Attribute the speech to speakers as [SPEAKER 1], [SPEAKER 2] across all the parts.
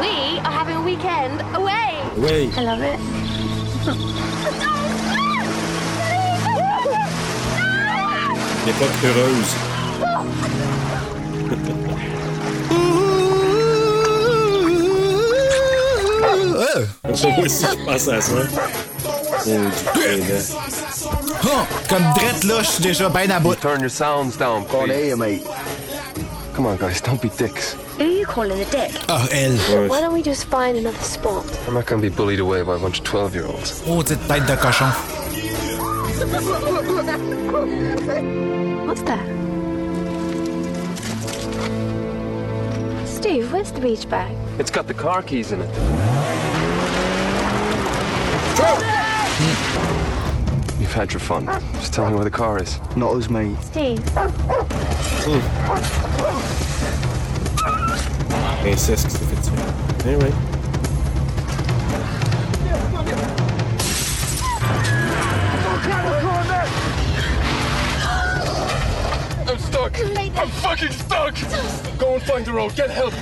[SPEAKER 1] We are having a weekend away.
[SPEAKER 2] Way.
[SPEAKER 1] I love it.
[SPEAKER 2] L'époque heureuse.
[SPEAKER 3] Euh.
[SPEAKER 2] Moi aussi, je pense à Ah ça. Euh, du prévent.
[SPEAKER 3] Ah! Comme drette là, je suis déjà bien à bout.
[SPEAKER 4] Turn your sounds down, please. mate. Come on, guys, don't be dicks.
[SPEAKER 1] Who are you calling a dick?
[SPEAKER 3] Ah, elle.
[SPEAKER 1] Why don't we just find another sport?
[SPEAKER 4] I'm not gonna be bullied away by a bunch of 12 year olds.
[SPEAKER 3] Oh, petite tête de cochon.
[SPEAKER 1] What's that? Steve, where's the beach bag?
[SPEAKER 4] It's got the car keys in it. You've had your fun. Just tell me where the car is.
[SPEAKER 5] Not us, mate.
[SPEAKER 1] Steve,
[SPEAKER 2] Princesse qui s'est fait tirer. Eh oui.
[SPEAKER 4] I'm stuck. I'm fucking stuck. Go and find the road. Get help.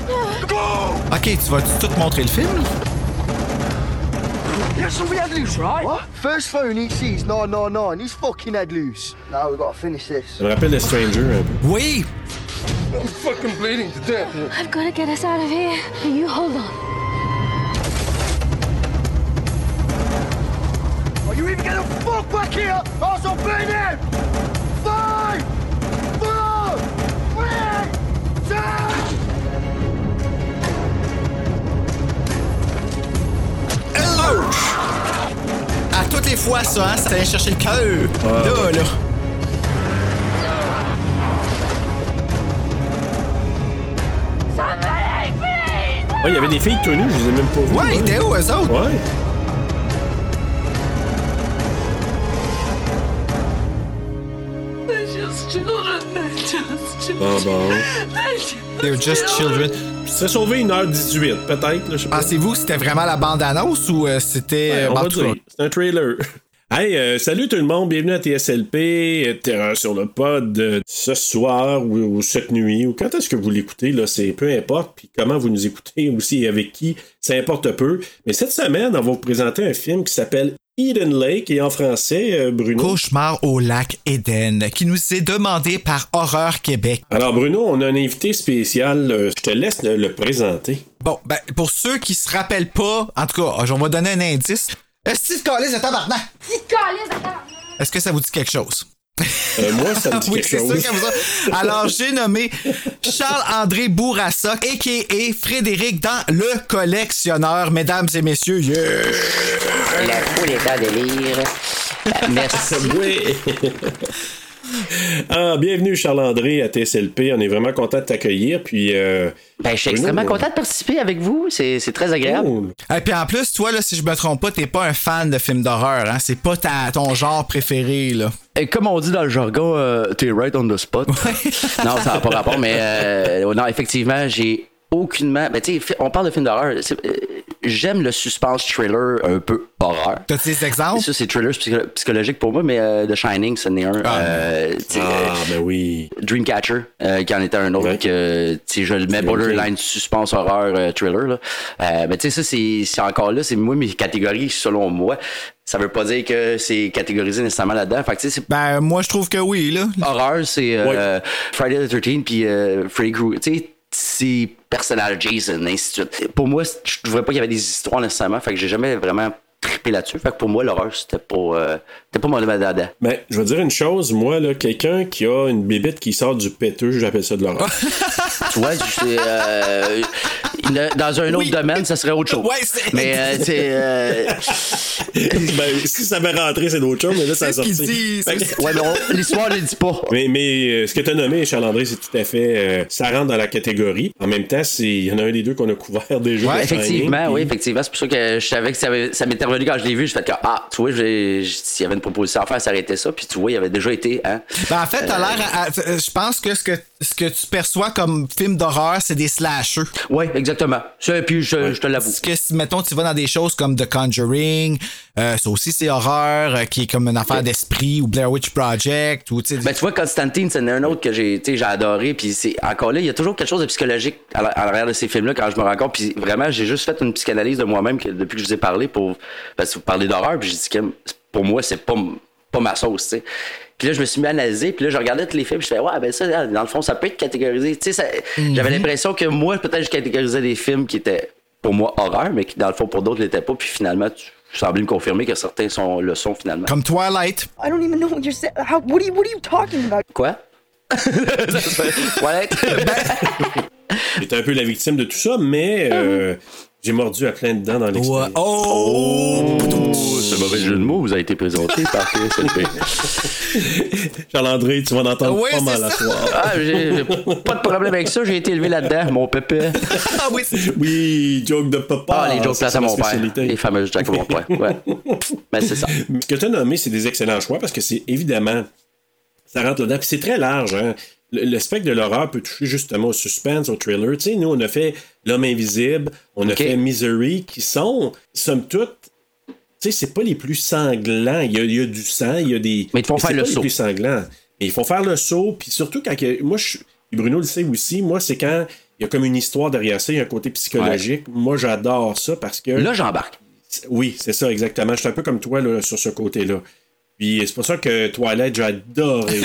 [SPEAKER 4] Go!
[SPEAKER 3] Ok, tu vas tout montrer le film?
[SPEAKER 5] Yeah, so we had loose, right? What? First phone he sees 999, he's fucking head loose. Now we've got to finish this.
[SPEAKER 2] Ça me rappelle The Stranger un peu.
[SPEAKER 3] Oui!
[SPEAKER 4] I'm fucking bleeding to death.
[SPEAKER 1] I've got to get us out of here. You hold on.
[SPEAKER 5] Are you even gonna fuck back here? Or so burn him! Five! Four! Three! Two!
[SPEAKER 3] Ouch! À toutes les fois, ça, hein, c'était aller chercher le cœur. Là, là.
[SPEAKER 2] Ouais, il y avait des filles tenues, je les ai même pas vues.
[SPEAKER 3] Ouais, t'es où, eux autres?
[SPEAKER 2] Ouais.
[SPEAKER 6] Ah, Bah,
[SPEAKER 2] Bon, bon.
[SPEAKER 3] They're just children.
[SPEAKER 2] Ça a sauvé 1h18, peut-être, là, je sais pas.
[SPEAKER 3] Pensez-vous que c'était vraiment la bande-annonce ou euh, c'était... Ah, euh,
[SPEAKER 2] On
[SPEAKER 3] bah,
[SPEAKER 2] va
[SPEAKER 3] en tout cas,
[SPEAKER 2] dire, c'est un trailer. Hey, euh, salut tout le monde, bienvenue à TSLP, euh, Terreur sur le pod, euh, ce soir ou, ou cette nuit, ou quand est-ce que vous l'écoutez, là, c'est peu importe, puis comment vous nous écoutez aussi, avec qui, ça importe peu. Mais cette semaine, on va vous présenter un film qui s'appelle Eden Lake, et en français, euh, Bruno.
[SPEAKER 3] Cauchemar au lac Eden, qui nous est demandé par Horreur Québec.
[SPEAKER 2] Alors Bruno, on a un invité spécial, euh, je te laisse le, le présenter.
[SPEAKER 3] Bon, ben, pour ceux qui se rappellent pas, en tout cas, on va donner un indice. Est-ce que de tabarnak? Est-ce que ça vous dit quelque chose?
[SPEAKER 2] Euh, moi, ça me dit
[SPEAKER 3] oui,
[SPEAKER 2] quelque
[SPEAKER 3] c'est
[SPEAKER 2] chose.
[SPEAKER 3] sûr comme ça. Alors, j'ai nommé Charles-André Bourassa, a.k.a. Frédéric dans Le Collectionneur. Mesdames et messieurs, yeah!
[SPEAKER 7] La foule est en délire. Ben, Merci.
[SPEAKER 2] Oui. ah, bienvenue Charles-André à TSLP. On est vraiment content de t'accueillir. Puis, euh,
[SPEAKER 7] Ben, je suis
[SPEAKER 2] Bruno,
[SPEAKER 7] extrêmement
[SPEAKER 2] euh,
[SPEAKER 7] content de participer avec vous. C'est c'est très agréable.
[SPEAKER 2] oh,
[SPEAKER 3] Et puis en plus, toi, là, si je me trompe pas, t'es pas un fan de films d'horreur. Hein? C'est pas ta- ton genre préféré. Là.
[SPEAKER 7] Et comme on dit dans le jargon, euh, t'es right on the spot. non, ça n'a pas rapport, mais euh, non, effectivement, j'ai aucunement. Ben, tu sais, fi- on parle de films d'horreur. c'est- euh, J'aime le suspense thriller un peu horreur.
[SPEAKER 3] T'as-tu des exemples?
[SPEAKER 7] Ça, c'est thriller psycho- psychologique pour moi, mais euh, The Shining, c'en est un.
[SPEAKER 3] Ah.
[SPEAKER 7] Euh, tu sais,
[SPEAKER 2] ah, ben oui.
[SPEAKER 7] Dreamcatcher, euh, qui en était un autre
[SPEAKER 2] Ouais.
[SPEAKER 7] que tu sais, je le mets borderline suspense horreur euh, thriller là. Euh, mais tu sais ça c'est c'est encore là, c'est moi mes catégories selon moi. Ça veut pas dire que c'est catégorisé nécessairement là-dedans. Fait que tu sais c'est
[SPEAKER 3] Ben, moi, je trouve que oui, là.
[SPEAKER 7] horreur, c'est euh, Friday the 13 puis euh, Freddy Krueger, tu sais c'est personnage Jason ainsi de suite. Pour moi, c'est- je trouvais pas qu'il y avait des histoires nécessairement, fait que j'ai jamais vraiment trippé là-dessus. Fait que pour moi l'horreur c'était pas euh, c'était pas mon dada.
[SPEAKER 2] Ben, je vais dire une chose, moi, là, quelqu'un qui a une bébête qui sort du péteux, j'appelle ça de l'horreur.
[SPEAKER 7] Tu vois, je- euh, Le- dans un autre
[SPEAKER 3] Oui.
[SPEAKER 7] domaine, ça serait autre chose.
[SPEAKER 3] Ouais, c'est-
[SPEAKER 7] Mais euh, tu sais, euh,
[SPEAKER 2] ben, si ça avait rentré, c'est d'autres choses, mais là, ça a
[SPEAKER 3] C'est ce qu'il
[SPEAKER 2] sorti.
[SPEAKER 3] dit,
[SPEAKER 2] Fait
[SPEAKER 3] c'est
[SPEAKER 2] que-
[SPEAKER 7] ouais, mais on- l'histoire ne le dit pas.
[SPEAKER 2] Mais, mais euh, ce que tu as nommé, Charles-André, c'est tout à fait. euh, ça rentre dans la catégorie. En même temps, c'est- il y en a un des deux qu'on a couvert déjà.
[SPEAKER 3] Ouais,
[SPEAKER 2] le
[SPEAKER 7] Effectivement,
[SPEAKER 2] Shining,
[SPEAKER 7] oui,
[SPEAKER 2] puis-
[SPEAKER 7] effectivement. C'est pour ça que je savais que ça, avait- ça m'était revenu quand je l'ai vu. Je fait que, ah, tu vois, j'ai- j'ai- s'il y avait une proposition à faire, ça arrêtait ça. Puis tu vois, il avait déjà été. Hein?
[SPEAKER 3] Ben, en fait, t'as l'air. à- à- euh, Je pense que ce, que ce que tu perçois comme film d'horreur, c'est des slashers.
[SPEAKER 7] Oui, exactement. Ça, puis je, je te l'avoue.
[SPEAKER 3] Parce que si, mettons, tu vas dans des choses comme The Conjuring, euh, ça aussi c'est horreur, euh, qui est comme une affaire d'esprit, ou Blair Witch Project, ou tu sais.
[SPEAKER 7] Ben, tu vois, Constantine, c'est un autre que j'ai, tu sais, j'ai adoré. Puis c'est encore là, il y a toujours quelque chose de psychologique à la- à l'arrière de ces films-là quand je me rencontre. Puis vraiment, j'ai juste fait une psychanalyse de moi-même que- depuis que je vous ai parlé pour. Parce que vous parlez d'horreur, puis j'ai dit que pour moi, c'est pas, m- pas ma sauce, tu sais. Puis là, je me suis mis à analyser, puis là, je regardais tous les films, puis je fais, ouais, ben ça, ah, dans le fond, ça peut être catégorisé. Tu sais, ça- j'avais l'impression que moi, peut-être, je catégorisais des films qui étaient pour moi horreur, mais qui, dans le fond, pour d'autres, l'étaient pas. Puis finalement, tu tu semblais me confirmer que certains sont, le sont finalement.
[SPEAKER 3] Comme Twilight.
[SPEAKER 7] Ah,
[SPEAKER 8] I don't even know what you're saying. How? What are you? What are you talking about?
[SPEAKER 7] Quoi? Ça se fait- ouais.
[SPEAKER 2] J'étais un peu la victime de tout ça, mais
[SPEAKER 7] Ah
[SPEAKER 2] euh, j'ai mordu à plein de dents dans l'expérience.
[SPEAKER 3] Oh!
[SPEAKER 7] Ce mauvais jeu de mots vous a été présenté par PSLP.
[SPEAKER 2] Charles-André, tu vas en entendre
[SPEAKER 3] Oui,
[SPEAKER 2] pas
[SPEAKER 3] c'est
[SPEAKER 2] mal à
[SPEAKER 3] ça.
[SPEAKER 2] soir.
[SPEAKER 7] Ah, j'ai pas de problème avec ça, j'ai été élevé là-dedans, mon pépé.
[SPEAKER 3] Ah oui, c'est-
[SPEAKER 2] Oui, joke de papa.
[SPEAKER 7] Ah, les jokes
[SPEAKER 2] c'est
[SPEAKER 7] plates à
[SPEAKER 2] ma
[SPEAKER 7] mon père.
[SPEAKER 2] spécialité.
[SPEAKER 7] Les fameuses jokes à mon père. Ouais. Mais c'est ça.
[SPEAKER 2] Mais Ce que tu as nommé, c'est des excellents choix parce que c'est évidemment, ça rentre là-dedans. Puis c'est très large. hein. Le, le spectre de l'horreur peut toucher justement au suspense, au thriller. Tu sais, nous, on a fait L'homme invisible, on
[SPEAKER 7] Ok.
[SPEAKER 2] a fait Misery, qui sont, somme toute, tu sais, c'est pas les plus sanglants. Il y a, il y a du sang, il y a des.
[SPEAKER 7] Mais ils te font
[SPEAKER 2] c'est pas
[SPEAKER 7] faire le
[SPEAKER 2] les
[SPEAKER 7] saut.
[SPEAKER 2] plus sanglants. Mais ils font faire le saut, puis surtout quand. que- Moi, je suis- et Bruno le sait aussi, moi, c'est quand il y a comme une histoire derrière ça, il y a un côté psychologique. Moi, j'adore ça parce que.
[SPEAKER 7] Là, j'embarque.
[SPEAKER 2] Oui, c'est ça, exactement. Je suis un peu comme toi là, sur ce côté-là. Puis c'est pour ça que Twilight, j'ai adoré.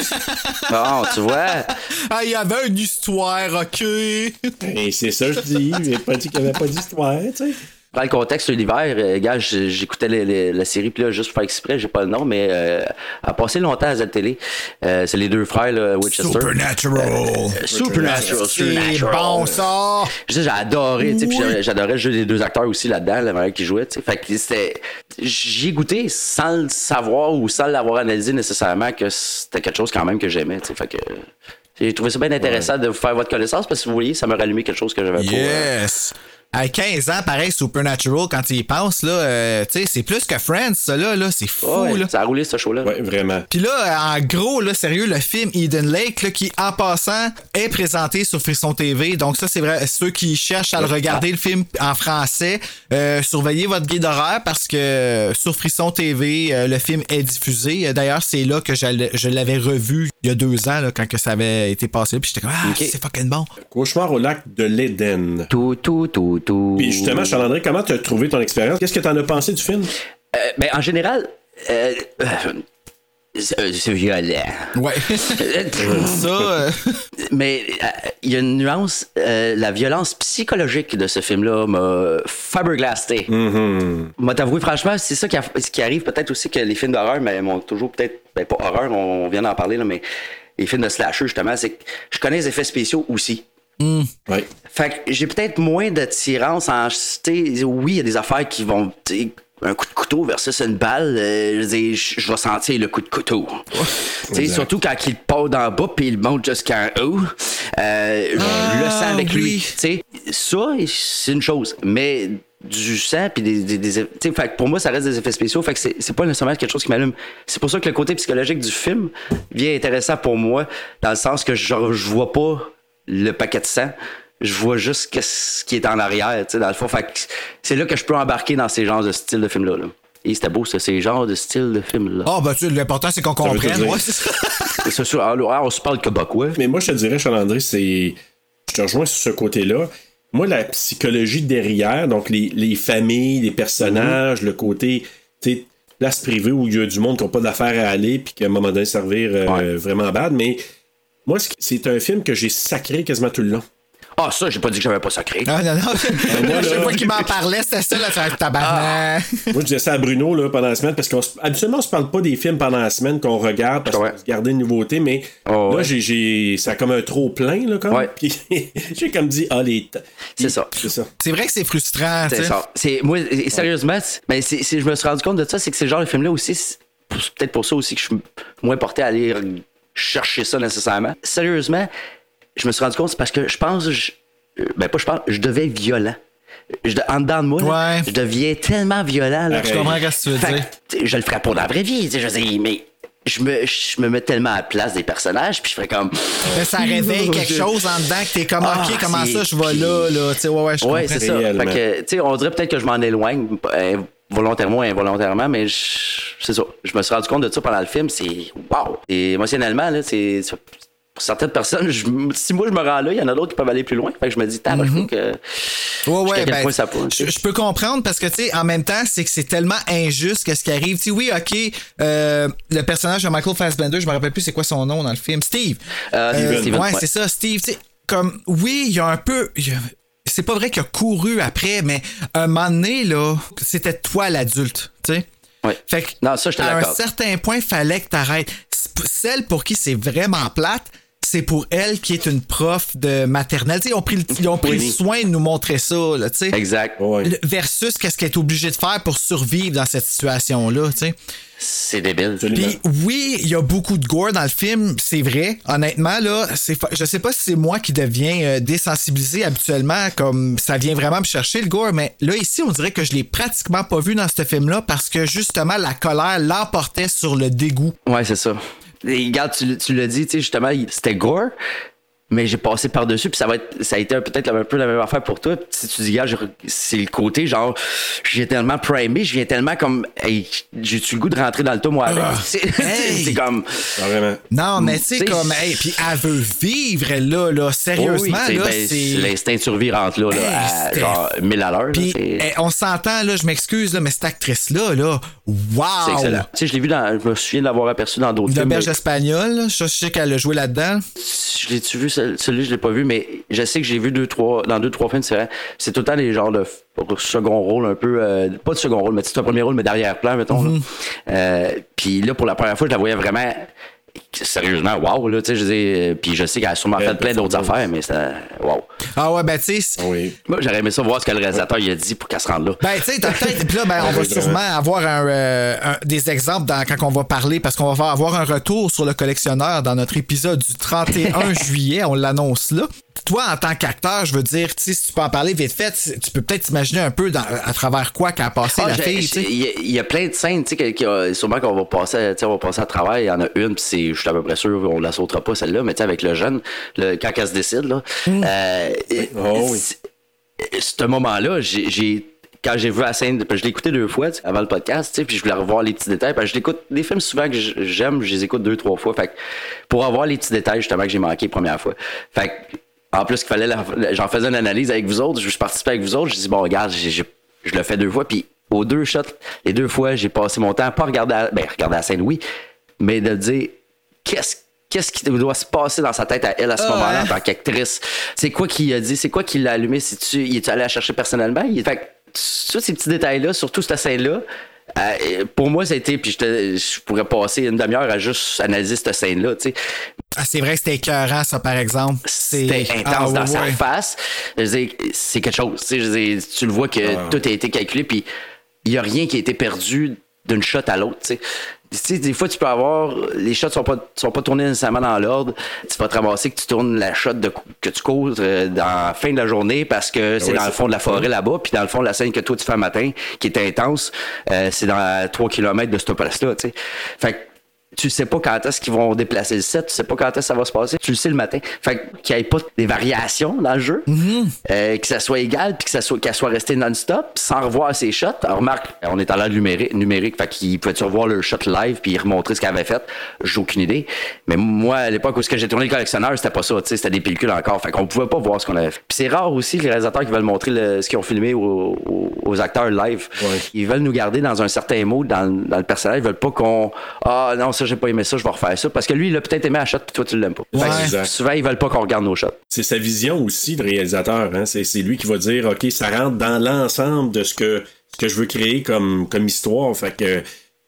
[SPEAKER 7] Bon, tu vois.
[SPEAKER 3] Ah, il y avait une histoire, ok!
[SPEAKER 2] Et c'est ça, je dis. J'ai pas dit qu'il n'y avait pas d'histoire, tu sais.
[SPEAKER 7] Dans le contexte de l'hiver, euh, gars, j- j'écoutais les- les- la série, puis là, juste pour faire exprès, j'ai pas le nom, mais euh, elle a passé longtemps à la télé. Euh, c'est les deux frères, là, Winchester.
[SPEAKER 3] Supernatural!
[SPEAKER 7] Euh, Supernatural. Euh,
[SPEAKER 3] C'est bon ça!
[SPEAKER 7] Je sais, j'ai adoré, tu sais, puis
[SPEAKER 3] Oui.
[SPEAKER 7] j'ai- j'adorais le jeu des deux acteurs aussi là-dedans, la manière qu'ils jouaient, tu sais. Fait que c'était. J'y ai goûté sans le savoir ou sans l'avoir analysé nécessairement que c'était quelque chose quand même que j'aimais, tu sais. Fait que. J'ai trouvé ça bien intéressant de vous faire votre connaissance parce que vous voyez, ça m'a rallumé quelque chose que j'avais pas. euh,
[SPEAKER 3] Yes! À 15 ans, pareil, Supernatural, quand tu y penses, là, euh, tu sais, c'est plus que Friends, ça, là, là c'est fou,
[SPEAKER 7] ouais,
[SPEAKER 3] là.
[SPEAKER 7] Ça a roulé ce show-là.
[SPEAKER 2] Ouais, vraiment.
[SPEAKER 3] Puis là, en gros, là, sérieux, le film Eden Lake, là, qui, en passant, est présenté sur Frisson TV. Donc, ça, c'est vrai. Ceux qui cherchent à le regarder, le film en français, euh, surveillez votre guide horaire parce que euh, sur Frisson TV, euh, le film est diffusé. Euh, D'ailleurs, c'est là que j'allais- je l'avais revu il y a deux ans, là, quand que ça avait été passé. Puis j'étais comme, ah,
[SPEAKER 7] Ok.
[SPEAKER 3] c'est fucking bon.
[SPEAKER 2] Cauchemar au lac de l'Éden.
[SPEAKER 7] Tout, tout, tout, tout.
[SPEAKER 2] Puis justement, Charles-André, comment tu as trouvé ton expérience? Qu'est-ce que tu en as pensé du film?
[SPEAKER 7] Euh, ben, en général, euh, euh, c'est c'est violent.
[SPEAKER 3] Ouais. ça, euh,
[SPEAKER 7] Mais euh, il y a une nuance. euh, la violence psychologique de ce film-là m'a faberglasté. Moi, t'avouer, franchement, c'est ça qui, a- ce qui arrive peut-être aussi que les films d'horreur mais, m'ont toujours peut-être. Ben, pas horreur, on, vient d'en parler, là, mais les films de slasher, justement, c'est que je connais les effets spéciaux aussi.
[SPEAKER 2] Ouais.
[SPEAKER 7] Fait que j'ai peut-être moins d'attirance en. tu sais, Oui, il y a des affaires qui vont. tu sais, Un coup de couteau versus une balle, euh, je, veux dire, je- je vais sentir le coup de couteau. Tu sais, surtout quand il part d'en bas puis il monte jusqu'en haut, euh, je le sens avec
[SPEAKER 3] oui.
[SPEAKER 7] lui. tu sais. Ça, c'est une chose. Mais du sang puis des. des, des- tu sais, fait que pour moi, ça reste des effets spéciaux. Fait que c'est c'est pas nécessairement quelque chose qui m'allume. C'est pour ça que le côté psychologique du film vient intéressant pour moi, dans le sens que je, je vois pas le paquet de sang. Je vois juste qu'est-ce qui est en arrière, tu sais, dans le fond. Fait que c'est là que je peux embarquer dans ces genres de style de film-là. là. Et c'était beau, ça, ces genres de style de film-là.
[SPEAKER 3] oh, ben, tu sais, l'important, c'est qu'on
[SPEAKER 2] veut tout
[SPEAKER 3] comprenne.
[SPEAKER 2] dire.
[SPEAKER 3] Ouais, c'est ça.
[SPEAKER 7] Et ça, sur- ah, ah, on se parle québécois.
[SPEAKER 2] Mais moi, je te dirais, Charles-André, c'est. Je te rejoins sur ce côté-là. Moi, la psychologie derrière, donc les, les familles, les personnages, le côté, tu sais, place privée où il y a du monde qui n'a pas d'affaires à aller, puis qu'à un moment donné, servir euh,
[SPEAKER 7] Ouais.
[SPEAKER 2] vraiment bad. Mais moi, ce qui- c'est un film que j'ai sacré quasiment tout le long.
[SPEAKER 7] Ah, ça, j'ai pas dit que j'avais pas sacré.
[SPEAKER 3] Non, non, non.
[SPEAKER 2] moi, là-
[SPEAKER 3] Chaque fois qu'il m'en parlait, c'était ça, là, faire tabarnak.
[SPEAKER 2] Moi, je disais ça à Bruno là, pendant la semaine, parce qu'on se- habituellement, on se parle pas des films pendant la semaine qu'on regarde, parce
[SPEAKER 7] Ouais.
[SPEAKER 2] qu'on se gardait une nouveauté, mais
[SPEAKER 7] Oh,
[SPEAKER 2] là,
[SPEAKER 7] ouais.
[SPEAKER 2] j'ai, j'ai- ça a comme un trop plein, là, comme.
[SPEAKER 7] Ouais.
[SPEAKER 2] Puis j'ai comme dit, ah, les. t-
[SPEAKER 7] C'est ça.
[SPEAKER 2] C'est ça.
[SPEAKER 3] C'est vrai que c'est frustrant, tu
[SPEAKER 7] C'est
[SPEAKER 3] sais.
[SPEAKER 7] ça. C'est, moi, et- et sérieusement, c'est- mais c'est, c'est- je me suis rendu compte de ça, c'est que ces genres de films-là aussi, c'est pour- c'est peut-être pour ça aussi que je suis moins porté à aller chercher ça nécessairement. Sérieusement, je me suis rendu compte, c'est parce que je pense, que je, euh, ben pas je pense, je devais être violent. Je, de- en dedans de moi, là,
[SPEAKER 3] Ouais.
[SPEAKER 7] je deviens tellement violent. là.
[SPEAKER 3] Je comprends ce que tu veux
[SPEAKER 7] Fait
[SPEAKER 3] dire.
[SPEAKER 7] que, tu sais, je le ferais pas dans la vraie vie. tu sais, Je veux dire, mais je me, je me mets tellement à la place des personnages, puis je ferais comme.
[SPEAKER 3] Mais ça réveille quelque chose en dedans que t'es comme,
[SPEAKER 7] Ah,
[SPEAKER 3] OK, comment
[SPEAKER 7] c'est-
[SPEAKER 3] ça, je vais là, là. Tu sais, ouais, ouais, je
[SPEAKER 7] Ouais,
[SPEAKER 3] comprends.
[SPEAKER 7] c'est ça.
[SPEAKER 2] réellement.
[SPEAKER 7] Fait que, tu sais, on dirait peut-être que je m'en éloigne euh, volontairement ou involontairement, mais je- c'est ça. Je me suis rendu compte de ça pendant le film. C'est wow! Et émotionnellement, là, c'est. c'est- Pour certaines personnes, je- si moi je me rends là, il y en a d'autres qui peuvent aller plus loin. Fait que je me dis, t'as, que.
[SPEAKER 3] Mm-hmm. Ouais,
[SPEAKER 7] Jusqu'à
[SPEAKER 3] ouais,
[SPEAKER 7] quel
[SPEAKER 3] ben,
[SPEAKER 7] point ça peut.
[SPEAKER 3] je, je peux comprendre parce que, tu sais, en même temps, c'est que c'est tellement injuste que ce qui arrive. Tu sais, oui, OK, euh, le personnage de Michael Fassbender, je me rappelle plus c'est quoi son nom dans le film. Steve.
[SPEAKER 7] Euh, Steven,
[SPEAKER 3] ouais,
[SPEAKER 7] ouais.
[SPEAKER 3] c'est ça, Steve. Tu sais, comme, oui, il y a un peu. il y a- C'est pas vrai qu'il a couru après, mais un moment donné, là, c'était toi l'adulte, tu sais.
[SPEAKER 7] Ouais.
[SPEAKER 3] Fait que,
[SPEAKER 7] Non, ça, je te
[SPEAKER 3] à un
[SPEAKER 7] l'accorde.
[SPEAKER 3] certain point, fallait que t'arrêtes. C'est p- Celle pour qui c'est vraiment plate, c'est pour elle qui est une prof de maternelle. Tu sais, ils ont pris, le- ils ont pris
[SPEAKER 7] Oui.
[SPEAKER 3] le soin de nous montrer ça, là, tu sais.
[SPEAKER 7] Exact.
[SPEAKER 2] Ouais.
[SPEAKER 3] Le- Versus qu'est-ce qu'elle est obligée de faire pour survivre dans cette situation-là, tu sais.
[SPEAKER 7] C'est débile.
[SPEAKER 2] Absolument.
[SPEAKER 3] Puis oui, il y a beaucoup de gore dans le film, c'est vrai. Honnêtement, là, c'est fa- je sais pas si c'est moi qui deviens euh, désensibilisé habituellement, comme ça vient vraiment me chercher le gore, mais là, ici, on dirait que je l'ai pratiquement pas vu dans ce film-là parce que justement, la colère l'emportait sur le dégoût.
[SPEAKER 7] Ouais, c'est ça. Et regarde, tu, l- tu l'as dit, tu sais, justement, il- c'était gore, mais j'ai passé par-dessus, puis ça va être, ça a été un- peut-être la- un peu la même affaire pour toi. Puis Si tu dis, gars, je- c'est le côté, genre, j'ai tellement primé, je viens tellement comme, hey, j'ai-tu le goût de rentrer dans le tas, moi, avec? C'est
[SPEAKER 3] Ah. Hey!
[SPEAKER 7] c'est comme, oh
[SPEAKER 2] Ah, vraiment.
[SPEAKER 3] Non, mais
[SPEAKER 7] T'sais,
[SPEAKER 3] c'est comme, hey, puis elle veut vivre, elle, là, là, sérieusement,
[SPEAKER 7] oui,
[SPEAKER 3] là,
[SPEAKER 7] ben,
[SPEAKER 3] c'est.
[SPEAKER 7] l'instinct de survie rentre là, là,
[SPEAKER 3] Hey,
[SPEAKER 7] à
[SPEAKER 3] c'était-
[SPEAKER 7] genre 1000 à l'heure. là,
[SPEAKER 3] Puis, eh,
[SPEAKER 7] c'est-
[SPEAKER 3] hey, on s'entend, là, je m'excuse, là, mais cette actrice-là, là,
[SPEAKER 7] c'est
[SPEAKER 3] wow!
[SPEAKER 7] excellent. Tu sais, je l'ai vu dans, je me souviens de l'avoir aperçu dans d'autres
[SPEAKER 3] ah, La
[SPEAKER 7] films.
[SPEAKER 3] berge espagnole, là, je sais qu'elle a joué là-dedans.
[SPEAKER 7] je l'ai-tu vu, cel- celui je l'ai pas vu, mais je sais que j'ai vu deux, trois, dans deux, trois films, c'est vrai. C'est tout le temps les genres de f- second rôle, un peu, euh, pas de second rôle, mais c'est un premier rôle, mais derrière-plan, mettons. là. Euh, Puis là, pour la première fois, je la voyais vraiment, sérieusement, wow, là, tu sais, je dis, euh, puis je sais qu'elle a sûrement fait plein d'autres affaires, mais ça, wow.
[SPEAKER 3] Ah ouais, ben, tu sais,
[SPEAKER 2] Oui.
[SPEAKER 7] Moi, j'aurais aimé ça voir ce que le réalisateur, il a dit pour qu'elle se rende là.
[SPEAKER 3] Ben, tu sais, t'as peut-être. Puis là, ben, on va
[SPEAKER 2] vraiment.
[SPEAKER 3] sûrement avoir un, euh, un- des exemples dans- quand on va parler, parce qu'on va faire- avoir un retour sur le collectionneur dans notre épisode du 31 juillet. On l'annonce là. Toi, en tant qu'acteur, je veux dire, tu sais, si tu peux en parler vite fait, tu- tu peux peut-être t'imaginer un peu dans- à travers quoi qu'a passé
[SPEAKER 7] Ah,
[SPEAKER 3] la
[SPEAKER 7] j'ai-
[SPEAKER 3] fille, tu
[SPEAKER 7] j'ai-
[SPEAKER 3] sais.
[SPEAKER 7] Il y, a- il y a plein de scènes, tu sais, que- que- sûrement qu'on va passer, tu sais, on va passer à travail. Il y en a une, puis c'est, je suis à peu près sûr, on la sautera pas celle-là, mais tu sais, avec le jeune, le, quand elle se décide, là. euh,
[SPEAKER 2] Oh oui.
[SPEAKER 7] c'est- ce moment-là, j'ai- j'ai quand j'ai vu la scène, je l'ai écouté deux fois tu sais, avant le podcast, tu sais, puis je voulais revoir les petits détails. Parce que je l'écoute des films souvent que j- j'aime, je les écoute deux, trois fois. Fait que pour avoir les petits détails justement que j'ai manqué la première fois. Fait que, en plus qu'il fallait la- la- j'en faisais une analyse avec vous autres, je, je participais avec vous autres, je dis bon regarde, j'ai- j'ai- je le fais deux fois, puis aux deux shots, les deux fois, j'ai passé mon temps à pas regarder la- ben, regarder la scène, oui, mais de dire qu'est-ce Qu'est-ce qui doit se passer dans sa tête à elle à ce
[SPEAKER 3] Ah,
[SPEAKER 7] moment-là
[SPEAKER 3] hein?
[SPEAKER 7] en tant qu'actrice? C'est quoi qui a dit? C'est quoi qui l'a allumé? Si tu, il est allé la chercher personnellement? Il, fait que, tous ces petits détails-là, surtout cette scène-là, euh, pour moi, ça a été, puis je, te- je pourrais passer une demi-heure à juste analyser cette scène-là, tu sais.
[SPEAKER 3] Ah, c'est vrai que c'était écœurant, ça, par exemple. C'est-
[SPEAKER 7] C'était intense
[SPEAKER 3] Ah, ouais,
[SPEAKER 7] dans sa
[SPEAKER 3] ouais.
[SPEAKER 7] face. Je veux dire, c'est quelque chose, tu sais. Je veux dire, tu le vois que tout a été calculé, puis il n'y a rien qui a été perdu d'une shot à l'autre, tu sais. Tu sais, des fois, tu peux avoir. Les shots sont pas, sont pas tournés nécessairement dans l'ordre. Tu vas te ramasser que tu tournes la shot de, cou- que tu cours euh, dans la fin de la journée parce
[SPEAKER 3] Ben
[SPEAKER 7] que c'est
[SPEAKER 2] oui,
[SPEAKER 7] dans le
[SPEAKER 2] c'est-
[SPEAKER 7] fond de la forêt là-bas, puis dans le fond de la scène que toi tu fais le matin, qui est intense, euh, c'est dans 3 km de cette place-là, tu sais. Fait que tu sais pas quand est-ce qu'ils vont déplacer le set, tu sais pas quand est-ce que ça va se passer, tu le sais le matin. Fait que qu'il n'y ait pas des variations dans le jeu, euh, que ça soit égal, puis que ça soit qu'elle soit restée non-stop, sans revoir ses shots. Alors, remarque, on est à l'heure numérique, numérique, fait qu'ils pouvaient revoir le shot live puis remontrer ce qu'elle avait fait. J'ai aucune idée. Mais moi, à l'époque où ce que j'ai tourné le collectionneur, c'était pas ça, tu sais, c'était des pellicules encore. Fait qu'on pouvait pas voir ce qu'on avait fait. Puis c'est rare aussi que les réalisateurs qui veulent montrer le- ce qu'ils ont filmé aux, aux- aux acteurs live. Ils veulent nous garder dans un certain mode, dans, dans le personnage. Ils veulent pas qu'on. Ah non, ça, j'ai pas aimé ça, je vais refaire ça. Parce que lui, il a peut-être aimé la shot, puis toi, tu l'aimes pas. Fait que
[SPEAKER 3] Ouais.
[SPEAKER 2] Exact.
[SPEAKER 7] souvent, ils veulent pas qu'on regarde nos shots.
[SPEAKER 2] C'est sa vision aussi, le réalisateur. Hein? C'est, c'est lui qui va dire, OK, ça rentre dans l'ensemble de ce que, ce que je veux créer comme, comme histoire. Fait que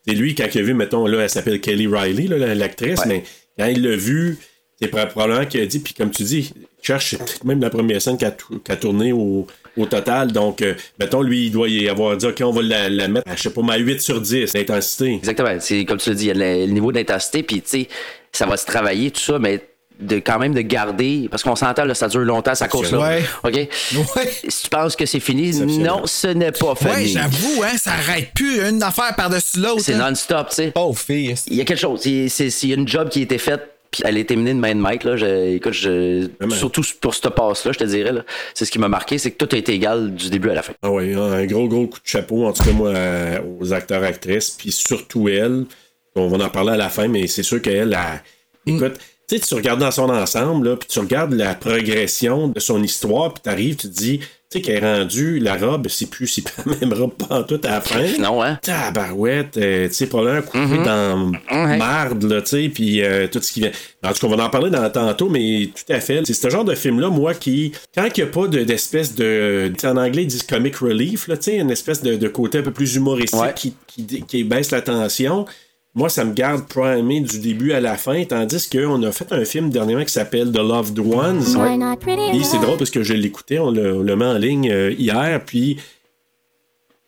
[SPEAKER 2] c'est lui, quand il a vu, mettons, là, elle s'appelle Kelly Riley, là, la- l'actrice,
[SPEAKER 7] Ouais.
[SPEAKER 2] mais quand il l'a vu, c'est pro- probablement qu'il a dit, puis comme tu dis, cherche peut-être même la première scène qui a, tou- qui a tourné au, au total. Donc, euh, mettons, lui, il doit y avoir dit, OK, on va la, la mettre, à, je sais pas, ma 8 sur 10, l'intensité.
[SPEAKER 7] Exactement. C'est comme tu l'as dit, il y a le, le niveau d'intensité, puis tu sais, ça va se travailler, tout ça, mais de quand même de garder, parce qu'on s'entend, là, ça dure longtemps, ça course là.
[SPEAKER 3] Ouais.
[SPEAKER 7] OK?
[SPEAKER 3] Ouais.
[SPEAKER 7] Si tu penses que c'est fini,
[SPEAKER 2] Exceptionnel.
[SPEAKER 7] non, ce n'est pas
[SPEAKER 3] Ouais,
[SPEAKER 7] fini.
[SPEAKER 3] j'avoue, hein, ça arrête plus une affaire par-dessus l'autre.
[SPEAKER 7] c'est
[SPEAKER 3] hein.
[SPEAKER 7] non-stop, tu sais.
[SPEAKER 3] Oh, fille.
[SPEAKER 7] Il y a quelque chose. Il c'est- c'est- il y a une job qui a été faite, puis elle a été menée de main de maître. Là. Je- écoute, je-
[SPEAKER 2] Vraiment.
[SPEAKER 7] surtout pour cette passe-là, je te dirais, là, c'est ce qui m'a marqué, c'est que tout a été égal du début à la fin.
[SPEAKER 2] Ah ouais, un gros, gros coup de chapeau, en tout cas, moi, euh, aux acteurs, actrices, puis surtout elle. On va en parler à la fin, mais c'est sûr qu'elle, elle, écoute, tu sais, tu regardes dans son ensemble, là, puis tu regardes la progression de son histoire, puis t'arrives, tu te dis, tu sais, qu'elle est rendue, la robe, c'est plus, c'est pas la même robe pantoute à la fin.
[SPEAKER 7] Non, hein?
[SPEAKER 2] Tabarouette, euh, tu sais, probablement coupé dans
[SPEAKER 7] Mhm. Ouais.
[SPEAKER 2] marde, là, tu sais, puis euh, tout ce qui vient. En tout cas, on va en parler dans tantôt, mais tout à fait. C'est ce genre de film-là, moi, qui, quand il n'y a pas de- d'espèce de, tu sais, En anglais, ils disent comic relief, là, tu sais, une espèce de, de côté un peu plus humoristique
[SPEAKER 7] Ouais.
[SPEAKER 2] qui, qui, dé- qui baisse la tension. Moi, ça me garde primé du début à la fin, tandis qu'on a fait un film dernièrement qui s'appelle The Loved Ones. Puis c'est drôle parce que je l'écoutais, on le, on le met en ligne euh, hier, puis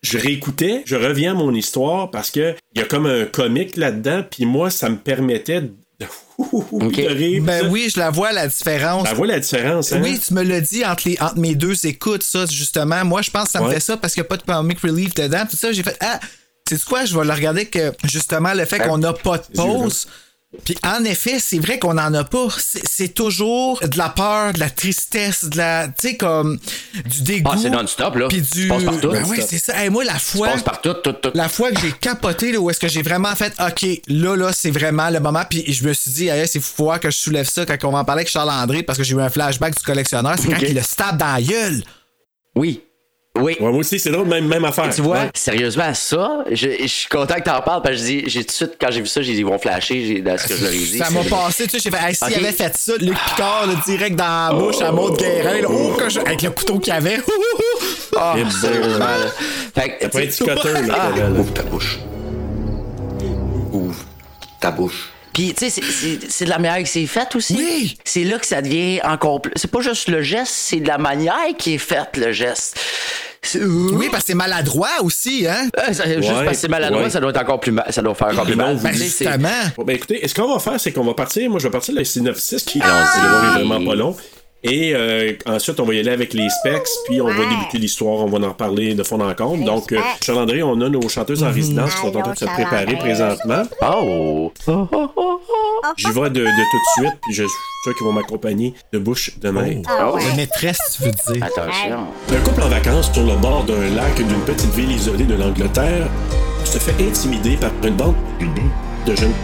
[SPEAKER 2] je réécoutais, je reviens à mon histoire parce que il y a comme un comique là-dedans, puis moi, ça me permettait de, de rire.
[SPEAKER 3] Ben
[SPEAKER 2] ça.
[SPEAKER 3] oui, je la vois, la différence.
[SPEAKER 7] Ben
[SPEAKER 2] Ça voit la différence, hein?
[SPEAKER 3] Oui, tu me l'as dit entre, les, entre mes deux écoutes, ça, justement. Moi, je pense que ça me
[SPEAKER 2] Ouais.
[SPEAKER 3] fait ça parce qu'il n'y a pas de comic relief dedans. Tout ça, j'ai fait, ah, tu sais quoi, je vais le regarder que, justement, le
[SPEAKER 7] Ben,
[SPEAKER 3] fait qu'on n'a pas de pause. Puis en effet, c'est vrai qu'on n'en a pas. C'est c'est toujours de la peur, de la tristesse, de la, tu sais, comme, du dégoût.
[SPEAKER 7] Ah, c'est non-stop, là.
[SPEAKER 3] Puis du.
[SPEAKER 7] Tu passes partout.
[SPEAKER 3] Ben oui, c'est ça. Hey, moi, la
[SPEAKER 7] Tu
[SPEAKER 3] fois.
[SPEAKER 7] passes par tout, tout, tout.
[SPEAKER 3] La fois que j'ai capoté, là, où est-ce que j'ai vraiment fait, OK, là, là, c'est vraiment le moment. Puis je me suis dit, hey, c'est fou voir que je soulève ça quand on va en parler avec Charles-André, parce que j'ai eu un flashback du collectionneur. C'est quand
[SPEAKER 7] Ok.
[SPEAKER 3] il le stab dans la gueule.
[SPEAKER 7] Oui. Oui.
[SPEAKER 2] Ouais, moi aussi, c'est drôle, même, même affaire.
[SPEAKER 7] Tu vois,
[SPEAKER 2] Ouais.
[SPEAKER 7] sérieusement, ça, je, je suis content que t'en parles parce que je dis, j'ai tout de suite, quand j'ai vu ça, j'ai dit, ils vont flasher j'ai- dans ce que je leur ai dit.
[SPEAKER 3] Ça
[SPEAKER 7] C'est-
[SPEAKER 3] m'a passé, tu sais, j'ai fait, hey, s'il
[SPEAKER 7] Ok.
[SPEAKER 3] avait fait ça, Luc Picard, là, direct dans la bouche à Maud Guérin, là, oh, que je- avec le couteau qu'il avait.
[SPEAKER 7] Ah,
[SPEAKER 2] Et bon,
[SPEAKER 7] sérieusement,
[SPEAKER 2] là.
[SPEAKER 7] là. Fait que,
[SPEAKER 2] Pas un
[SPEAKER 7] tu-
[SPEAKER 2] petit cutter, là.
[SPEAKER 7] Ah.
[SPEAKER 2] là, là.
[SPEAKER 9] Ouvre ta bouche. Ouvre ta bouche.
[SPEAKER 7] Puis, tu sais, c'est- c'est c'est de la manière que c'est fait aussi.
[SPEAKER 3] Oui.
[SPEAKER 7] C'est là que ça devient encore plus. C'est pas juste le geste, c'est de la manière qui est faite, le geste. C'est-
[SPEAKER 3] oui, parce que c'est maladroit aussi, hein.
[SPEAKER 7] Euh, ça- Juste
[SPEAKER 2] Ouais,
[SPEAKER 7] parce que c'est maladroit,
[SPEAKER 2] ouais.
[SPEAKER 7] ça doit être encore plus mal. Ça doit faire encore plus mal.
[SPEAKER 3] Ben,
[SPEAKER 7] Tu sais, c'est-
[SPEAKER 3] justement.
[SPEAKER 2] Bon, ben écoutez, ce qu'on va faire, c'est qu'on va partir. Moi, je vais partir de la synopsis qui est vraiment pas long. Et euh, ensuite, on va y aller avec les specs, puis on va débuter l'histoire, on va en reparler de fond en compte. Donc, euh, Charles-André, on a nos chanteuses en résidence qui sont en train de se préparer présentement.
[SPEAKER 7] Oh!
[SPEAKER 2] J'y vais de, de tout de suite, puis je suis sûr qu'ils vont m'accompagner de bouche de main.
[SPEAKER 7] Ah
[SPEAKER 3] La maîtresse, tu veux dire.
[SPEAKER 7] Attention.
[SPEAKER 2] Un couple en vacances sur le bord d'un lac d'une petite ville isolée de l'Angleterre se fait intimider par une bande de jeunes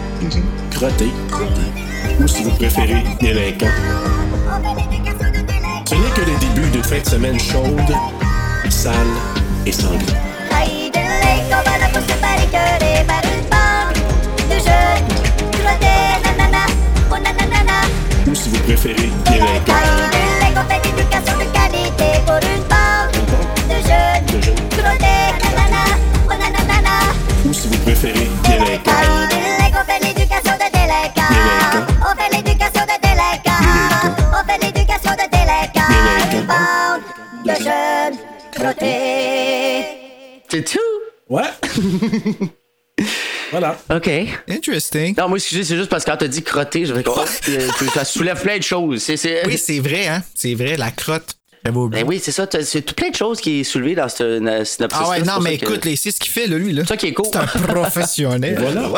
[SPEAKER 2] crottés, ou si vous préférez, délinquants. Ce n'est que le début d'une fin de semaine chaude, sale et sanglante. Ou si vous préférez, délinquants. De jeunes, ou si vous préférez, délinquants.
[SPEAKER 7] C'est tout?
[SPEAKER 2] Ouais! voilà.
[SPEAKER 7] OK.
[SPEAKER 3] Interesting.
[SPEAKER 7] Non, moi, excusez, c'est juste parce que quand t'as dit crotter, je fais comme, oh, ça soulève plein de choses. C'est, c'est...
[SPEAKER 3] Oui, c'est vrai, hein. C'est vrai, la crotte. J'avais oublié.
[SPEAKER 7] Ben oui, c'est ça. t'as- C'est tout plein de choses qui est soulevé dans ce na- synopsis.
[SPEAKER 3] Ah ouais, non, mais écoute, les six qui fait, là, lui, là.
[SPEAKER 7] ça qui est cool.
[SPEAKER 3] C'est un professionnel.
[SPEAKER 2] Voilà.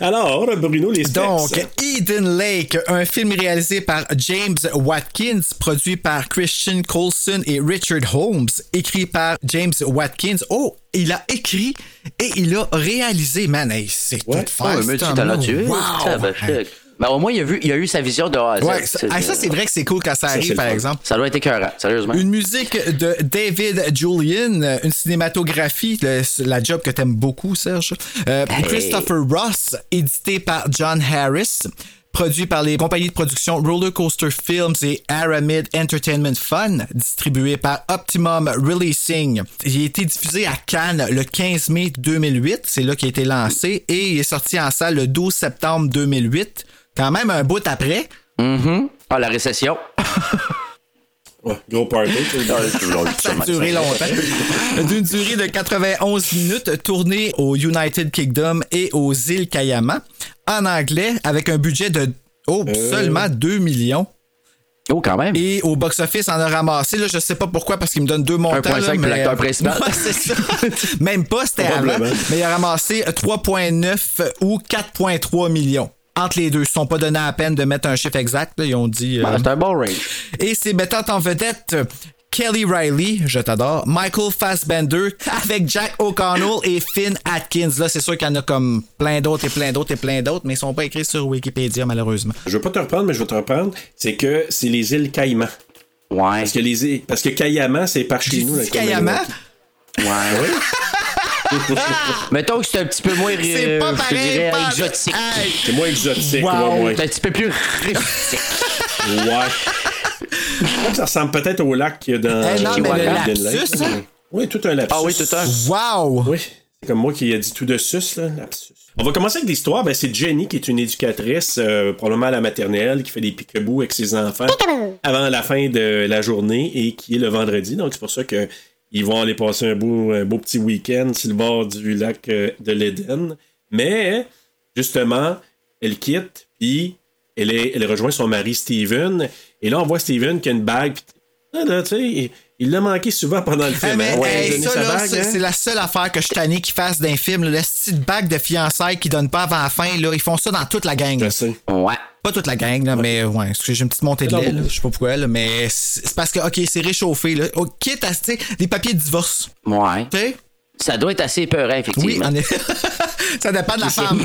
[SPEAKER 2] Alors, Bruno, les specs.
[SPEAKER 3] Donc, Eden Lake, un film réalisé par James Watkins, produit par Christian Coulson et Richard Holmes, écrit par James Watkins. Oh, il a écrit et il a réalisé, man. Hey, c'est
[SPEAKER 2] Ouais.
[SPEAKER 3] tout
[SPEAKER 7] Oh,
[SPEAKER 3] faire.
[SPEAKER 7] mais
[SPEAKER 3] c'est
[SPEAKER 7] tu
[SPEAKER 3] un
[SPEAKER 7] t'en as
[SPEAKER 3] mot.
[SPEAKER 7] tué.
[SPEAKER 3] Wow.
[SPEAKER 7] Tabarnak. Mais au moins, il a, vu, il a eu sa vision de A à Z.
[SPEAKER 3] Ouais, ça, ah, ça, c'est vrai que c'est cool quand ça
[SPEAKER 2] c'est
[SPEAKER 3] arrive,
[SPEAKER 2] le
[SPEAKER 3] par
[SPEAKER 2] fun.
[SPEAKER 3] exemple.
[SPEAKER 7] Ça doit être écœurant, sérieusement.
[SPEAKER 3] Une musique de David Julian, euh, une cinématographie, le- la job que t'aimes beaucoup, Serge. Euh, Christopher Ross, édité par John Harris, produit par les compagnies de production Roller Coaster Films et Aramid Entertainment Fun, distribué par Optimum Releasing. Il a été diffusé à Cannes le 15 mai 2008, c'est là qu'il a été lancé, et il est sorti en salle le 12 septembre 2008, quand même un bout après.
[SPEAKER 7] Ah, la récession.
[SPEAKER 2] Ouais, gros party. tout le monde.
[SPEAKER 3] Ça a duré longtemps. D'une durée de 91 minutes, tournée au United Kingdom et aux îles Kayama, en anglais, avec un budget de oh, seulement 2 millions.
[SPEAKER 7] Oh, quand même.
[SPEAKER 3] Et au box-office, on a ramassé, là, je sais pas pourquoi, parce qu'il me donne deux montants.
[SPEAKER 7] 1,5
[SPEAKER 3] là,
[SPEAKER 7] pour
[SPEAKER 3] mais-
[SPEAKER 7] l'acteur principal.
[SPEAKER 3] Ouais, c'est ça. Même pas, c'était avant.
[SPEAKER 2] Probablement.
[SPEAKER 3] Mais il a ramassé 3,9 ou 4,3 millions. Entre les deux, ils se sont pas donné à peine de mettre un chiffre exact. là, ils ont dit... euh,
[SPEAKER 7] Ah, c'est un bon range.
[SPEAKER 3] et c'est mettant en vedette euh, Kelly Riley, je t'adore, Michael Fassbender avec Jack O'Connell et Finn Atkins. Là, c'est sûr qu'il y en a comme plein d'autres et plein d'autres et plein d'autres, mais ils sont pas écrits sur Wikipédia, malheureusement.
[SPEAKER 2] Je veux pas te reprendre, mais je veux te reprendre. C'est que c'est les îles Caïmans.
[SPEAKER 7] Ouais.
[SPEAKER 2] Parce que les îles- parce que Caïman, c'est par chez nous. là,
[SPEAKER 3] J'ai dit Kayama,
[SPEAKER 7] Ouais, oui. Mettons que c'est un petit peu moins,
[SPEAKER 3] c'est
[SPEAKER 7] euh,
[SPEAKER 3] pas
[SPEAKER 7] je te
[SPEAKER 3] pareil.
[SPEAKER 7] dirais,
[SPEAKER 3] pas-
[SPEAKER 7] exotique.
[SPEAKER 3] Hey,
[SPEAKER 2] C'est moins exotique,
[SPEAKER 3] Wow.
[SPEAKER 2] ouais, ouais.
[SPEAKER 7] C'est un petit peu plus rustique.
[SPEAKER 2] Ouais. Ça ressemble peut-être au lac qu'il y a dans.
[SPEAKER 3] Eh non,
[SPEAKER 7] mais le
[SPEAKER 2] Golden Lake.
[SPEAKER 3] lapsus, hein?
[SPEAKER 2] Oui, tout un lapsus.
[SPEAKER 7] Ah oui, tout un.
[SPEAKER 3] Wow!
[SPEAKER 2] Oui. C'est comme moi qui ai dit tout de sus, là, lapsus. On va commencer avec l'histoire. Ben, c'est Jenny qui est une éducatrice, euh, probablement à la maternelle, qui fait des piquebous avec ses enfants avant la fin de la journée et qui est le vendredi. Donc, c'est pour ça que ils vont aller passer un beau, un beau petit week-end sur le bord du lac euh, de l'Éden. Mais, justement, elle quitte, puis elle, est- elle rejoint son mari Steven. Et là, on voit Steven qui a une bague. puis- Ah, là, tu sais, il- il l'a manqué souvent pendant le
[SPEAKER 3] Eh,
[SPEAKER 2] film.
[SPEAKER 3] mais,
[SPEAKER 2] hein. Il
[SPEAKER 3] hey,
[SPEAKER 2] a donné
[SPEAKER 3] ça,
[SPEAKER 2] sa
[SPEAKER 3] là,
[SPEAKER 2] bague,
[SPEAKER 3] c'est
[SPEAKER 2] hein.
[SPEAKER 3] c'est la seule affaire que je suis tanné qu'ils fassent d'un film. Le petite bague de fiançailles qui donne pas avant la fin, là. Ils font ça dans toute la gang.
[SPEAKER 2] Je sais.
[SPEAKER 7] Ouais.
[SPEAKER 3] Pas toute la gang, là, mais ouais, excusez, j'ai une petite montée de
[SPEAKER 2] Non,
[SPEAKER 3] lait, là,
[SPEAKER 2] beaucoup.
[SPEAKER 3] je sais pas pourquoi, là, mais c'est c'est parce que, ok, c'est réchauffé, là. Oh, quitte à, tu sais, les papiers de divorce,
[SPEAKER 7] Ouais.
[SPEAKER 3] tu sais?
[SPEAKER 7] Ça doit être assez peurant,
[SPEAKER 3] Oui,
[SPEAKER 7] effectivement.
[SPEAKER 3] en effet. ça Oh, dépend de la femme.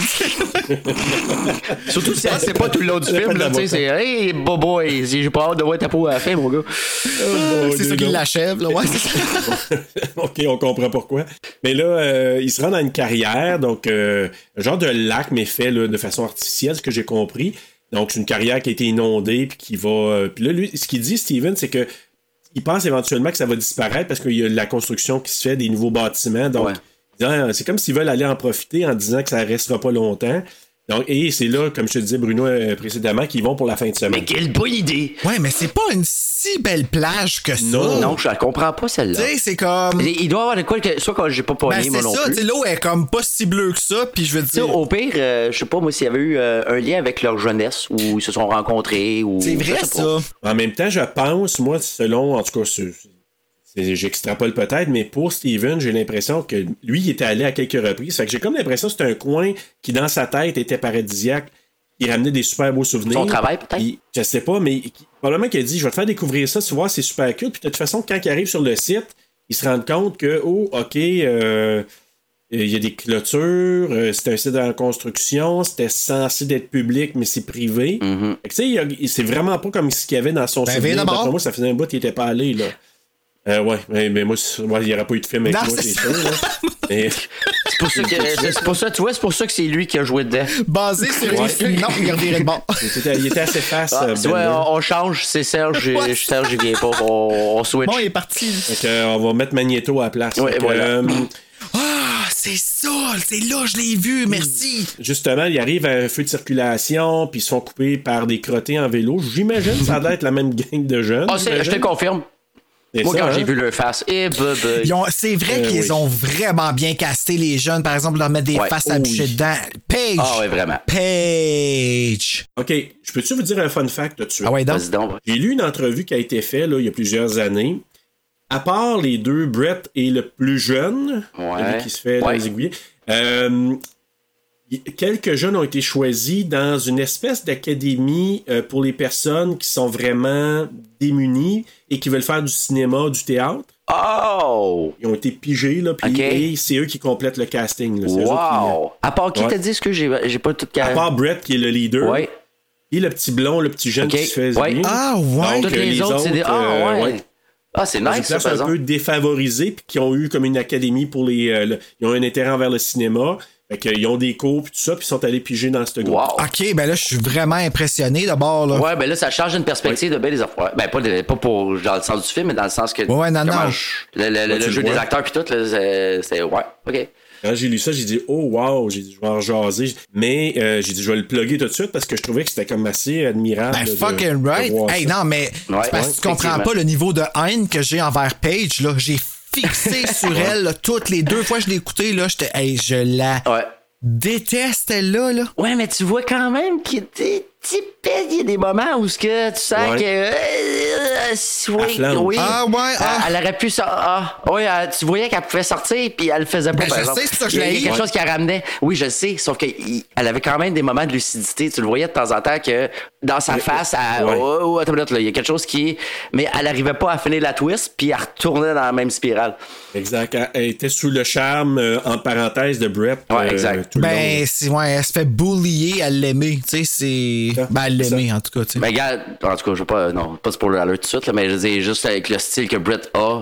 [SPEAKER 7] Surtout si elle sait pas tout le long du
[SPEAKER 2] Elle
[SPEAKER 7] film,
[SPEAKER 2] appelle
[SPEAKER 7] là, tu sais, c'est Hey, boboy, j'ai pas hâte de voir ta peau à la fin, mon gars.
[SPEAKER 2] Euh,
[SPEAKER 3] Ah, c'est ça qui l'achève, là, ouais. c'est ça.
[SPEAKER 2] OK, on comprend pourquoi. Mais là, euh, il se rend dans une carrière, donc euh, un genre de lac, mais fait là, de façon artificielle, ce que j'ai compris. Donc, c'est une carrière qui a été inondée, puis qui va... euh, puis là, lui, ce qu'il dit, Steven, c'est que il pense éventuellement que ça va disparaître parce qu'il y a de la construction qui se fait, des nouveaux bâtiments. Donc,
[SPEAKER 7] Ouais.
[SPEAKER 2] il dit, ah, c'est comme s'ils veulent aller en profiter en disant que ça restera pas longtemps. Donc, et c'est là, comme je te disais, Bruno, euh, précédemment, qu'ils vont pour la fin de semaine.
[SPEAKER 7] Mais quelle bonne idée!
[SPEAKER 3] Ouais, mais c'est pas une si belle plage que ça.
[SPEAKER 2] Non.
[SPEAKER 7] Non, je la comprends pas, celle-là.
[SPEAKER 3] Tu sais, c'est comme.
[SPEAKER 7] Il il doit y avoir de quoi que. Soit que j'ai pas
[SPEAKER 3] Ben,
[SPEAKER 7] pogné,
[SPEAKER 3] c'est
[SPEAKER 7] moi non
[SPEAKER 3] ça, tu sais,
[SPEAKER 7] plus.
[SPEAKER 3] l'eau est comme pas si bleue que ça, puis je veux
[SPEAKER 7] Tu sais,
[SPEAKER 3] dire.
[SPEAKER 7] au pire, euh, je sais pas moi s'il y avait eu euh, un lien avec leur jeunesse où ils se sont rencontrés ou.
[SPEAKER 3] C'est
[SPEAKER 7] je
[SPEAKER 3] vrai,
[SPEAKER 7] sais
[SPEAKER 3] ça.
[SPEAKER 7] pas.
[SPEAKER 2] En même temps, je pense, moi, selon, en tout cas, c'est- c'est- j'extrapole peut-être, mais pour Steven, j'ai l'impression que lui, il était allé à quelques reprises. Fait que j'ai comme l'impression que c'était un coin qui, dans sa tête, était paradisiaque. Il ramenait des super beaux souvenirs.
[SPEAKER 7] Son travail, peut-être?
[SPEAKER 2] Il- Je sais pas, mais il- probablement qu'il a dit Je vais te faire découvrir ça, tu vois, c'est super cool. Puis de toute façon, quand il arrive sur le site, il se rend compte que, oh, OK, euh, il y a des clôtures, euh, c'est un site en construction, c'était censé d'être public, mais c'est privé.
[SPEAKER 7] Mm-hmm.
[SPEAKER 2] Fait que tu sais, il y a- il- c'est vraiment pas comme ce qu'il y avait dans son
[SPEAKER 3] Ben, viens
[SPEAKER 2] souvenir.
[SPEAKER 3] d'abord.
[SPEAKER 2] D'après moi, ça faisait un bout, il était pas allé, là. Euh, ouais, mais, mais moi, c'est- ouais, il n'y aurait pas eu de film avec
[SPEAKER 3] Non,
[SPEAKER 2] moi,
[SPEAKER 3] c'est
[SPEAKER 2] c'est
[SPEAKER 3] ça.
[SPEAKER 2] sûr. là. Mais-
[SPEAKER 7] C'est pour ça que. c'est- C'est pour ça, tu vois, c'est pour ça que c'est lui qui a joué dedans.
[SPEAKER 3] Basé sur.
[SPEAKER 2] Ouais.
[SPEAKER 3] Non, regardez le bon.
[SPEAKER 2] il, était, il était assez face.
[SPEAKER 7] Ah,
[SPEAKER 2] euh,
[SPEAKER 7] tu
[SPEAKER 2] Ben,
[SPEAKER 7] vois,
[SPEAKER 2] là.
[SPEAKER 7] on, on change, c'est Serge,
[SPEAKER 3] Ouais.
[SPEAKER 7] et- Serge, il vient pas, on, on switch.
[SPEAKER 3] Bon, il est parti.
[SPEAKER 2] Fait que, euh, on va mettre Magneto à la place.
[SPEAKER 7] Ouais,
[SPEAKER 2] Fait que, euh,
[SPEAKER 7] voilà.
[SPEAKER 3] Ah, c'est ça, c'est là, je l'ai vu, merci.
[SPEAKER 2] justement, ils arrivent à un feu de circulation, puis ils sont coupés par des crottés en vélo. J'imagine que ça doit être la même gang de jeunes.
[SPEAKER 7] Ah, c'est- je te
[SPEAKER 2] j'imagine.
[SPEAKER 7] confirme.
[SPEAKER 2] C'est
[SPEAKER 7] Moi,
[SPEAKER 2] ça,
[SPEAKER 7] quand
[SPEAKER 2] hein?
[SPEAKER 7] j'ai vu leur face, eh, bah, bah.
[SPEAKER 3] Ils ont- C'est vrai
[SPEAKER 2] Euh,
[SPEAKER 3] qu'ils
[SPEAKER 2] oui.
[SPEAKER 3] ont vraiment bien casté les jeunes, par exemple, leur mettre des
[SPEAKER 7] Ouais.
[SPEAKER 3] faces à
[SPEAKER 7] Oh
[SPEAKER 3] boucher
[SPEAKER 7] oui.
[SPEAKER 3] dedans. Page!
[SPEAKER 7] Ah, ouais, vraiment.
[SPEAKER 3] Page!
[SPEAKER 2] OK, je peux-tu vous dire un fun fact là-dessus?
[SPEAKER 3] Ah ouais, donc?
[SPEAKER 7] Vas-y donc.
[SPEAKER 2] J'ai lu une entrevue qui a été faite là, il y a plusieurs années. À part les deux, Brett est le plus jeune,
[SPEAKER 7] Ouais.
[SPEAKER 2] celui qui se fait dans
[SPEAKER 7] Ouais.
[SPEAKER 2] les aiguilles. Euh, y- quelques jeunes ont été choisis dans une espèce d'académie euh, pour les personnes qui sont vraiment démunies et qui veulent faire du cinéma, du théâtre.
[SPEAKER 7] Oh!
[SPEAKER 2] Ils ont été pigés, là, puis
[SPEAKER 7] Ok.
[SPEAKER 2] et c'est eux qui complètent le casting. là. C'est eux autres qui-
[SPEAKER 7] Wow! À part qui
[SPEAKER 2] Ouais.
[SPEAKER 7] t'as dit ce que j'ai j'ai pas tout
[SPEAKER 2] à
[SPEAKER 7] carré.
[SPEAKER 2] part Brett qui est le leader,
[SPEAKER 7] Ouais.
[SPEAKER 2] Puis le petit blond, le petit jeune
[SPEAKER 7] Ok,
[SPEAKER 2] qui se fait
[SPEAKER 7] ouais.
[SPEAKER 2] zigner.
[SPEAKER 3] Ah, ouais.
[SPEAKER 2] Donc,
[SPEAKER 7] Toutes les,
[SPEAKER 2] les
[SPEAKER 7] autres, c'est des.
[SPEAKER 2] autres,
[SPEAKER 7] Ah,
[SPEAKER 2] euh,
[SPEAKER 7] ouais.
[SPEAKER 2] ouais.
[SPEAKER 7] Ah, c'est
[SPEAKER 2] Dans une
[SPEAKER 7] nice, ça,
[SPEAKER 2] classe
[SPEAKER 7] par
[SPEAKER 2] un
[SPEAKER 7] exemple.
[SPEAKER 2] peu défavorisée, puis qui ont eu comme une académie pour les. euh, le- ils ont un intérêt envers le cinéma. Fait qu'ils ont des cours, puis tout ça, puis ils sont allés piger dans ce groupe.
[SPEAKER 7] Wow.
[SPEAKER 3] OK, ben là, je suis vraiment impressionné d'abord. Là.
[SPEAKER 7] Ouais, ben là, ça change une perspective de bien des affaires. Ben, pas, de- pas pour, dans le sens du film, mais dans le sens que.
[SPEAKER 3] Ouais, non,
[SPEAKER 7] comment
[SPEAKER 3] non.
[SPEAKER 7] je- le le- le
[SPEAKER 2] tu le
[SPEAKER 7] jeu
[SPEAKER 2] vois.
[SPEAKER 7] des acteurs, puis tout, là, c'est. c'est- Ouais, OK.
[SPEAKER 2] Quand j'ai lu ça, j'ai dit, oh wow, j'ai dit, je vais en jaser. Mais euh, j'ai dit, je vais le plugger tout de suite parce que je trouvais que c'était comme assez admirable.
[SPEAKER 3] Ben,
[SPEAKER 2] de-
[SPEAKER 3] fucking
[SPEAKER 2] de
[SPEAKER 3] right.
[SPEAKER 2] voir
[SPEAKER 3] Hey,
[SPEAKER 2] ça.
[SPEAKER 3] non, mais
[SPEAKER 7] Ouais,
[SPEAKER 3] c'est parce
[SPEAKER 7] ouais,
[SPEAKER 3] que tu comprends pas
[SPEAKER 7] effectivement.
[SPEAKER 3] le niveau de haine que j'ai envers Paige, là. J'ai fixé sur elle, là, toutes les deux fois que je l'ai écoutée, là. J'étais, hey, je la
[SPEAKER 7] Ouais.
[SPEAKER 3] déteste, elle, là, là.
[SPEAKER 7] Ouais, mais tu vois quand même qu'il était il y a des moments où ce que tu sens
[SPEAKER 2] Ouais.
[SPEAKER 7] que euh, euh, si-
[SPEAKER 2] Elle
[SPEAKER 7] oui,
[SPEAKER 2] flambe.
[SPEAKER 7] oui.
[SPEAKER 3] Ah, ouais,
[SPEAKER 7] Elle-
[SPEAKER 3] ah.
[SPEAKER 7] Elle, aurait pu sortir. Ah, oui, elle- tu voyais qu'elle pouvait sortir puis elle le faisait pas.
[SPEAKER 3] Ben,
[SPEAKER 7] par
[SPEAKER 3] je
[SPEAKER 7] exemple.
[SPEAKER 3] sais, c'est ça que je
[SPEAKER 7] il y a, il y
[SPEAKER 3] l'ai
[SPEAKER 7] a quelque
[SPEAKER 3] eu.
[SPEAKER 7] chose qui la ramenait. Oui, je le sais, sauf qu'elle avait quand même des moments de lucidité. Tu le voyais de temps en temps que dans sa face, elle-
[SPEAKER 2] ouais.
[SPEAKER 7] oh, oh, attends une minute, là, il y a quelque chose qui. Mais elle n'arrivait pas à finir la twist puis elle retournait dans la même spirale.
[SPEAKER 2] Exact. Elle- Elle était sous le charme, euh, en parenthèse, de Brett.
[SPEAKER 7] Ouais,
[SPEAKER 2] euh,
[SPEAKER 7] exact.
[SPEAKER 2] tout le long.
[SPEAKER 3] Ben, c'est, ouais, elle se fait boulier à l'aimer, tu sais, c'est.
[SPEAKER 2] Ça,
[SPEAKER 3] Ben, à l'aimer, en tout cas, tu sais.
[SPEAKER 7] Ben, regarde, en tout cas, je veux pas, non, pas spoiler alert tout de suite, là, mais je veux dire, juste avec le style que Brett a, euh,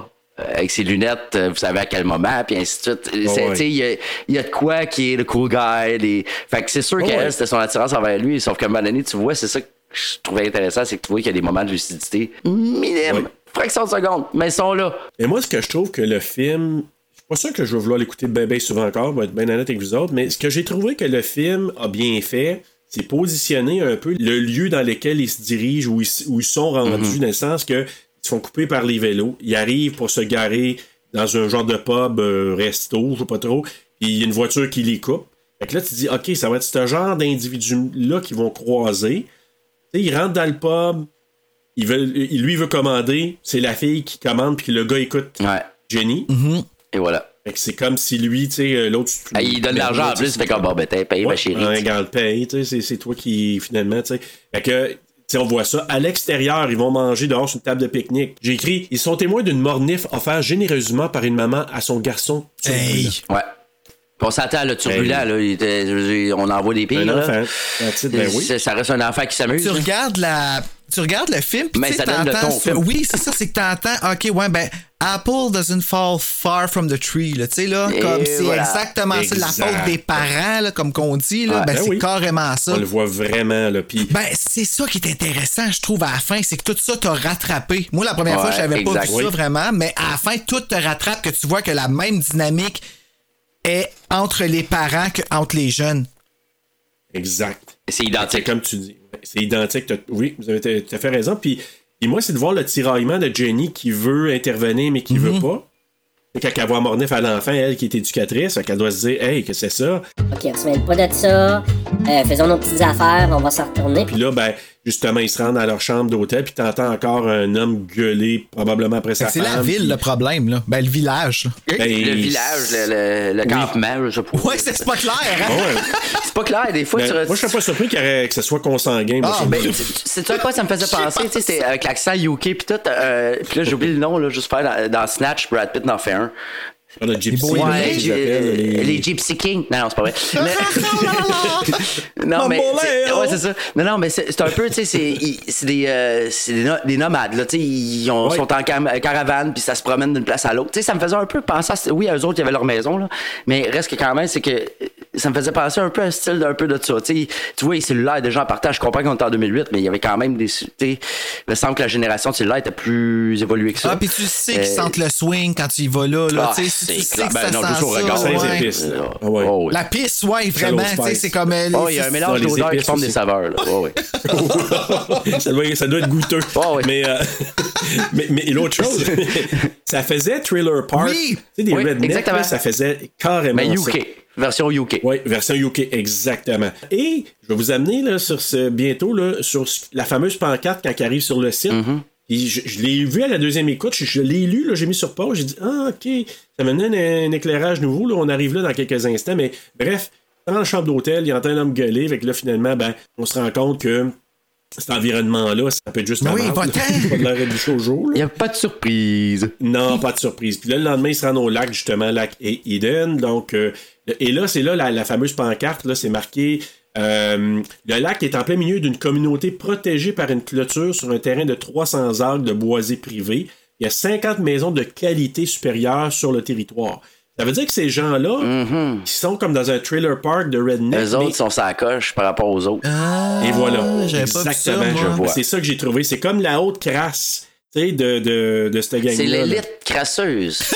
[SPEAKER 7] avec ses lunettes, euh, vous savez à quel moment, puis ainsi de suite. C'est-
[SPEAKER 2] ouais.
[SPEAKER 7] tu sais, Il y, a- il y a de quoi qui est le cool guy. Les... Fait que c'est sûr qu'elle,
[SPEAKER 2] ouais.
[SPEAKER 7] c'était son attirance envers lui, sauf qu'à un moment donné, tu vois, c'est ça que je trouvais intéressant, c'est que tu vois qu'il y a des moments de lucidité minimes,
[SPEAKER 2] Ouais.
[SPEAKER 7] fraction de seconde, mais ils sont là.
[SPEAKER 2] Et moi, ce que je trouve que le film. Je suis pas sûr que je vais vouloir l'écouter ben, ben souvent encore, je vais être bien honnête avec vous autres, mais ce que j'ai trouvé que le film a bien fait, c'est positionner un peu le lieu dans lequel ils se dirigent, où ils, s- où ils sont
[SPEAKER 7] Mhm.
[SPEAKER 2] rendus, dans le sens que ils se font couper par les vélos, ils arrivent pour se garer dans un genre de pub, euh, resto, je sais pas trop, puis il y a une voiture qui les coupe. Fait que là, tu dis, OK, ça va être ce genre d'individus-là qu'ils vont croiser. Tu sais, ils rentrent dans le pub, ils veulent, il- lui il veut commander, c'est la fille qui commande, puis le gars écoute
[SPEAKER 7] Ouais, Mhm.
[SPEAKER 2] Jenny.
[SPEAKER 7] et voilà.
[SPEAKER 2] Fait que c'est comme si lui, tu sais, euh, l'autre. tu-
[SPEAKER 7] Ah, il donne de l'argent en plus, fait comme, bon, ben, t'es payé, ma
[SPEAKER 2] Ouais,
[SPEAKER 7] chérie.
[SPEAKER 2] un gars le paye, tu sais, c'est- c'est toi qui, finalement, tu sais. Fait que, tu sais, on voit ça. À l'extérieur, ils vont manger dehors sur une table de pique-nique. J'ai écrit Ils sont témoins d'une mornif offerte généreusement par une maman à son garçon.
[SPEAKER 3] Hey.
[SPEAKER 7] Ouais. On s'attend, le turbulent,
[SPEAKER 2] Ben,
[SPEAKER 7] là, il était- je veux dire, on envoie des pires.
[SPEAKER 2] Un
[SPEAKER 7] là.
[SPEAKER 2] enfant. That's it, ben oui.
[SPEAKER 7] C'est- Ça reste un enfant qui s'amuse.
[SPEAKER 3] tu regardes la tu regardes le film puis
[SPEAKER 7] Mais
[SPEAKER 3] tu sais,
[SPEAKER 7] ça donne le
[SPEAKER 3] t'entends
[SPEAKER 7] ton
[SPEAKER 3] ça-
[SPEAKER 7] au film.
[SPEAKER 3] oui c'est ça c'est que t'entends ok ouais ben Apple doesn't fall far from the tree là tu sais là
[SPEAKER 7] Et
[SPEAKER 3] comme c'est
[SPEAKER 7] voilà.
[SPEAKER 3] exactement ça la
[SPEAKER 2] Exact.
[SPEAKER 3] faute des parents là comme qu'on dit là
[SPEAKER 7] Ouais.
[SPEAKER 3] ben,
[SPEAKER 2] Ben
[SPEAKER 3] c'est
[SPEAKER 2] oui.
[SPEAKER 3] carrément ça
[SPEAKER 2] On le voit vraiment, là. Puis,
[SPEAKER 3] ben, c'est ça qui est intéressant, je trouve, à la fin. C'est que tout ça t'a rattrapé. Moi, la première fois,
[SPEAKER 7] Ouais,
[SPEAKER 3] je n'avais pas
[SPEAKER 7] exact.
[SPEAKER 3] vu
[SPEAKER 7] Oui.
[SPEAKER 3] ça vraiment, mais à la fin, tout te rattrape, que tu vois que la même dynamique est entre les parents qu'entre les jeunes.
[SPEAKER 2] exact. Ben,
[SPEAKER 7] C'est
[SPEAKER 2] C'est
[SPEAKER 7] identique.
[SPEAKER 2] comme tu dis. C'est identique. t'as- Oui, vous avez t- tout à fait raison. Puis, et moi, c'est de voir le tiraillement de Jenny qui veut intervenir, mais qui
[SPEAKER 3] Mhm.
[SPEAKER 2] veut pas. Et quand elle voit Mornif à l'enfant, elle qui est éducatrice, fait qu'elle doit se dire Hey, que c'est ça.
[SPEAKER 9] Ok, on se mêle pas de ça. Euh, faisons nos petites affaires, on va se retourner.
[SPEAKER 2] Puis là, ben, justement, ils se rendent à leur chambre d'hôtel, puis t'entends encore un homme gueuler, probablement après sa
[SPEAKER 3] Fait que Ben, C'est la
[SPEAKER 2] femme,
[SPEAKER 3] ville
[SPEAKER 2] puis-
[SPEAKER 3] le problème, là. Ben, le village. là.
[SPEAKER 2] Ben,
[SPEAKER 7] le village, le, le- le campement, je sais pas.
[SPEAKER 3] Ouais, c'est c'est pas clair, hein?
[SPEAKER 2] Ah Ouais.
[SPEAKER 7] C'est pas clair. Des fois,
[SPEAKER 2] Ben,
[SPEAKER 7] tu re-
[SPEAKER 2] moi, je serais pas surpris qu'il y aurait- que ce soit consanguin. moi,
[SPEAKER 3] Ah,
[SPEAKER 2] ça me-
[SPEAKER 7] Ben, tu- tu- c'est ça quoi ça me faisait penser, tu sais, c'est avec l'accent UK pis tout, euh, pis là j'oublie le nom, là, juste faire dans, dans Snatch, Brad Pitt en fait un.
[SPEAKER 2] le gypsy,
[SPEAKER 3] beaux
[SPEAKER 2] là,
[SPEAKER 7] Ouais,
[SPEAKER 3] les-
[SPEAKER 2] qu'ils
[SPEAKER 7] j'ai- euh,
[SPEAKER 2] appellent,
[SPEAKER 7] les...
[SPEAKER 2] les-
[SPEAKER 7] Gypsy King. Non, non, c'est pas vrai. Mais- non, mais.
[SPEAKER 2] Mambo
[SPEAKER 7] c'est-
[SPEAKER 2] Leo.
[SPEAKER 7] Ouais, c'est ça. Non, non, mais c'est c'est un peu, tu sais, c'est ils- c'est des, euh, c'est des, no- des nomades, là. Tu sais, ils ont-
[SPEAKER 2] Ouais.
[SPEAKER 7] sont en cam- euh, caravane, puis ça se promène d'une place à l'autre. Tu sais, ça me faisait un peu penser à. Oui, eux autres, ils avaient leur maison, là. Mais reste que quand même, c'est que euh, ça me faisait penser un peu à un style d'un peu de ça. Tu sais, tu vois, les cellulaires, déjà en partage, je comprends qu'on est en 2008, mais il y avait quand même des. Tu sais, il me semble que la génération de cellulaires était plus évoluée que ça.
[SPEAKER 3] Ah, puis tu sais qu'ils
[SPEAKER 7] Euh,
[SPEAKER 3] sentent le swing quand tu y vas là. là
[SPEAKER 7] ah,
[SPEAKER 3] tu sais, si tu sais
[SPEAKER 7] clair.
[SPEAKER 3] que ça
[SPEAKER 7] Ben non,
[SPEAKER 3] sent
[SPEAKER 7] juste au
[SPEAKER 3] ça,
[SPEAKER 7] regard.
[SPEAKER 2] Sans
[SPEAKER 3] ouais.
[SPEAKER 2] les épices, là. Ah ouais.
[SPEAKER 7] Oh, oui.
[SPEAKER 3] La piste, ouais, vraiment.
[SPEAKER 2] Sallow
[SPEAKER 3] tu sais,
[SPEAKER 2] Spice.
[SPEAKER 3] c'est comme. euh,
[SPEAKER 7] Oh, il y a un mélange
[SPEAKER 2] les
[SPEAKER 7] d'odeurs qui
[SPEAKER 2] épices
[SPEAKER 7] forme des
[SPEAKER 2] aussi.
[SPEAKER 7] saveurs. Là. Oh, Ouais, ouais.
[SPEAKER 2] ça, doit, ça doit être goûteux.
[SPEAKER 7] Ah ouais.
[SPEAKER 2] Mais, euh, mais, mais l'autre chose, ça faisait Thriller Park.
[SPEAKER 3] Oui.
[SPEAKER 2] Tu sais, des
[SPEAKER 7] Oui,
[SPEAKER 2] rednecks,
[SPEAKER 7] exactement. Ben,
[SPEAKER 2] là, ça faisait carrément
[SPEAKER 7] Mais
[SPEAKER 2] ça.
[SPEAKER 7] UK, version UK.
[SPEAKER 2] Oui, version UK, exactement. Et je vais vous amener là, sur ce, bientôt là, sur ce- la fameuse pancarte quand elle arrive sur le site.
[SPEAKER 3] Mm-hmm.
[SPEAKER 2] Puis je, je l'ai vu à la deuxième écoute, je, je l'ai lu, là, j'ai mis sur pause, j'ai dit Ah, ok, ça m'a donné un, un éclairage nouveau, là, on arrive là dans quelques instants, mais bref, dans la chambre d'hôtel, il entend un homme gueuler, fait que là, finalement, ben, on se rend compte que cet environnement-là, ça peut être juste la
[SPEAKER 3] Ben Oui,
[SPEAKER 2] merde,
[SPEAKER 3] va-t'en.
[SPEAKER 2] là. pas de l'air et du chaud jour. là.
[SPEAKER 7] Il n'y a pas de surprise.
[SPEAKER 2] Non, pas de surprise. Puis là, le lendemain, ils se rendent au lac, justement, lac E- Eden. Donc, euh, et là, c'est là la, la fameuse pancarte, là, c'est marqué Euh, le lac est en plein milieu d'une communauté protégée par une clôture sur un terrain de 300 acres de boisés privés. Il y a 50 maisons de qualité supérieure sur le territoire. Ça veut dire que ces gens-là, qui sont comme dans un trailer park de Redneck,
[SPEAKER 7] Eux
[SPEAKER 2] mais-
[SPEAKER 7] Mm-hmm. autres sont sa coche par rapport aux autres.
[SPEAKER 3] Ah,
[SPEAKER 2] et voilà.
[SPEAKER 3] j'avais pas vu ça,
[SPEAKER 2] Exactement,
[SPEAKER 3] moi.
[SPEAKER 7] je vois.
[SPEAKER 2] C'est ça que j'ai trouvé. C'est comme la haute crasse tu sais, de, de, de cette gang-là.
[SPEAKER 7] C'est
[SPEAKER 2] là.
[SPEAKER 7] l'élite crasseuse.
[SPEAKER 2] Et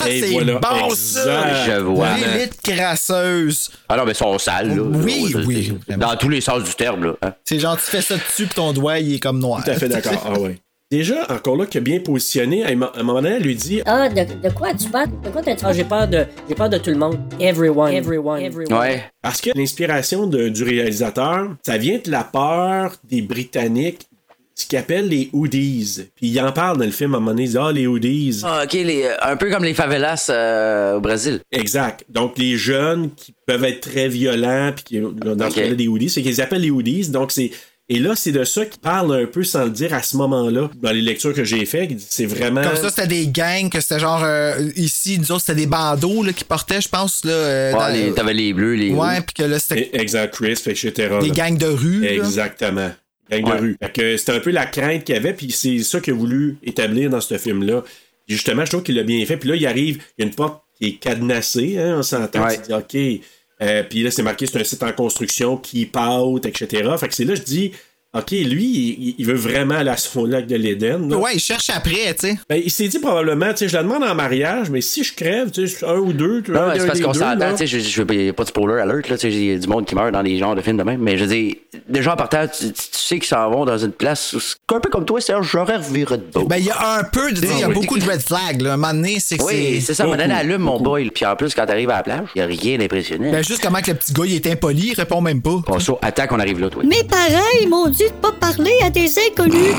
[SPEAKER 3] Ah, C'est
[SPEAKER 2] voilà.
[SPEAKER 3] bon, ça!
[SPEAKER 7] Je vois.
[SPEAKER 3] L'élite crasseuse.
[SPEAKER 7] Ah non, mais ils sont sales, là.
[SPEAKER 3] Oui,
[SPEAKER 7] Là,
[SPEAKER 3] oui,
[SPEAKER 7] c'est-
[SPEAKER 3] vraiment.
[SPEAKER 7] Dans tous les sens du terme, là. hein.
[SPEAKER 3] C'est genre, tu fais ça dessus, puis ton doigt, il est comme noir.
[SPEAKER 2] Tout à fait d'accord. Ah ouais. Déjà, encore là, que bien positionné, à un mo- à un moment donné, elle lui dit
[SPEAKER 9] Ah, de, de quoi tu parles? De quoi t'as dit? Ah, j'ai peur de, j'ai peur de tout le monde. Everyone. Everyone. Everyone.
[SPEAKER 7] Ouais.
[SPEAKER 2] Parce que l'inspiration de- du réalisateur, ça vient de la peur des Britanniques, ce qu'il appelle les hoodies. Puis il en parle dans le film à un moment donné, il dit Ah, les hoodies.
[SPEAKER 7] Ah, OK, les- un peu comme les favelas euh, au Brésil.
[SPEAKER 2] Exact. Donc les jeunes qui peuvent être très violents, puis qui, dans
[SPEAKER 7] Ok.
[SPEAKER 2] ce cas-là, des hoodies, c'est qu'ils appellent les hoodies. Donc c'est. Et là, c'est de ça qu'il parle un peu sans le dire à ce moment-là, dans les lectures que j'ai faites. qu'il dit, C'est vraiment.
[SPEAKER 3] Comme ça, c'était des gangs, que c'était genre, euh, ici, nous autres, c'était des bandeaux là, qui portaient, je pense, là. euh,
[SPEAKER 7] Ouais,
[SPEAKER 3] dans-
[SPEAKER 7] les- T'avais les bleus, les.
[SPEAKER 3] ouais, puis que là, c'était
[SPEAKER 2] E- Exact, crisp, etc.
[SPEAKER 3] des
[SPEAKER 2] là.
[SPEAKER 3] gangs de rue. là.
[SPEAKER 2] Exactement. Gang de
[SPEAKER 7] Ouais.
[SPEAKER 2] rue. Fait que c'était un peu la crainte qu'il y avait, puis c'est ça qu'il a voulu établir dans ce film-là. Puis justement, je trouve qu'il l'a bien fait. Puis là, il arrive, il y a une porte qui est cadenassée, hein, on s'entend.
[SPEAKER 7] Ouais.
[SPEAKER 2] Tu dis, OK. Euh, puis là, c'est marqué, c'est un site en construction qui paute, etc. Fait que c'est là, je dis, OK, lui, il, il veut vraiment aller à son lac de l'Éden. là.
[SPEAKER 3] Ouais, ils cherchent après, tu sais.
[SPEAKER 2] Ben, il s'est dit probablement, tu sais, je la demande en mariage, mais si je crève, tu sais, un ou deux, tu vois,
[SPEAKER 7] Non, mais
[SPEAKER 2] un
[SPEAKER 7] Ah c'est parce
[SPEAKER 2] des
[SPEAKER 7] qu'on
[SPEAKER 2] deux,
[SPEAKER 7] s'entend,
[SPEAKER 2] là.
[SPEAKER 7] tu sais, je, je, je- pas de spoiler alert, là, tu sais, il y a du monde qui meurt dans les genres de films de même, mais je veux dire, déjà en partant, tu, tu- tu sais qu'ils s'en vont dans une place où, c'est un peu comme toi, c'est un j'aurais reviré de beau.
[SPEAKER 3] Ben, il y a un peu de. tu sais, Il y a
[SPEAKER 7] Ah Oui.
[SPEAKER 3] beaucoup de red flags, là. Un moment donné, c'est que
[SPEAKER 7] oui,
[SPEAKER 3] c'est.
[SPEAKER 7] c'est ça, maintenant elle allume mon boy, puis en plus, quand t'arrives à la plage, il a rien d'impressionnant.
[SPEAKER 3] Ben, juste comment que le petit gars, il est impoli, il répond même pas.
[SPEAKER 7] Bon, ça, attends qu'on arrive là, toi.
[SPEAKER 9] Mais pareil, mon Dieu, de pas parler à des inconnus.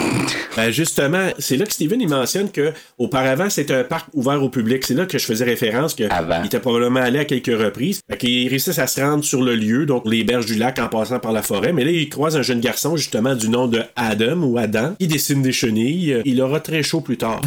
[SPEAKER 2] Ben justement, c'est là que Steven il mentionne que auparavant c'était un parc ouvert au public. C'est là que je faisais référence que
[SPEAKER 7] Avant.
[SPEAKER 2] il était probablement allé à quelques reprises. Fait qu'il réussissent à se rendre sur le lieu, donc les berges du lac en passant par la forêt. Mais là, il croise un jeune garçon justement du nom de Adam ou Adam qui dessine des chenilles. Il aura très chaud plus tard.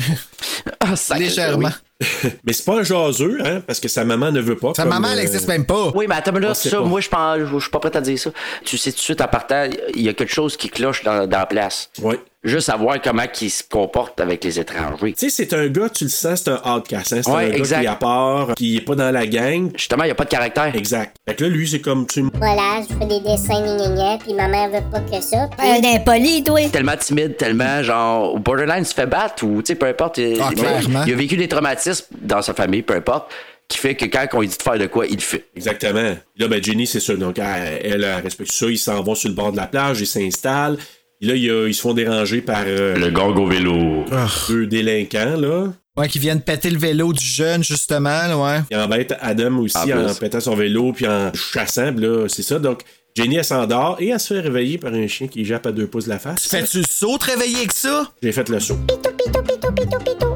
[SPEAKER 7] Ah, sacré,
[SPEAKER 3] Légèrement.
[SPEAKER 7] oui.
[SPEAKER 2] Mais c'est pas un jaseux, hein, parce que sa maman ne veut pas.
[SPEAKER 3] Sa
[SPEAKER 2] comme,
[SPEAKER 3] maman, elle
[SPEAKER 2] euh,
[SPEAKER 3] existe même pas.
[SPEAKER 7] Oui, mais attends, mais là,
[SPEAKER 2] sait
[SPEAKER 7] ça,
[SPEAKER 2] pas.
[SPEAKER 7] moi, je pense, je suis pas prêt à dire ça. Tu sais, tout de suite, en partant, il y a quelque chose qui cloche dans, dans la place.
[SPEAKER 2] euh, Ouais.
[SPEAKER 7] Juste savoir comment il se comporte avec les étrangers.
[SPEAKER 2] Tu sais, c'est un gars, tu le sens, c'est un outcast. hein. C'est
[SPEAKER 7] Ouais,
[SPEAKER 2] un
[SPEAKER 7] exact.
[SPEAKER 2] gars qui est à part, qui est pas dans la gang.
[SPEAKER 7] Justement, il n'y a pas de caractère.
[SPEAKER 2] Exact. Fait que là, lui, c'est comme tu
[SPEAKER 10] Voilà, je fais des dessins, gna gna gna, puis ma mère veut pas que ça.
[SPEAKER 9] Un impoli, toi.
[SPEAKER 7] tellement timide, tellement genre au borderline se fait battre ou tu sais peu importe. il-
[SPEAKER 3] Ah,
[SPEAKER 7] mais
[SPEAKER 3] clairement.
[SPEAKER 7] il a vécu des traumatismes dans sa famille, peu importe, qui fait que quand on lui dit de faire de quoi, il le fait.
[SPEAKER 2] Exactement. Là, ben, Jenny, c'est ça. Donc, elle, elle, elle respecte ça. Ils s'en vont sur le bord de la plage, ils s'installent. Et Là, il y a- ils se font déranger par euh,
[SPEAKER 7] gang au vélo.
[SPEAKER 3] Ah.
[SPEAKER 2] deux délinquants, là.
[SPEAKER 3] Ouais, qui viennent péter le vélo du jeune, justement, là, ouais.
[SPEAKER 2] Ils embêtent Adam aussi
[SPEAKER 7] En
[SPEAKER 2] en,
[SPEAKER 7] plus.
[SPEAKER 2] pétant son vélo puis en chassant. puis là, c'est ça. Donc, Jenny, elle s'endort et elle se fait réveiller par un chien qui jappe à deux pouces de la face.
[SPEAKER 3] Fais-tu le saut de réveiller avec ça?
[SPEAKER 2] J'ai fait le saut.
[SPEAKER 10] Pitou, pitou, pitou, pitou.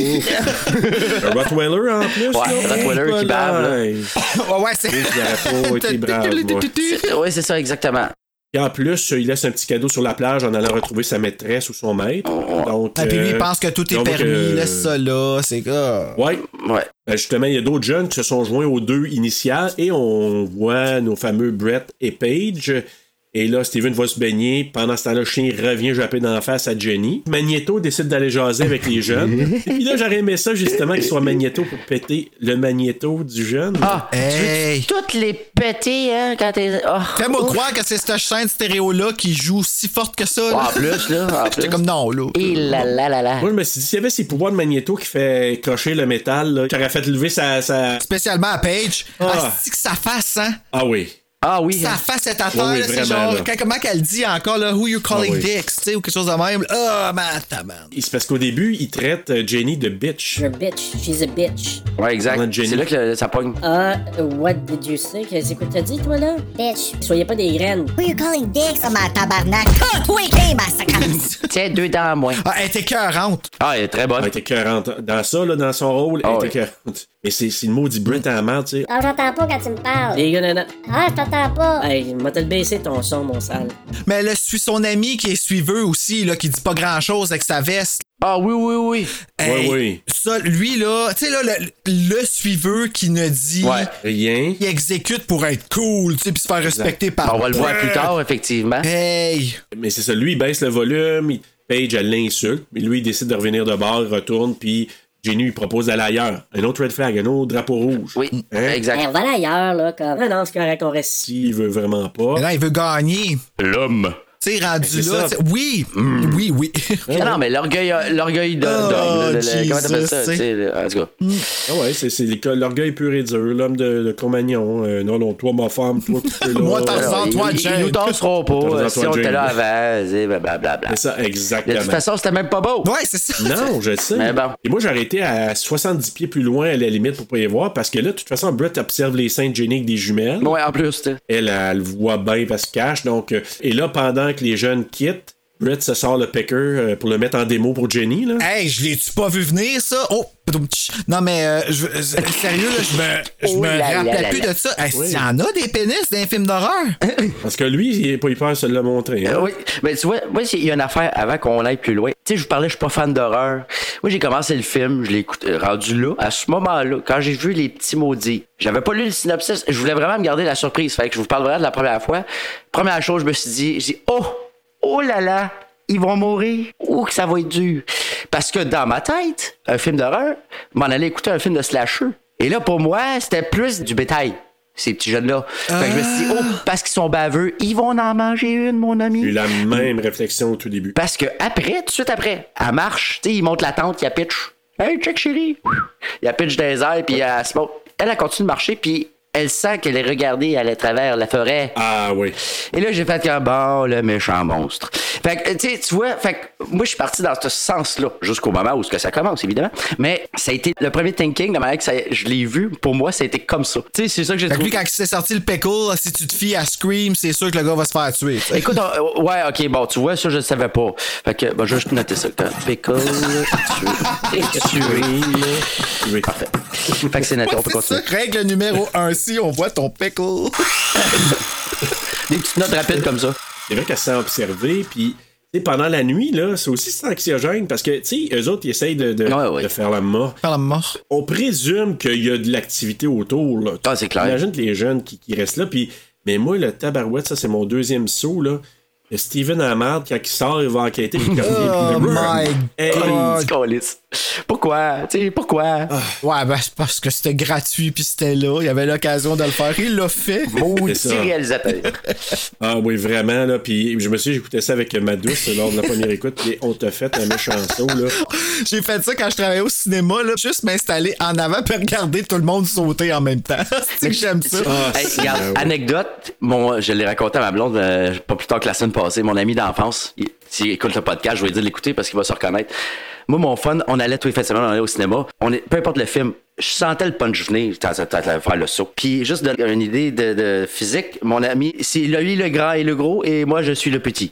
[SPEAKER 2] Un Rottweiler, en plus. là.
[SPEAKER 7] Rottweiler qui
[SPEAKER 2] Hey,
[SPEAKER 7] bave, là.
[SPEAKER 2] voilà.
[SPEAKER 3] Ouais, ouais, c'est.
[SPEAKER 7] Euh,
[SPEAKER 2] Je l'aurais pas été brave, moi.
[SPEAKER 7] Oui, c'est ça, exactement.
[SPEAKER 2] Et en plus, euh, il laisse un petit cadeau sur la plage en allant retrouver sa maîtresse ou son maître.
[SPEAKER 7] Oh,
[SPEAKER 2] Donc,
[SPEAKER 3] Ah, puis lui, il
[SPEAKER 2] euh,
[SPEAKER 3] pense que tout est
[SPEAKER 2] donc,
[SPEAKER 3] permis,
[SPEAKER 2] euh,
[SPEAKER 3] laisse ça là, c'est gars.
[SPEAKER 2] Ouais,
[SPEAKER 7] Ouais.
[SPEAKER 2] Ben, justement, il y a d'autres jeunes qui se sont joints aux deux initiales et on voit nos fameux Brett et Paige. Et là, Steven va se baigner. Pendant ce temps-là, le chien revient japper dans la face à Jenny. Magneto décide d'aller jaser avec les jeunes. et puis là, j'aurais aimé ça, justement, qu'il soit Magneto pour péter le Magneto du jeune.
[SPEAKER 7] Ah,
[SPEAKER 3] Hey!
[SPEAKER 7] toutes les pétées, hein, quand t'es. Oh.
[SPEAKER 3] Fais-moi croire que c'est cette chaîne stéréo-là qui joue si forte que ça.
[SPEAKER 7] Oh,
[SPEAKER 3] là.
[SPEAKER 7] en plus, là. En plus.
[SPEAKER 3] J'étais comme non, là.
[SPEAKER 7] Et là là là là.
[SPEAKER 2] Moi, je me suis dit, s'il y avait ces pouvoirs de Magneto qui fait crocher le métal, là, qui aurait fait lever sa... sa-
[SPEAKER 3] Spécialement à Paige.
[SPEAKER 2] Ah.
[SPEAKER 3] Ah, c'est que sa face, hein?
[SPEAKER 2] Ah oui.
[SPEAKER 7] Ah oui.
[SPEAKER 3] Sa
[SPEAKER 7] hein.
[SPEAKER 3] face est à
[SPEAKER 2] Oui,
[SPEAKER 3] terre,
[SPEAKER 2] oui,
[SPEAKER 3] là, c'est
[SPEAKER 2] vraiment,
[SPEAKER 3] genre,
[SPEAKER 2] là.
[SPEAKER 3] quand- comment qu'elle dit encore, là, who you calling
[SPEAKER 2] Ah, oui.
[SPEAKER 3] dicks, tu sais, ou quelque chose de même. Ah, man, tabarnak.
[SPEAKER 2] C'est parce qu'au début, il traite euh, Jenny de bitch.
[SPEAKER 9] You're a bitch. She's a bitch.
[SPEAKER 7] Ouais, exact.
[SPEAKER 2] Madame Jenny.
[SPEAKER 7] C'est là que le- ça pogne.
[SPEAKER 9] Ah, what did you say? Qu'est-ce que t'as dit, toi, là?
[SPEAKER 10] Bitch.
[SPEAKER 9] Soyez pas des graines.
[SPEAKER 10] Who you calling dicks on my tabarnak? Toi, t'es ma sacrante.
[SPEAKER 7] Tiens, deux dents à moins.
[SPEAKER 3] Ah, elle était écœurante.
[SPEAKER 7] Ah, elle est très bonne.
[SPEAKER 2] Elle était 40 Dans ça, là, dans son rôle,
[SPEAKER 7] Ah
[SPEAKER 2] elle
[SPEAKER 7] oui.
[SPEAKER 2] était 40 Mais c'est c'est le maudit Brit à la merde, tu sais.
[SPEAKER 11] Ah, j'entends pas quand tu me parles.
[SPEAKER 9] Les gars, nana.
[SPEAKER 11] Ah, je t'entends pas.
[SPEAKER 9] Hey, m'a te le baissé ton son, mon sale.
[SPEAKER 3] Mais elle suit son ami qui est suiveux aussi, là, qui dit pas grand chose avec sa veste.
[SPEAKER 7] Ah oui, oui, oui.
[SPEAKER 3] Hey,
[SPEAKER 2] oui.
[SPEAKER 3] Ça, lui, là, tu sais, là, le, le suiveux qui ne dit.
[SPEAKER 7] Ouais.
[SPEAKER 2] Rien.
[SPEAKER 3] Il exécute pour être cool, tu sais, puis se faire respecter par.
[SPEAKER 2] Ah,
[SPEAKER 7] On va le voir plus tard, effectivement.
[SPEAKER 3] Eh. Hey!
[SPEAKER 2] Mais c'est ça, lui, il baisse le volume, il- Paige, elle l'insulte, mais lui, il décide de revenir de bord, il retourne, puis Jenny lui propose d'aller ailleurs. Un autre red flag, un autre drapeau rouge.
[SPEAKER 7] Oui, exact.
[SPEAKER 11] Ben, on va aller ailleurs, là, comme.
[SPEAKER 9] Ah non, c'est correct, on reste ici.
[SPEAKER 2] S'il veut vraiment pas.
[SPEAKER 3] Mais là, il veut gagner.
[SPEAKER 7] L'homme.
[SPEAKER 3] Tu sais, rendu
[SPEAKER 2] Ben, c'est
[SPEAKER 3] là.
[SPEAKER 2] ça. Hmm. Hein?
[SPEAKER 3] tu sais, Oui! Oui, oui.
[SPEAKER 7] Ah non, mais l'orgueil l'orgueil de-
[SPEAKER 3] Oh,
[SPEAKER 7] d'homme. là, le- le- Comment t'appelles ça?
[SPEAKER 3] Jesus,
[SPEAKER 7] tu sais, le- En tout cas.
[SPEAKER 2] Ah ouais, c'est, c'est l'école- l'orgueil pur et dur, l'homme de, de Cro-Magnon. Euh, non, non, toi, ma femme, toi, tu peux là.
[SPEAKER 3] Moi, t'en
[SPEAKER 2] Alors,
[SPEAKER 3] sens,
[SPEAKER 7] ils-
[SPEAKER 3] toi,
[SPEAKER 7] ils-
[SPEAKER 3] Jane.
[SPEAKER 7] Ils nous danseront pas.
[SPEAKER 2] T'en
[SPEAKER 7] euh,
[SPEAKER 2] sens,
[SPEAKER 7] Si
[SPEAKER 2] toi,
[SPEAKER 7] on était
[SPEAKER 2] Jane.
[SPEAKER 7] là avant, c'est blablabla.
[SPEAKER 2] C'est ça,
[SPEAKER 7] De toute
[SPEAKER 2] exactement.
[SPEAKER 7] façon, c'était même pas beau.
[SPEAKER 3] ouais, c'est ça.
[SPEAKER 2] Non, je sais.
[SPEAKER 7] Mais bon.
[SPEAKER 2] Et moi, j'ai arrêté à 70 pieds plus loin, à la limite, pour pas y voir, parce que là, de toute façon, Brett observe les seins de Jenny avec des jumelles.
[SPEAKER 7] Ouais, en plus, tu sais.
[SPEAKER 2] Elle, elle le voit bien parce qu'elle cache. Donc, euh, et là, pendant que les jeunes quittent, Brett se sort le pecker euh, pour le mettre en démo pour Jenny. Là.
[SPEAKER 3] Hey, je l'ai-tu pas vu venir, ça? Oh! pdoum, tch. Non, mais euh, je, euh, sérieux, là, je me, je
[SPEAKER 7] Oh
[SPEAKER 3] me
[SPEAKER 7] là là
[SPEAKER 3] rappelais
[SPEAKER 7] là
[SPEAKER 3] plus
[SPEAKER 7] là.
[SPEAKER 3] de ça. Hey, Il y en a des pénis dans les films d'horreur.
[SPEAKER 2] Parce que lui, il est pas hyper se le montrer. hein.
[SPEAKER 7] Euh, oui, mais tu vois, moi, il y a une affaire avant qu'on aille plus loin. Tu sais, je vous parlais, je suis pas fan d'horreur. Moi, j'ai commencé le film, je l'ai écouté, euh, rendu là. À ce moment-là, quand j'ai vu les petits maudits, j'avais pas lu le synopsis, je voulais vraiment me garder la surprise. Fait que je vous parle vraiment de la première fois. Première chose, je me suis dit, j'ai dit, oh, oh là là, ils vont mourir. Ou que ça va être dur. Parce que dans ma tête, un film d'horreur, je m'en allais écouter un film de slasher. Et là, pour moi, c'était plus du bétail. Ces petits jeunes-là. Fait que je me suis dit, oh, parce qu'ils sont baveux, ils vont en manger une, mon ami.
[SPEAKER 2] J'ai eu la même réflexion au tout début.
[SPEAKER 7] Mmh. Parce que après, tout de suite après, elle marche, tu sais, il monte la tente, il a pitch. Hey, check chérie! Il a pitch dans les airs, puis elle se monte. Elle, elle continue de marcher, puis elle sent qu'elle est regardée à travers la forêt.
[SPEAKER 2] Ah oui.
[SPEAKER 7] Et là, j'ai fait comme, bon, le méchant monstre. Fait que, tu sais, tu vois, fait que moi, je suis parti dans ce sens-là, jusqu'au moment où ce que ça commence, évidemment. Mais ça a été le premier thinking, la manière que ça, je l'ai vu, pour moi, ça a été comme ça. Tu sais, c'est ça que j'ai
[SPEAKER 3] Fait que
[SPEAKER 7] trouvé.
[SPEAKER 3] lui, quand il s'est sorti le pickle, si tu te fies à Scream, c'est sûr que le gars va se faire tuer. tu sais.
[SPEAKER 7] Écoute, on- ouais, ok, bon, tu vois, ça, je le savais pas. Fait que, bon, je vais juste noter ça. Quand Pickle, tu, tu
[SPEAKER 2] Oui.
[SPEAKER 7] Fait que c'est
[SPEAKER 3] Ouais,
[SPEAKER 7] noté, on peut
[SPEAKER 3] c'est ça,
[SPEAKER 7] continuer.
[SPEAKER 3] règle numéro 1, si on voit ton pickle.
[SPEAKER 7] Des petites notes rapides comme ça.
[SPEAKER 2] C'est vrai qu'elle s'est observée, puis tu sais, pendant la nuit, là, c'est aussi c'est anxiogène parce que, tu sais, eux autres, ils essayent de, de,
[SPEAKER 7] Ouais, ouais.
[SPEAKER 2] de faire la mort.
[SPEAKER 3] Par la mort.
[SPEAKER 2] On présume qu'il y a de l'activité autour, là.
[SPEAKER 7] Ah, c'est clair.
[SPEAKER 2] Imagine que les jeunes qui, qui restent là, puis... Mais moi, le tabarouette, ça, c'est mon deuxième saut, là. Le Steven Hamard, quand il sort, il va enquêter. puis comme-
[SPEAKER 3] Oh my
[SPEAKER 2] Hey,
[SPEAKER 3] God.
[SPEAKER 7] Petit câlisse. Pourquoi? Tu sais, pourquoi?
[SPEAKER 3] Ouais, ben, c'est parce que c'était gratuit, puis c'était là. Il avait l'occasion de le faire. Il l'a fait.
[SPEAKER 2] c'est
[SPEAKER 7] Petit
[SPEAKER 2] ça.
[SPEAKER 7] réalisateur.
[SPEAKER 2] Ah oui, vraiment, là. Puis je me suis j'écoutais ça avec ma douce euh, lors de la première écoute, puis on t'a fait un méchant saut, là.
[SPEAKER 3] J'ai fait ça quand je travaillais au cinéma, là. Juste m'installer en avant puis regarder tout le monde sauter en même temps. c'est que j'aime ça. Ah,
[SPEAKER 7] Hey, regarde, anecdote, mon, je l'ai raconté à ma blonde euh, pas plus tard que la semaine passée. Mon ami d'enfance, il- s'il écoute le podcast, je vais lui dire de l'écouter parce qu'il va se reconnaître. Moi, mon fun, on allait tous les fins de semaine, on allait au cinéma. On est, peu importe le film, je sentais le punch venir, t'as- t'as- t'as- faire le saut. Puis juste donner une idée de, de physique, mon ami, c'est lui le grand et le gros, et moi je suis le petit.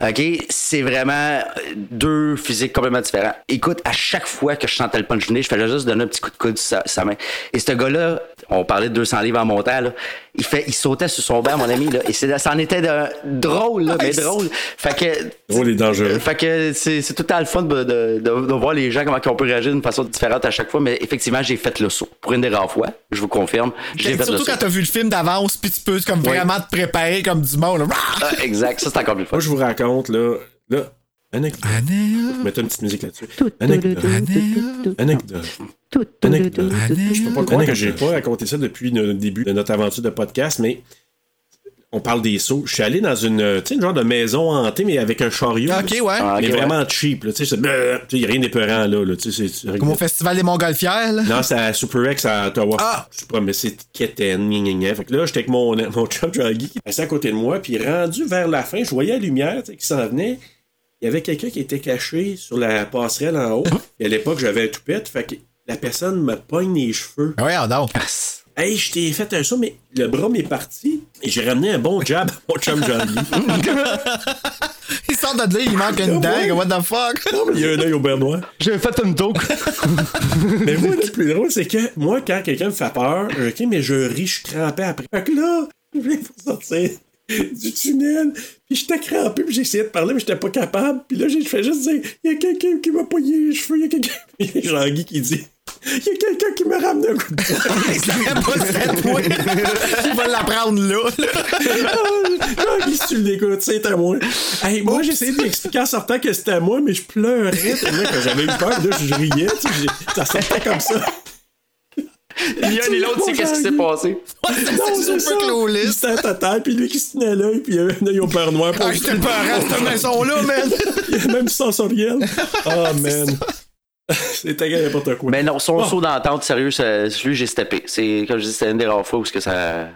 [SPEAKER 7] OK? C'est vraiment euh, deux physiques complètement différents. Écoute, à chaque fois que je sentais le punch venir, je faisais juste donner un petit coup de coude sur sa, sa main. Et ce gars-là, on parlait de 200 livres en montant, là, il, fait, il sautait sur son banc, mon ami, là, et c'est- ça en était d'un- drôle, là, mais drôle. Fait que...
[SPEAKER 2] Drôle et dangereux.
[SPEAKER 7] Fait que c'est c'est tout le temps le fun de, de- de- de voir les gens, comment on peut réagir d'une façon différente à chaque fois, mais effectivement, j'ai fait le saut. Pour une des rares fois, je vous confirme, j'ai fait le
[SPEAKER 3] Surtout
[SPEAKER 7] saut.
[SPEAKER 3] quand t'as vu le film d'avance, puis tu peux comme vraiment te préparer comme du monde. là.
[SPEAKER 7] Ah, exact, ça c'est encore plus fun.
[SPEAKER 2] Moi, je vous raconte, là. Là, anecdote. Je mettais une petite musique là-dessus. Anecdote. Anecdote. Anecdote. Je
[SPEAKER 3] Mm.
[SPEAKER 2] peux pas croire que j'ai pas raconté ça depuis le début de notre aventure de podcast, mais on parle des sauts. Je suis allé dans une, euh, tu sais, une genre de maison hantée, mais avec un chariot.
[SPEAKER 3] Ok, ouais.
[SPEAKER 7] Ah, ok,
[SPEAKER 2] mais
[SPEAKER 7] ouais.
[SPEAKER 2] vraiment cheap, là. Tu sais, il n'y a rien d'épeurant, là. là, tu sais, c'est-
[SPEAKER 3] Comme au Festival des Montgolfières, là.
[SPEAKER 2] non, c'est à Super X à Ottawa.
[SPEAKER 3] Ah!
[SPEAKER 2] Je sais pas, mais c'est quétaine, gna, gna, gna. Fait que là, j'étais avec mon, mon chum Draghi, qui passait à côté de moi, puis rendu vers la fin, je voyais la lumière tu sais, qui s'en venait. Il y avait quelqu'un qui était caché sur la passerelle en haut. Et à l'époque, j'avais un toupette, fait que la personne me pogne les cheveux.
[SPEAKER 7] Ah,
[SPEAKER 3] Ouais, Ben donc.
[SPEAKER 2] Hey, je t'ai fait un saut, mais le bras m'est parti. Et j'ai ramené un bon jab à mon chum Jean-Guy.
[SPEAKER 3] Il sort de là, il manque
[SPEAKER 2] Ah,
[SPEAKER 3] une dingue. What the fuck?
[SPEAKER 2] Il y a un œil au bernois.
[SPEAKER 12] J'ai fait une toque.
[SPEAKER 2] mais moi, le plus drôle, c'est que moi, quand quelqu'un me fait peur, ok, mais je ris, je suis crampé après. Fait que là, je voulais pour sortir du tunnel. Puis j'étais crampé, puis j'essayais de parler, mais j'étais pas capable. Puis là, j'ai- je fais juste dire il y a quelqu'un qui m'a poigné les cheveux, il y a quelqu'un. Puis il y a Jean-Guy qui dit il y a quelqu'un qui me ramène un coup de
[SPEAKER 3] Il va l'apprendre là.
[SPEAKER 2] Jean-Guy, si Ah, tu l'écoutes, c'est à moi. Hey, moi, j'essayais d'expliquer en sortant que c'était à moi, mais je pleurais. tellement que J'avais eu peur, là, je riais. tu sais, j'ai- Ça sortait comme ça.
[SPEAKER 7] Ni un ni l'autre sait qu'est-ce qui s'est passé.
[SPEAKER 2] c'est ça. Il s'était à ta tête, puis lui qui se tenait à l'œil, puis il y avait un œil au père noir. pour
[SPEAKER 3] Ah, j'étais pas à cette maison-là, man.
[SPEAKER 2] Il y a même sensoriel. Oh, man. C'était n'importe quoi.
[SPEAKER 7] Mais Ben non, son
[SPEAKER 2] Bon.
[SPEAKER 7] saut d'entente, sérieux, ça- celui j'ai steppé. C'est, comme je dis, c'était une des rares fois où ce que ça.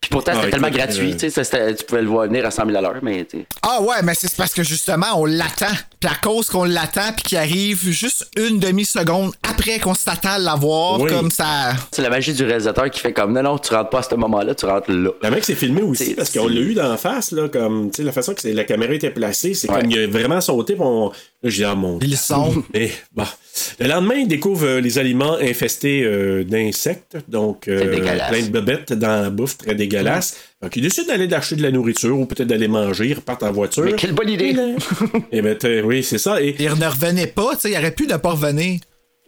[SPEAKER 7] Puis pourtant, c'était
[SPEAKER 2] Ah,
[SPEAKER 7] tellement
[SPEAKER 2] écoute,
[SPEAKER 7] gratuit,
[SPEAKER 2] euh,
[SPEAKER 7] tu sais, ça, c'était- tu pouvais le voir venir à 100 000 à l'heure, mais tu sais.
[SPEAKER 3] Ah ouais, mais c'est parce que justement, on l'attend. Puis à cause qu'on l'attend, puis qu'il arrive juste une demi-seconde après qu'on s'attend à l'avoir,
[SPEAKER 7] Oui.
[SPEAKER 3] comme ça.
[SPEAKER 7] C'est la magie du réalisateur qui fait comme non, non, tu rentres pas à ce moment-là, tu rentres là.
[SPEAKER 2] Le mec s'est filmé aussi
[SPEAKER 7] C'est-
[SPEAKER 2] parce qu'on l'a eu d'en face, là, comme, tu sais, la façon que c'est- la caméra était placée, c'est
[SPEAKER 7] Ouais.
[SPEAKER 2] comme il a vraiment sauté, puis on... là, j'ai dit, ah, mon.
[SPEAKER 3] Ils sont.
[SPEAKER 2] Et, bon. Eh, bah. Le lendemain, il découvre euh, les aliments infestés euh, d'insectes, donc euh,
[SPEAKER 7] C'est dégueulasse.
[SPEAKER 2] plein de bébêtes dans la bouffe, très dégueulasse. Donc, il décide d'aller acheter de la nourriture ou peut-être d'aller manger, il repart en voiture.
[SPEAKER 7] Mais quelle bonne idée!
[SPEAKER 2] Et ben, t'es- oui, c'est ça. Et
[SPEAKER 3] Il ne revenait pas, tu sais, il aurait pu ne pas revenir.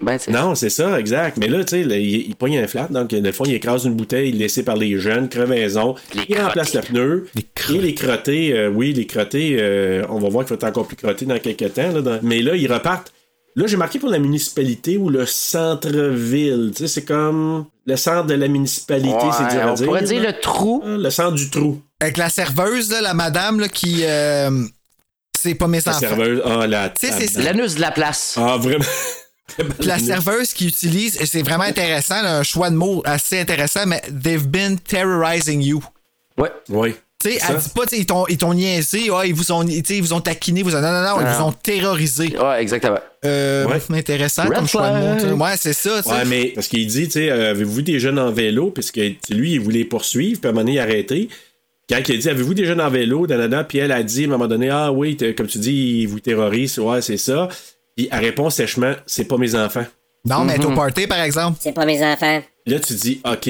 [SPEAKER 7] Ben, c'est
[SPEAKER 2] Non, c'est ça, exact. Mais là, tu sais, là, il, il pogne un flat, donc dans le fond, il écrase une bouteille il est laissée par les jeunes, crevaison,
[SPEAKER 7] Les
[SPEAKER 2] il remplace le
[SPEAKER 7] crottés.
[SPEAKER 2] pneu, et les crottés, euh, oui, les crottés, euh, on va voir qu'il va être encore plus crotté dans quelques temps, là, dans- mais là, ils repartent. Là, j'ai marqué pour la municipalité ou le centre-ville, tu sais, c'est comme le centre de la municipalité,
[SPEAKER 7] Ouais,
[SPEAKER 2] c'est dur à
[SPEAKER 7] on
[SPEAKER 2] dire.
[SPEAKER 7] pourrait dire
[SPEAKER 2] là.
[SPEAKER 7] le trou.
[SPEAKER 2] Ah, Le centre du trou.
[SPEAKER 3] Avec la serveuse, là, la madame là, qui. euh, c'est pas mes
[SPEAKER 2] La
[SPEAKER 3] enfants.
[SPEAKER 2] serveuse, ah, la
[SPEAKER 3] Tu sais, c'est ça.
[SPEAKER 7] L'anus de la place.
[SPEAKER 2] Ah, vraiment.
[SPEAKER 3] Puis la serveuse qui utilise, et c'est vraiment intéressant, là, un choix de mots assez intéressant, mais they've been terrorizing you.
[SPEAKER 7] Ouais.
[SPEAKER 2] Oui.
[SPEAKER 3] Tu sais,
[SPEAKER 2] C'est
[SPEAKER 3] elle
[SPEAKER 2] ça.
[SPEAKER 3] dit pas, tu sais, ils t'ont, ils t'ont niaisé, ah, ils vous ont, tu sais, ils vous ont taquiné, vous ont, non, non, non,
[SPEAKER 7] Ah.
[SPEAKER 3] ils vous ont terrorisé.
[SPEAKER 7] Ouais, exactement.
[SPEAKER 3] Euh,
[SPEAKER 2] Ouais.
[SPEAKER 3] c'est intéressant
[SPEAKER 7] Red
[SPEAKER 3] comme choix de mots. tu sais.
[SPEAKER 7] flag.
[SPEAKER 3] Ouais, c'est ça, tu sais.
[SPEAKER 2] Ouais, mais parce qu'il dit, tu sais, euh, avez-vous des jeunes en vélo? Puisque tu sais, lui, il voulait poursuivre, puis à un moment donné, il a arrêté. Quand il a dit, avez-vous des jeunes en vélo? Danada, puis elle a dit, à un moment donné, ah oui, t'es- comme tu dis, ils vous terrorisent, ouais, c'est ça. Puis elle répond sèchement, c'est pas mes enfants.
[SPEAKER 3] Non, mais être
[SPEAKER 7] Mm-hmm.
[SPEAKER 3] au party, par exemple.
[SPEAKER 11] C'est pas mes enfants.
[SPEAKER 2] Là, tu dis, OK.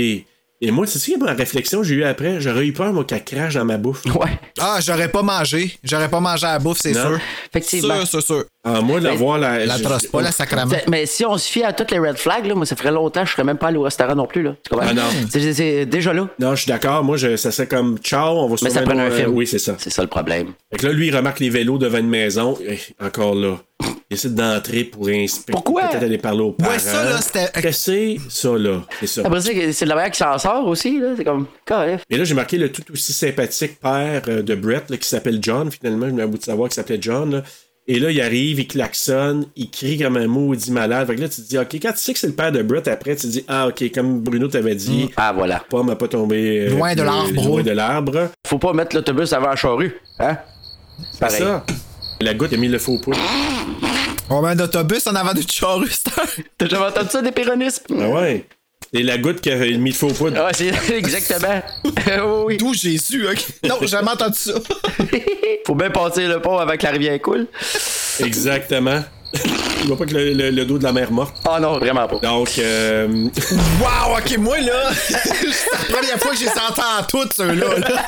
[SPEAKER 2] Et moi, c'est ça ma réflexion que j'ai eu après. J'aurais eu peur, moi, qu'elle crache dans ma bouffe.
[SPEAKER 7] Ouais.
[SPEAKER 3] Ah, j'aurais pas mangé. J'aurais pas mangé à la bouffe, c'est
[SPEAKER 2] Non.
[SPEAKER 3] sûr.
[SPEAKER 7] Effectivement.
[SPEAKER 3] Sûr, sûr, sûr.
[SPEAKER 2] Ah, moi, la
[SPEAKER 7] Mais-
[SPEAKER 2] voir, la.
[SPEAKER 3] La
[SPEAKER 2] je-
[SPEAKER 3] trosse pas, la sacrament.
[SPEAKER 7] C'est- Mais si on se fie à toutes les red flags, là, moi, ça ferait longtemps, je serais même pas allé au restaurant non plus. Là. Tu comprends?
[SPEAKER 2] Ah non.
[SPEAKER 7] C'est- C'est déjà là.
[SPEAKER 2] Non, je suis d'accord. Moi, je- ça serait comme, ciao, on va se
[SPEAKER 7] Mais ça
[SPEAKER 2] trouver
[SPEAKER 7] prenait un
[SPEAKER 2] euh,
[SPEAKER 7] film.
[SPEAKER 2] Oui, c'est ça.
[SPEAKER 7] C'est ça le problème.
[SPEAKER 2] Fait que là, lui, il remarque les vélos devant une maison. Eh, encore là. Il essaie d'entrer pour inspecter.
[SPEAKER 7] Pourquoi?
[SPEAKER 2] Peut-être aller parler aux parents.
[SPEAKER 3] Ouais, ça, là, c'était- Ah,
[SPEAKER 2] Qu'est-ce que c'est? Ça, là. C'est ça.
[SPEAKER 7] Après ça, c'est de la manière qui s'en sort aussi. là. C'est comme. Calif.
[SPEAKER 2] Et là, j'ai marqué le tout aussi sympathique père euh, de Brett, là, qui s'appelle John, finalement. Je me suis à bout de savoir qu'il s'appelait John. là. Et là, il arrive, il klaxonne, il crie comme un maudit malade. Fait que là, tu te dis, OK, quand tu sais que c'est le père de Brett, après, tu te dis, ah, OK, comme Bruno t'avait dit,
[SPEAKER 7] Ah, voilà.
[SPEAKER 2] la pomme n'a pas tombé euh,
[SPEAKER 3] Mm. Loin de
[SPEAKER 2] euh,
[SPEAKER 3] l'arbre.
[SPEAKER 2] Loin de l'arbre.
[SPEAKER 7] Faut pas mettre l'autobus avant la charrue. Hein?
[SPEAKER 2] C'est ça. La goutte a mis le faux poids.
[SPEAKER 3] On met un autobus en avant du charruster.
[SPEAKER 7] T'as jamais entendu ça des péronistes?
[SPEAKER 2] Ah ouais. Et la goutte qui a mis le faux poids.
[SPEAKER 7] Ah, c'est exactement. Oh oui.
[SPEAKER 3] D'où Jésus, ok? Non, j'ai jamais entendu ça.
[SPEAKER 7] Faut bien passer le pont avant que la rivière coule.
[SPEAKER 2] Exactement. Il voit pas que le, le- le dos de la mère morte.
[SPEAKER 7] Ah non, vraiment pas.
[SPEAKER 2] Donc, euh,
[SPEAKER 3] Wow, ok, moi, là, c'est la première fois que j'ai senti en tout, ceux-là. là.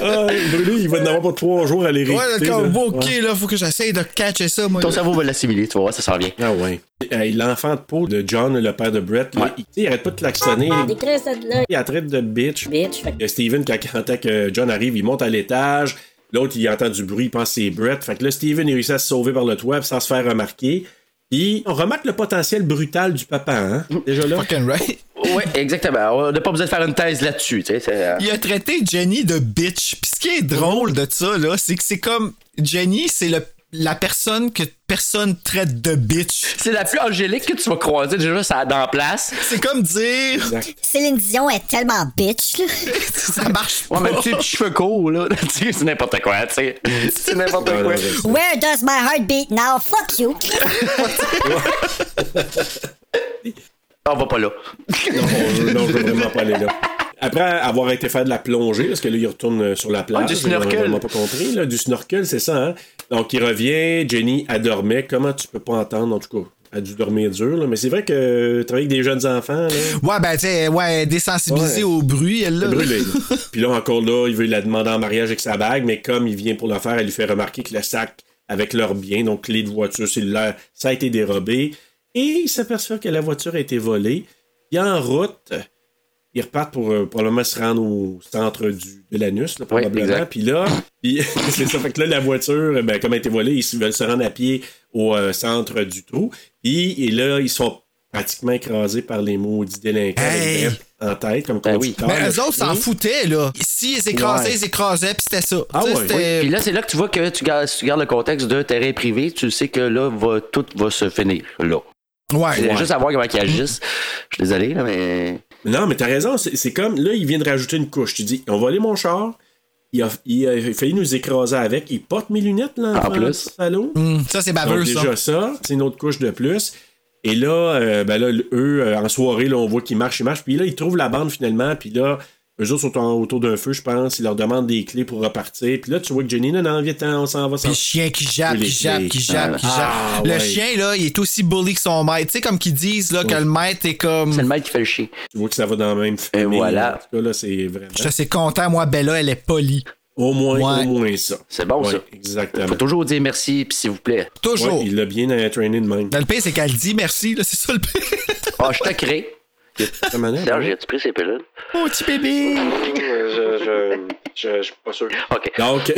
[SPEAKER 2] ah, Bruno, il va en avoir pour trois jours à les
[SPEAKER 3] ouais,
[SPEAKER 2] réécouter.
[SPEAKER 3] là,
[SPEAKER 2] là.
[SPEAKER 3] comme, ok,
[SPEAKER 2] Ouais.
[SPEAKER 3] là, faut que j'essaye de catcher ça, moi.
[SPEAKER 7] Ton
[SPEAKER 3] là.
[SPEAKER 7] cerveau va l'assimiler, tu vas voir, ça s'en vient.
[SPEAKER 2] Ah ouais. Euh, L'enfant de peau de John, le père de Brett, là,
[SPEAKER 7] Ouais.
[SPEAKER 2] il, tu sais, il arrête pas de klaxonner.
[SPEAKER 11] Décris ça de là,
[SPEAKER 2] Il a traite de bitch.
[SPEAKER 11] bitch. Fait que
[SPEAKER 2] Il y a Steven, quand il entend que John arrive, il monte à l'étage. L'autre, il entend du bruit, il pense que c'est Brett. Fait que là, Steven, il réussit à se sauver par le toit sans se faire remarquer. Puis, on remarque le potentiel brutal du papa, hein? Déjà là.
[SPEAKER 3] Fucking right.
[SPEAKER 7] Oui, exactement. On n'a pas besoin de faire une thèse là-dessus. tu sais, c'est, euh,
[SPEAKER 3] Il a traité Jenny de bitch. Puis ce qui est drôle de ça, là, c'est que c'est comme Jenny, c'est le- la personne que personne traite de bitch.
[SPEAKER 7] C'est la plus angélique que tu vas croiser déjà ça, dans la place.
[SPEAKER 3] C'est comme dire
[SPEAKER 10] Céline Dion est tellement bitch, là.
[SPEAKER 3] ça marche pas.
[SPEAKER 7] Ouais, mais tu sais, petits cheveux courts, là. Tu sais, c'est n'importe quoi, tu sais. C'est n'importe
[SPEAKER 2] Ouais,
[SPEAKER 7] quoi.
[SPEAKER 2] ouais, ouais.
[SPEAKER 10] Where does my heart beat now? Fuck you.
[SPEAKER 7] on va pas là.
[SPEAKER 2] Non, on veut- non, je veux vraiment pas aller là. Après avoir été faire de la plongée, parce que là, il retourne euh, sur la plage.
[SPEAKER 7] Ah, du
[SPEAKER 2] j'ai
[SPEAKER 7] snorkel.
[SPEAKER 2] vraiment pas compris, là, du snorkel, c'est ça, hein? Donc, il revient, Jenny, elle dormait. Comment tu peux pas entendre, en tout cas? Elle a dû dormir dur, là. Mais c'est vrai que euh, travailler avec des jeunes enfants, là.
[SPEAKER 3] Ouais, ben, tu sais, ouais, désensibilisée au bruit, elle, là.
[SPEAKER 2] C'est brûlé. là. Puis là, encore là, il veut la demander en mariage avec sa bague, mais comme il vient pour le faire, elle lui fait remarquer que le sac avec leurs biens, donc clés de voiture, cellulaire, ça a été dérobé. Et il s'aperçoit que la voiture a été volée. Il est en route. Ils repartent pour euh, probablement se rendre au centre du, de l'anus, là, probablement.
[SPEAKER 7] exact.
[SPEAKER 2] Puis là, puis- c'est ça. Fait que là, la voiture, ben, comme elle a été volée, ils se- veulent se rendre à pied au euh, centre du trou. Puis et là, ils sont pratiquement écrasés par les maudits délinquants avec
[SPEAKER 3] Hey!
[SPEAKER 2] Brett en tête, comme conducteur.
[SPEAKER 3] Mais eux autres s'en
[SPEAKER 2] Oui.
[SPEAKER 3] foutaient, là. S'ils écrasaient,
[SPEAKER 7] Ouais.
[SPEAKER 3] ils écrasaient, puis c'était ça.
[SPEAKER 2] Ah
[SPEAKER 3] Tu sais,
[SPEAKER 2] ouais.
[SPEAKER 3] c'était-
[SPEAKER 7] Puis là, c'est là que tu vois que tu gardes, si tu gardes le contexte de terrain privé, tu sais que là, va, tout va se finir, là.
[SPEAKER 3] Ouais.
[SPEAKER 7] C'est juste à voir comment ils agissent. Je suis désolé, là, mais.
[SPEAKER 2] Non, mais t'as raison. C'est c'est comme, là, il vient de rajouter une couche. Tu dis, on va aller mon char. Il a, il a failli nous écraser avec. Il porte mes lunettes, là,
[SPEAKER 7] En Ah, plus.
[SPEAKER 2] Salaud.
[SPEAKER 3] Hum, ça, c'est
[SPEAKER 2] Donc,
[SPEAKER 3] baveux, ça.
[SPEAKER 2] déjà ça, c'est une autre couche de plus. Et là, euh, ben là, le- eux, euh, en soirée, là, on voit qu'ils marchent, ils marchent. Puis là, ils trouvent la bande finalement. Puis là, eux autres sont en- autour d'un feu, je pense. Ils leur demandent des clés pour repartir. Puis là, tu vois que Jenny, non, non, viens, t'en- on s'en va.
[SPEAKER 3] Puis
[SPEAKER 2] s'en-
[SPEAKER 3] le chien qui jappe,
[SPEAKER 2] Oui, les
[SPEAKER 3] qui jappe,
[SPEAKER 2] clés.
[SPEAKER 3] qui jappe, qui jappe.
[SPEAKER 2] Ah,
[SPEAKER 3] le
[SPEAKER 2] ouais.
[SPEAKER 3] chien, là, il est aussi bully que son maître. Tu sais, comme qu'ils disent, là, que le maître est comme.
[SPEAKER 7] C'est le maître qui fait le chier.
[SPEAKER 2] Tu vois que ça va dans la même
[SPEAKER 7] Et
[SPEAKER 2] famille. En
[SPEAKER 7] voilà.
[SPEAKER 2] tout cas, là, c'est vraiment.
[SPEAKER 3] Je suis assez content, moi, Bella, elle est polie.
[SPEAKER 2] Au moins,
[SPEAKER 3] Ouais.
[SPEAKER 2] au moins ça.
[SPEAKER 7] C'est bon,
[SPEAKER 2] Ouais,
[SPEAKER 7] ça.
[SPEAKER 2] Exactement.
[SPEAKER 7] Faut toujours dire merci, puis s'il vous plaît.
[SPEAKER 2] Ouais,
[SPEAKER 3] Toujours.
[SPEAKER 2] il l'a bien euh, trainé de même.
[SPEAKER 3] Ben, le pire, c'est qu'elle dit merci, là, c'est ça le pire.
[SPEAKER 7] Ah, je te crée.
[SPEAKER 2] Ta manière,
[SPEAKER 7] Serge,
[SPEAKER 2] ouais.
[SPEAKER 7] as-tu pris ces pilules?
[SPEAKER 3] Mon Oh, petit bébé.
[SPEAKER 7] OK.
[SPEAKER 2] Donc,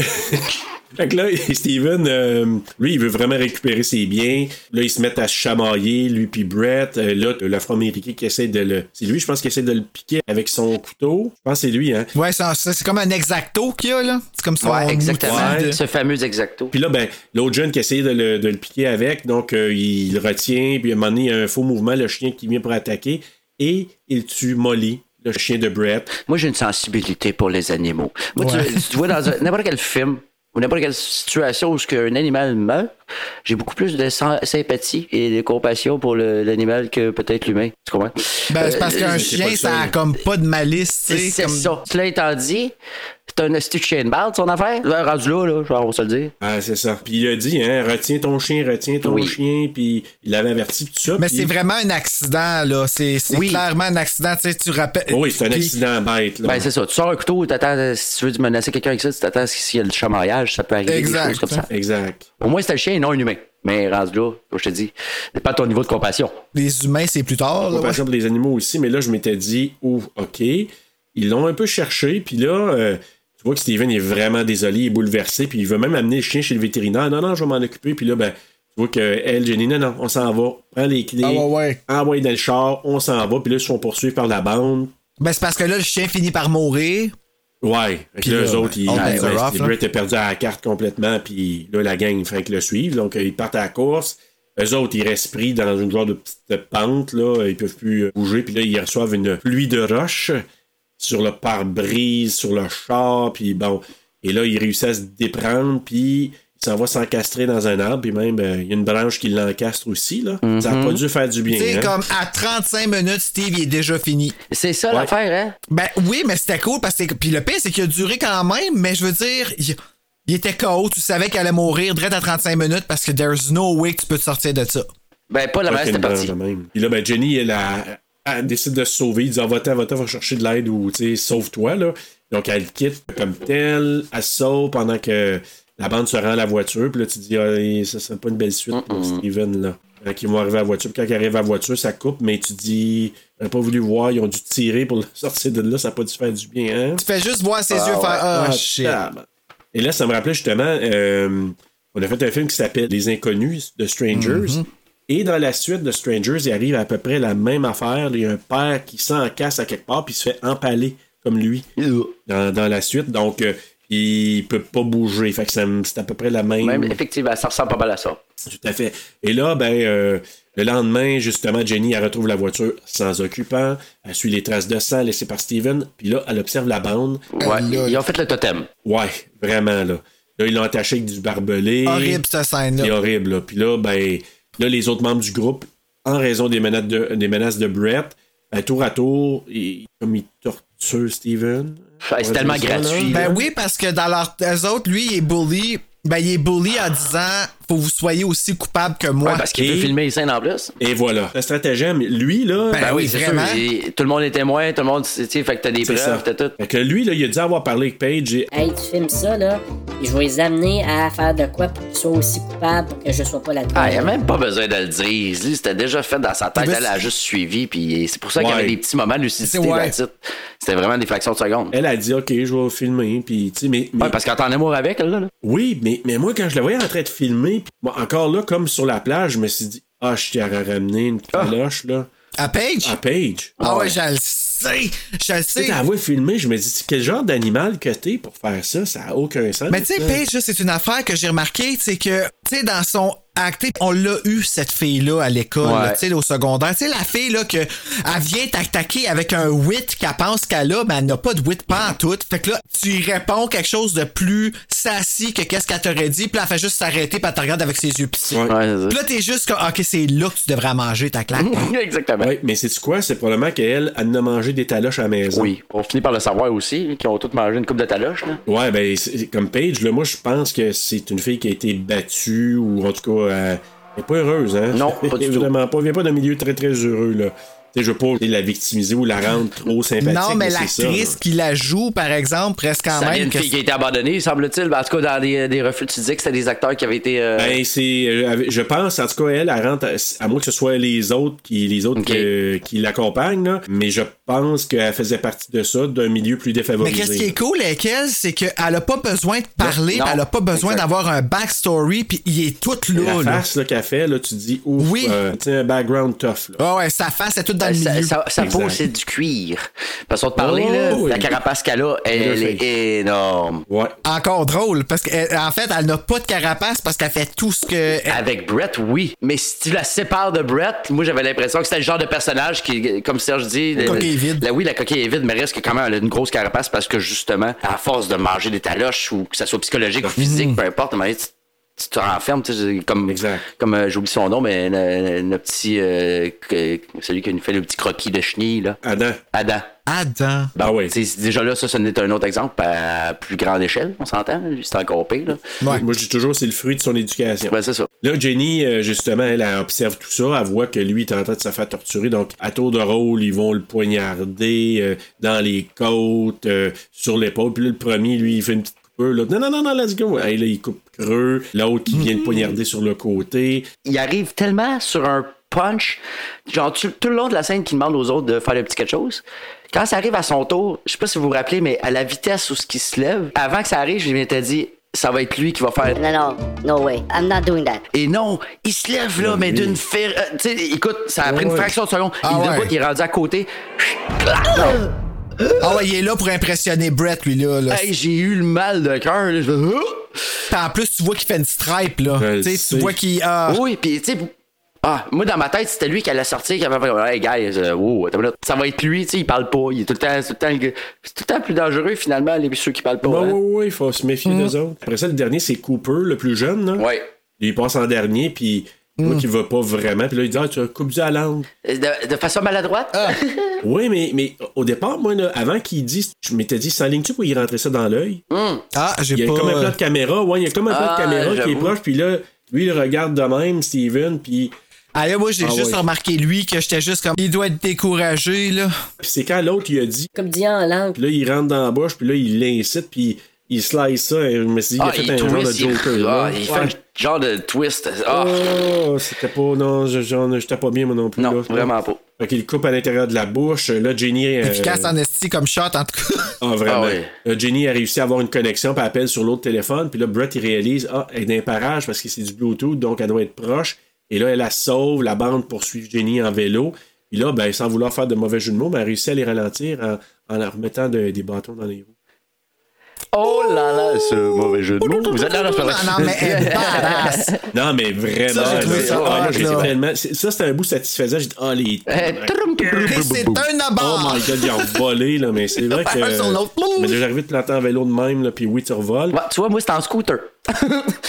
[SPEAKER 2] fait que là, Steven, euh, lui, il veut vraiment récupérer ses biens. Là, ils se mettent à se chamailler, lui puis Brett. Euh, là, l'afro-américain qui essaie de le. C'est lui, je pense, qui essaie de le piquer avec son couteau. Je pense que c'est lui, hein.
[SPEAKER 3] Ouais, c'est un- c'est c'est comme un exacto qu'il y a, là. C'est comme ça.
[SPEAKER 7] Ouais, exactement.
[SPEAKER 2] Ouais.
[SPEAKER 7] Ce fameux exacto.
[SPEAKER 2] Puis là, ben, l'autre jeune qui essaie de le, de le piquer avec, donc euh, il le retient, puis à un moment donné, il y a un faux mouvement, le chien qui vient pour attaquer, et il tue Molly, le chien de Brett.
[SPEAKER 7] Moi, j'ai une sensibilité pour les animaux. Moi, tu-
[SPEAKER 3] Ouais.
[SPEAKER 7] tu, vois, dans un- n'importe quel film ou n'importe quelle situation où ce qu'un animal meurt, j'ai beaucoup plus de sen- sympathie et de compassion pour le- l'animal que peut-être l'humain. Tu comprends?
[SPEAKER 3] Ben, c'est parce
[SPEAKER 7] Euh,
[SPEAKER 3] qu'un
[SPEAKER 7] euh,
[SPEAKER 3] chien,
[SPEAKER 2] le
[SPEAKER 3] ça a
[SPEAKER 2] seul.
[SPEAKER 3] comme pas de malice, tu sais.
[SPEAKER 7] C'est
[SPEAKER 3] comme-
[SPEAKER 7] ça. Cela étant dit, c'est un astuce de chien de balle, son affaire. Là, rendu là, là, genre, on va se le dire.
[SPEAKER 2] Ah, c'est ça. Puis il a dit, hein, retiens ton chien, retiens ton
[SPEAKER 7] Oui.
[SPEAKER 2] chien, puis il l'avait averti, puis tout ça.
[SPEAKER 3] Mais
[SPEAKER 2] puis-
[SPEAKER 3] c'est vraiment un accident, là. C'est c'est
[SPEAKER 7] Oui.
[SPEAKER 3] clairement un accident. Tu sais, tu rappelles.
[SPEAKER 2] Oh Oui, c'est un
[SPEAKER 3] Puis-
[SPEAKER 2] accident bête, là.
[SPEAKER 7] Ben, c'est ça. Tu sors un couteau, t'attends, euh, si tu veux menacer quelqu'un avec ça, tu t'attends à ce qu'il y ait le chamaillage, ça peut arriver.
[SPEAKER 3] Exact.
[SPEAKER 7] Des choses comme ça.
[SPEAKER 2] Exact.
[SPEAKER 7] Au moins, c'est un chien et non un humain. Mais rendu là, comme je te dis, dépend de ton niveau de compassion.
[SPEAKER 3] Les humains, c'est plus tard. là,
[SPEAKER 2] Par
[SPEAKER 3] ouais.
[SPEAKER 2] exemple, les animaux aussi, mais là, je m'étais dit, oh, OK. Ils l'ont un peu cherché, puis là, euh, tu vois que Steven est vraiment désolé, il est bouleversé, puis il veut même amener le chien chez le vétérinaire. Non, non, je vais m'en occuper, puis là, ben, tu vois que elle, Jenny, non, non, on s'en va, prends les clés,
[SPEAKER 3] Ah ouais, ouais.
[SPEAKER 2] envoie dans le char, on s'en va, puis là, ils se font poursuivre par la bande.
[SPEAKER 3] Ben, c'est parce que là, le chien finit par mourir.
[SPEAKER 2] Ouais, puis
[SPEAKER 3] là,
[SPEAKER 2] là, eux
[SPEAKER 3] ouais.
[SPEAKER 2] autres, ils,
[SPEAKER 3] On
[SPEAKER 2] ouais,
[SPEAKER 3] est
[SPEAKER 2] ouais,
[SPEAKER 3] rough,
[SPEAKER 2] Steve
[SPEAKER 3] là.
[SPEAKER 2] Brett a perdu à la carte complètement, puis là, la gang, il fallait qu'ils le suivent. Donc, euh, ils partent à la course. Eux autres, ils restent pris dans une genre de petite pente, là. Ils peuvent plus euh, bouger, puis là, ils reçoivent une pluie de roches sur le pare-brise, sur le char, puis bon. Et là, ils réussissent à se déprendre, puis il s'en va s'encastrer dans un arbre, puis même, euh, il y a une branche qui l'encastre aussi, là. Ça a pas dû faire du bien.
[SPEAKER 3] Tu sais,
[SPEAKER 2] hein.
[SPEAKER 3] comme à 35 minutes, Steve, il est déjà fini.
[SPEAKER 7] C'est ça
[SPEAKER 2] Ouais.
[SPEAKER 7] l'affaire, hein?
[SPEAKER 3] Ben oui, mais c'était cool parce que. Puis le pire, c'est qu'il a duré quand même, mais je veux dire, il, il était KO. Tu savais qu'elle allait mourir direct à 35 minutes parce que there's no way que tu peux te sortir de ça.
[SPEAKER 7] Ben, pas la
[SPEAKER 2] Ouais,
[SPEAKER 7] merde,
[SPEAKER 2] c'est
[SPEAKER 7] c'était
[SPEAKER 2] une branche
[SPEAKER 7] parti.
[SPEAKER 2] de même. Puis là, ben, Jenny, elle, elle, elle décide de se sauver. Il dit Ah, Va-t'en, va-t'en, va chercher de l'aide ou tu sais, sauve-toi. là. Donc, elle le quitte comme telle, elle se sauve pendant que la bande se rend à la voiture. Puis là, tu te dis Ah, et ça serait pas une belle suite pour Steven. Là. Quand ils vont arriver à la voiture. Puis quand ils arrivent à la voiture, ça coupe, mais tu te dis J'aurais pas voulu voir, ils ont dû tirer pour le sortir de là, ça n'a pas dû faire du bien. Hein?
[SPEAKER 3] Tu fais juste voir ses yeux faire Ah,
[SPEAKER 2] Ah,
[SPEAKER 3] shit.
[SPEAKER 2] tabarnak. Et là, ça me rappelait justement, euh, on a fait un film qui s'appelle Les Inconnus de Strangers.
[SPEAKER 3] Mhm.
[SPEAKER 2] Et dans la suite de Strangers, il arrive à peu près la même affaire. Il y a un père qui s'en casse à quelque part puis il se fait empaler comme lui dans, dans la suite. Donc, euh, il peut pas bouger. Fait que ça me- c'est à peu près la même.
[SPEAKER 7] Même, effectivement, ça ressemble pas mal à ça.
[SPEAKER 2] Tout à fait. Et là, ben, euh, le lendemain, justement, Jenny, elle retrouve la voiture sans occupant. Elle suit les traces de sang laissées par Steven. Puis là, elle observe la bande.
[SPEAKER 7] Ouais. Ils ont fait le totem.
[SPEAKER 2] Ouais, vraiment, là. Là, ils l'ont attaché avec du barbelé.
[SPEAKER 3] Horrible cette
[SPEAKER 2] C'est
[SPEAKER 3] scène-là.
[SPEAKER 2] horrible, là. Puis là, ben, là, les autres membres du groupe, en raison des menaces de, des menaces de Brett. Ben, tour à tour, il- comme il torture Steven.
[SPEAKER 7] Ah,
[SPEAKER 2] On va dire ça, là.
[SPEAKER 3] Ben oui, parce que dans leur, eux autres, lui, il est bully. Ben, il est bully en disant faut que vous soyez aussi coupable que moi.
[SPEAKER 7] Ouais, parce qu'il veut filmer les scènes en plus.
[SPEAKER 2] Et voilà. Le stratagème, lui, là.
[SPEAKER 7] Ben, oui, c'est sûr. il- Tout le monde est témoin, tout le monde, tu sais, fait que t'as des
[SPEAKER 2] C'est ça.
[SPEAKER 7] preuves, t'as tout.
[SPEAKER 2] Fait que lui, là, il a dû avoir parlé avec Paige et
[SPEAKER 9] Hey, tu filmes ça, là, et je vais les amener à faire de quoi pour qu'ils soient aussi coupables, pour que je sois pas là-dedans.
[SPEAKER 7] Ah, il a même pas besoin de le dire. Lui, c'était déjà fait dans sa tête.
[SPEAKER 2] Mais
[SPEAKER 7] Elle a juste suivi. Puis c'est pour ça qu'il y
[SPEAKER 2] Ouais.
[SPEAKER 7] avait des petits moments de lucidité
[SPEAKER 2] C'est- ouais.
[SPEAKER 7] dans le titre. C'était vraiment des fractions de secondes.
[SPEAKER 2] elle a dit Ok, je vais filmer. Puis, tu sais, mais. mais-
[SPEAKER 7] parce qu'elle est en amour avec, elle, là. là.
[SPEAKER 2] Oui, mais, mais moi, quand je le voyais en train de filmer, pis moi, encore là, comme sur la plage, je me suis dit Ah, je t'ai ramené une
[SPEAKER 7] Ah.
[SPEAKER 2] cloche, là.
[SPEAKER 3] À Paige
[SPEAKER 2] À Paige.
[SPEAKER 3] Ah ouais, je le sais. Je le
[SPEAKER 2] Tu sais,
[SPEAKER 3] sais.
[SPEAKER 2] t'as filmé, je me dis, c'est quel genre d'animal que t'es pour faire ça? Ça n'a aucun sens.
[SPEAKER 3] Mais tu
[SPEAKER 7] Euh.
[SPEAKER 3] sais,
[SPEAKER 2] Ça.
[SPEAKER 3] Paige, là, c'est une affaire que j'ai remarqué, c'est que, tu sais, dans son acté, on l'a eu, cette fille-là, à l'école,
[SPEAKER 7] Ouais.
[SPEAKER 3] là, tu sais, au secondaire. Tu sais, la fille, là, que, elle vient t'attaquer avec un wit qu'elle pense qu'elle a, mais elle n'a pas de wit pas en tout. Fait que là, tu y réponds quelque chose de plus sassy que qu'est-ce qu'elle t'aurait dit, puis là, elle fait juste s'arrêter, puis elle te regarde avec ses yeux pissés.
[SPEAKER 2] Ouais.
[SPEAKER 7] Ouais, c'est ça.
[SPEAKER 3] Puis là, t'es juste comme, Ah, OK, c'est là que tu devrais manger ta
[SPEAKER 7] Mmh.
[SPEAKER 3] claque.
[SPEAKER 7] Exactement.
[SPEAKER 2] Ouais, mais c'est quoi? C'est probablement qu'elle, elle en a mangé des taloches à la maison.
[SPEAKER 7] Oui. On finit par le savoir aussi, qu'ils ont tous mangé une coupe de taloche, là.
[SPEAKER 2] Ouais, ben, c'est- comme Paige, là, moi, je pense que c'est une fille qui a été battue ou en tout cas, euh, elle n'est pas heureuse, hein?
[SPEAKER 7] Non, pas du
[SPEAKER 2] Elle est
[SPEAKER 7] tout.
[SPEAKER 2] Vraiment pas. Elle vient pas d'un milieu très, très heureux, là. Tu sais, je veux pas la victimiser ou la rendre trop sympathique.
[SPEAKER 3] Non, mais
[SPEAKER 2] c'est ça,
[SPEAKER 3] l'actrice
[SPEAKER 2] là.
[SPEAKER 3] qui la joue, par exemple, presque
[SPEAKER 2] Ah,
[SPEAKER 3] quand
[SPEAKER 7] Ça
[SPEAKER 3] même.
[SPEAKER 7] vient d'une
[SPEAKER 3] que
[SPEAKER 7] fille qui a été abandonnée, semble-t-il. Ben, en tout cas, dans des, des refus, tu disais que c'était des acteurs qui avaient été. euh,
[SPEAKER 2] Ben, c'est. euh, Je pense, en tout cas, elle, elle rentre, à, à moins que ce soit les autres qui, les autres
[SPEAKER 7] Ok.
[SPEAKER 2] que- qui l'accompagnent, là, mais je pense qu'elle faisait partie de ça, d'un milieu plus
[SPEAKER 3] Mais
[SPEAKER 2] défavorisé.
[SPEAKER 3] qu'est-ce qui est cool avec elle, c'est qu'elle a pas besoin de parler,
[SPEAKER 2] Non,
[SPEAKER 3] pis elle a pas besoin
[SPEAKER 2] exact.
[SPEAKER 3] d'avoir un backstory, puis il est tout là.
[SPEAKER 2] La
[SPEAKER 3] là.
[SPEAKER 2] face là, qu'elle fait, là, tu dis, ouf,
[SPEAKER 3] Oui.
[SPEAKER 2] euh, tu sais, un background tough. Là.
[SPEAKER 3] Ah ouais, sa face est toute dans le
[SPEAKER 7] sa-
[SPEAKER 3] milieu.
[SPEAKER 7] sa, sa peau,
[SPEAKER 2] Exact.
[SPEAKER 7] c'est du cuir. Parce qu'on te parlait,
[SPEAKER 3] Oh,
[SPEAKER 7] là,
[SPEAKER 3] oui.
[SPEAKER 7] la carapace qu'elle a, elle
[SPEAKER 2] Tout à fait.
[SPEAKER 7] est énorme.
[SPEAKER 2] Ouais.
[SPEAKER 3] Encore drôle, parce qu'en fait, elle n'a pas de carapace parce qu'elle fait tout ce que.
[SPEAKER 7] Avec Brett, oui. Mais si tu la sépares de Brett, moi j'avais l'impression que c'était le genre de personnage qui, comme Serge dit,
[SPEAKER 3] La
[SPEAKER 7] le-
[SPEAKER 3] coquille est vide.
[SPEAKER 7] La, oui, la coquille est vide, mais reste que quand même elle a une grosse carapace parce que justement, à force de manger des taloches ou que ça soit psychologique ou
[SPEAKER 3] Mm.
[SPEAKER 7] physique, peu importe, mais tu, tu te renfermes, tu sais, comme, comme euh, j'oublie son nom, mais le, le petit, euh, que- celui qui nous fait le petit croquis de chenille, là.
[SPEAKER 2] Adam.
[SPEAKER 7] Adam.
[SPEAKER 3] Adam.
[SPEAKER 2] Ah oui.
[SPEAKER 7] Tu sais, Déjà là, ça, ce n'est un autre exemple à plus grande échelle, on s'entend, lui, c'est encore pire. Là.
[SPEAKER 2] Moi, je dis toujours, c'est le fruit de son éducation.
[SPEAKER 7] Ben, c'est ça.
[SPEAKER 2] Là, Jenny, euh, justement, elle, elle observe tout ça. Elle voit que lui est en train de se faire torturer. Donc, à tour de rôle, ils vont le poignarder euh, dans les côtes, euh, sur l'épaule. Puis là, le premier, lui, il fait une petite coupure. Là. Non, non, non, non, let's go. Hey, là, il coupe creux. L'autre qui vient le poignarder sur le côté.
[SPEAKER 7] il arrive tellement sur un punch, genre tu- tout le long de la scène qui demande aux autres de faire le petit quelque chose. Quand ça arrive à son tour, je sais pas si vous vous rappelez, mais à la vitesse où ce qui se lève, avant que ça arrive, je m'étais dit, ça va être lui qui va faire.
[SPEAKER 11] Non, non, no way. I'm not doing that.
[SPEAKER 7] Et non, il se lève là, mais d'une fer. euh, tu sais, écoute, ça a pris une
[SPEAKER 3] ouais.
[SPEAKER 7] fraction de seconde.
[SPEAKER 3] Ah
[SPEAKER 7] il,
[SPEAKER 3] ouais.
[SPEAKER 7] déboute, il est rendu à côté. Clac, non.
[SPEAKER 3] Ah ouais, il est là pour impressionner Brett, lui, là. là.
[SPEAKER 7] Hey, j'ai eu le mal de cœur. là. Je fais, Oh!
[SPEAKER 3] Pis en plus, tu vois qu'il fait une stripe, là.
[SPEAKER 2] Je le
[SPEAKER 3] Tu sais,
[SPEAKER 2] sais.
[SPEAKER 3] tu vois qu'il. ah,
[SPEAKER 7] Oui, puis tu sais. Ah, moi dans ma tête, c'était lui qui allait sortir, qui avait fait Hey guys, euh, wow, attends une minute. ça va être lui, tu sais, il parle pas, il est tout le temps, tout le temps, le gars- c'est tout le temps plus dangereux finalement, les ceux qui parlent pas.
[SPEAKER 2] Oui,
[SPEAKER 7] hein.
[SPEAKER 2] oui, oui, il faut se méfier des autres. Après ça, le dernier, c'est Cooper, le plus jeune. Là.
[SPEAKER 7] Ouais.
[SPEAKER 2] Il passe en dernier, puis moi qui va pas vraiment. Puis là, il dit ah, Tu coupes du à langue.
[SPEAKER 7] De, de façon maladroite?
[SPEAKER 2] Ah, Oui, mais, mais au départ, moi, là, avant qu'il dise, je m'étais dit, s'enligne-tu pour y rentrer ça dans l'œil?
[SPEAKER 3] Ah,
[SPEAKER 2] Il y
[SPEAKER 3] j'ai
[SPEAKER 2] a
[SPEAKER 3] pas.
[SPEAKER 2] comme un plan de caméra, ouais, il y a comme un plan
[SPEAKER 7] Ah,
[SPEAKER 2] de caméra qui est
[SPEAKER 7] j'avoue.
[SPEAKER 2] proche, puis là, lui, il regarde de même, Steven, puis
[SPEAKER 3] Ah là, moi, j'ai
[SPEAKER 2] Ah
[SPEAKER 3] juste
[SPEAKER 2] ouais.
[SPEAKER 3] remarqué, lui, que j'étais juste comme. Il doit être découragé, là.
[SPEAKER 2] puis c'est quand l'autre, il a dit,
[SPEAKER 9] Comme dit en langue.
[SPEAKER 2] puis là, il rentre dans la bouche, puis là, il l'incite, puis il slice ça, et je me suis dit, il a
[SPEAKER 7] Ah,
[SPEAKER 2] fait
[SPEAKER 7] il
[SPEAKER 2] un genre de
[SPEAKER 7] twist, il,
[SPEAKER 2] Joker. là.
[SPEAKER 7] ah, il fait
[SPEAKER 2] Ouais.
[SPEAKER 7] un genre de twist. Ah,
[SPEAKER 2] Oh, c'était pas, non, je- j'en- j'étais pas bien, moi non plus.
[SPEAKER 7] non,
[SPEAKER 2] là.
[SPEAKER 7] vraiment pas.
[SPEAKER 2] Fait qu'il coupe à l'intérieur de la bouche, là, Jenny. euh,
[SPEAKER 3] Efficace hein, en esti comme shot, en tout cas.
[SPEAKER 2] Ah, vraiment.
[SPEAKER 7] Ah oui.
[SPEAKER 2] Euh, Jenny a réussi à avoir une connexion, puis elle appelle sur l'autre téléphone, puis là, Brett, il réalise, ah, elle est d'un parage parce que c'est du Bluetooth, donc elle doit être proche. Et là, elle la sauve, la bande poursuit Jenny en vélo. Puis là, ben, sans vouloir faire de mauvais jeu de mots, ben, elle réussit à les ralentir en, en leur mettant de- des bâtons dans les roues.
[SPEAKER 7] Oh là là, ce mauvais jeu de mots. Vous êtes là, là, je parlais.
[SPEAKER 3] Non, mais elle est badass.
[SPEAKER 2] Non, mais vraiment.
[SPEAKER 3] Ça, j'ai trouvé
[SPEAKER 2] là,
[SPEAKER 3] ça
[SPEAKER 2] ouais,
[SPEAKER 3] hot,
[SPEAKER 2] moi, j'ai
[SPEAKER 3] là.
[SPEAKER 2] tellement- c'est- Ça, c'était un bout satisfaisant. J'ai dit, ah,
[SPEAKER 7] Eh,
[SPEAKER 2] les.
[SPEAKER 3] Et c'est un abat.
[SPEAKER 2] Oh my god, ils ont volé, là, mais c'est vrai
[SPEAKER 3] Un sur l'autre.
[SPEAKER 2] que. Mais déjà arrivé, tu l'entends en vélo de même, là, puis oui, tu revoles.
[SPEAKER 7] Ouais, tu vois, moi, c'est en scooter.
[SPEAKER 2] Ah,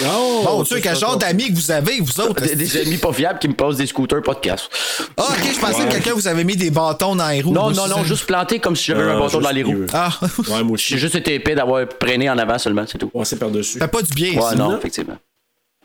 [SPEAKER 2] Oh,
[SPEAKER 3] Bon, tu sais,
[SPEAKER 2] c'est
[SPEAKER 3] quel
[SPEAKER 2] ça,
[SPEAKER 3] genre
[SPEAKER 2] quoi.
[SPEAKER 3] d'amis que vous avez, vous autres?
[SPEAKER 7] Ah, Des, des amis pas fiables qui me passent des scooters podcast.
[SPEAKER 3] Ah, ok, je pensais que quelqu'un vous avait mis des bâtons dans les roues.
[SPEAKER 7] Non,
[SPEAKER 3] Moi,
[SPEAKER 7] non,
[SPEAKER 3] c'est-
[SPEAKER 7] non, juste planté comme si j'avais eu
[SPEAKER 2] Non,
[SPEAKER 7] un bâton
[SPEAKER 2] juste
[SPEAKER 7] dans les roues.
[SPEAKER 2] mieux.
[SPEAKER 3] Ah,
[SPEAKER 2] Ouais, moi
[SPEAKER 7] J'ai
[SPEAKER 2] aussi.
[SPEAKER 7] juste été épais d'avoir prêné en avant seulement, c'est tout.
[SPEAKER 2] On s'est par-dessus.
[SPEAKER 3] fait pas du bien, ça.
[SPEAKER 7] Ouais, non,
[SPEAKER 2] là?
[SPEAKER 7] effectivement.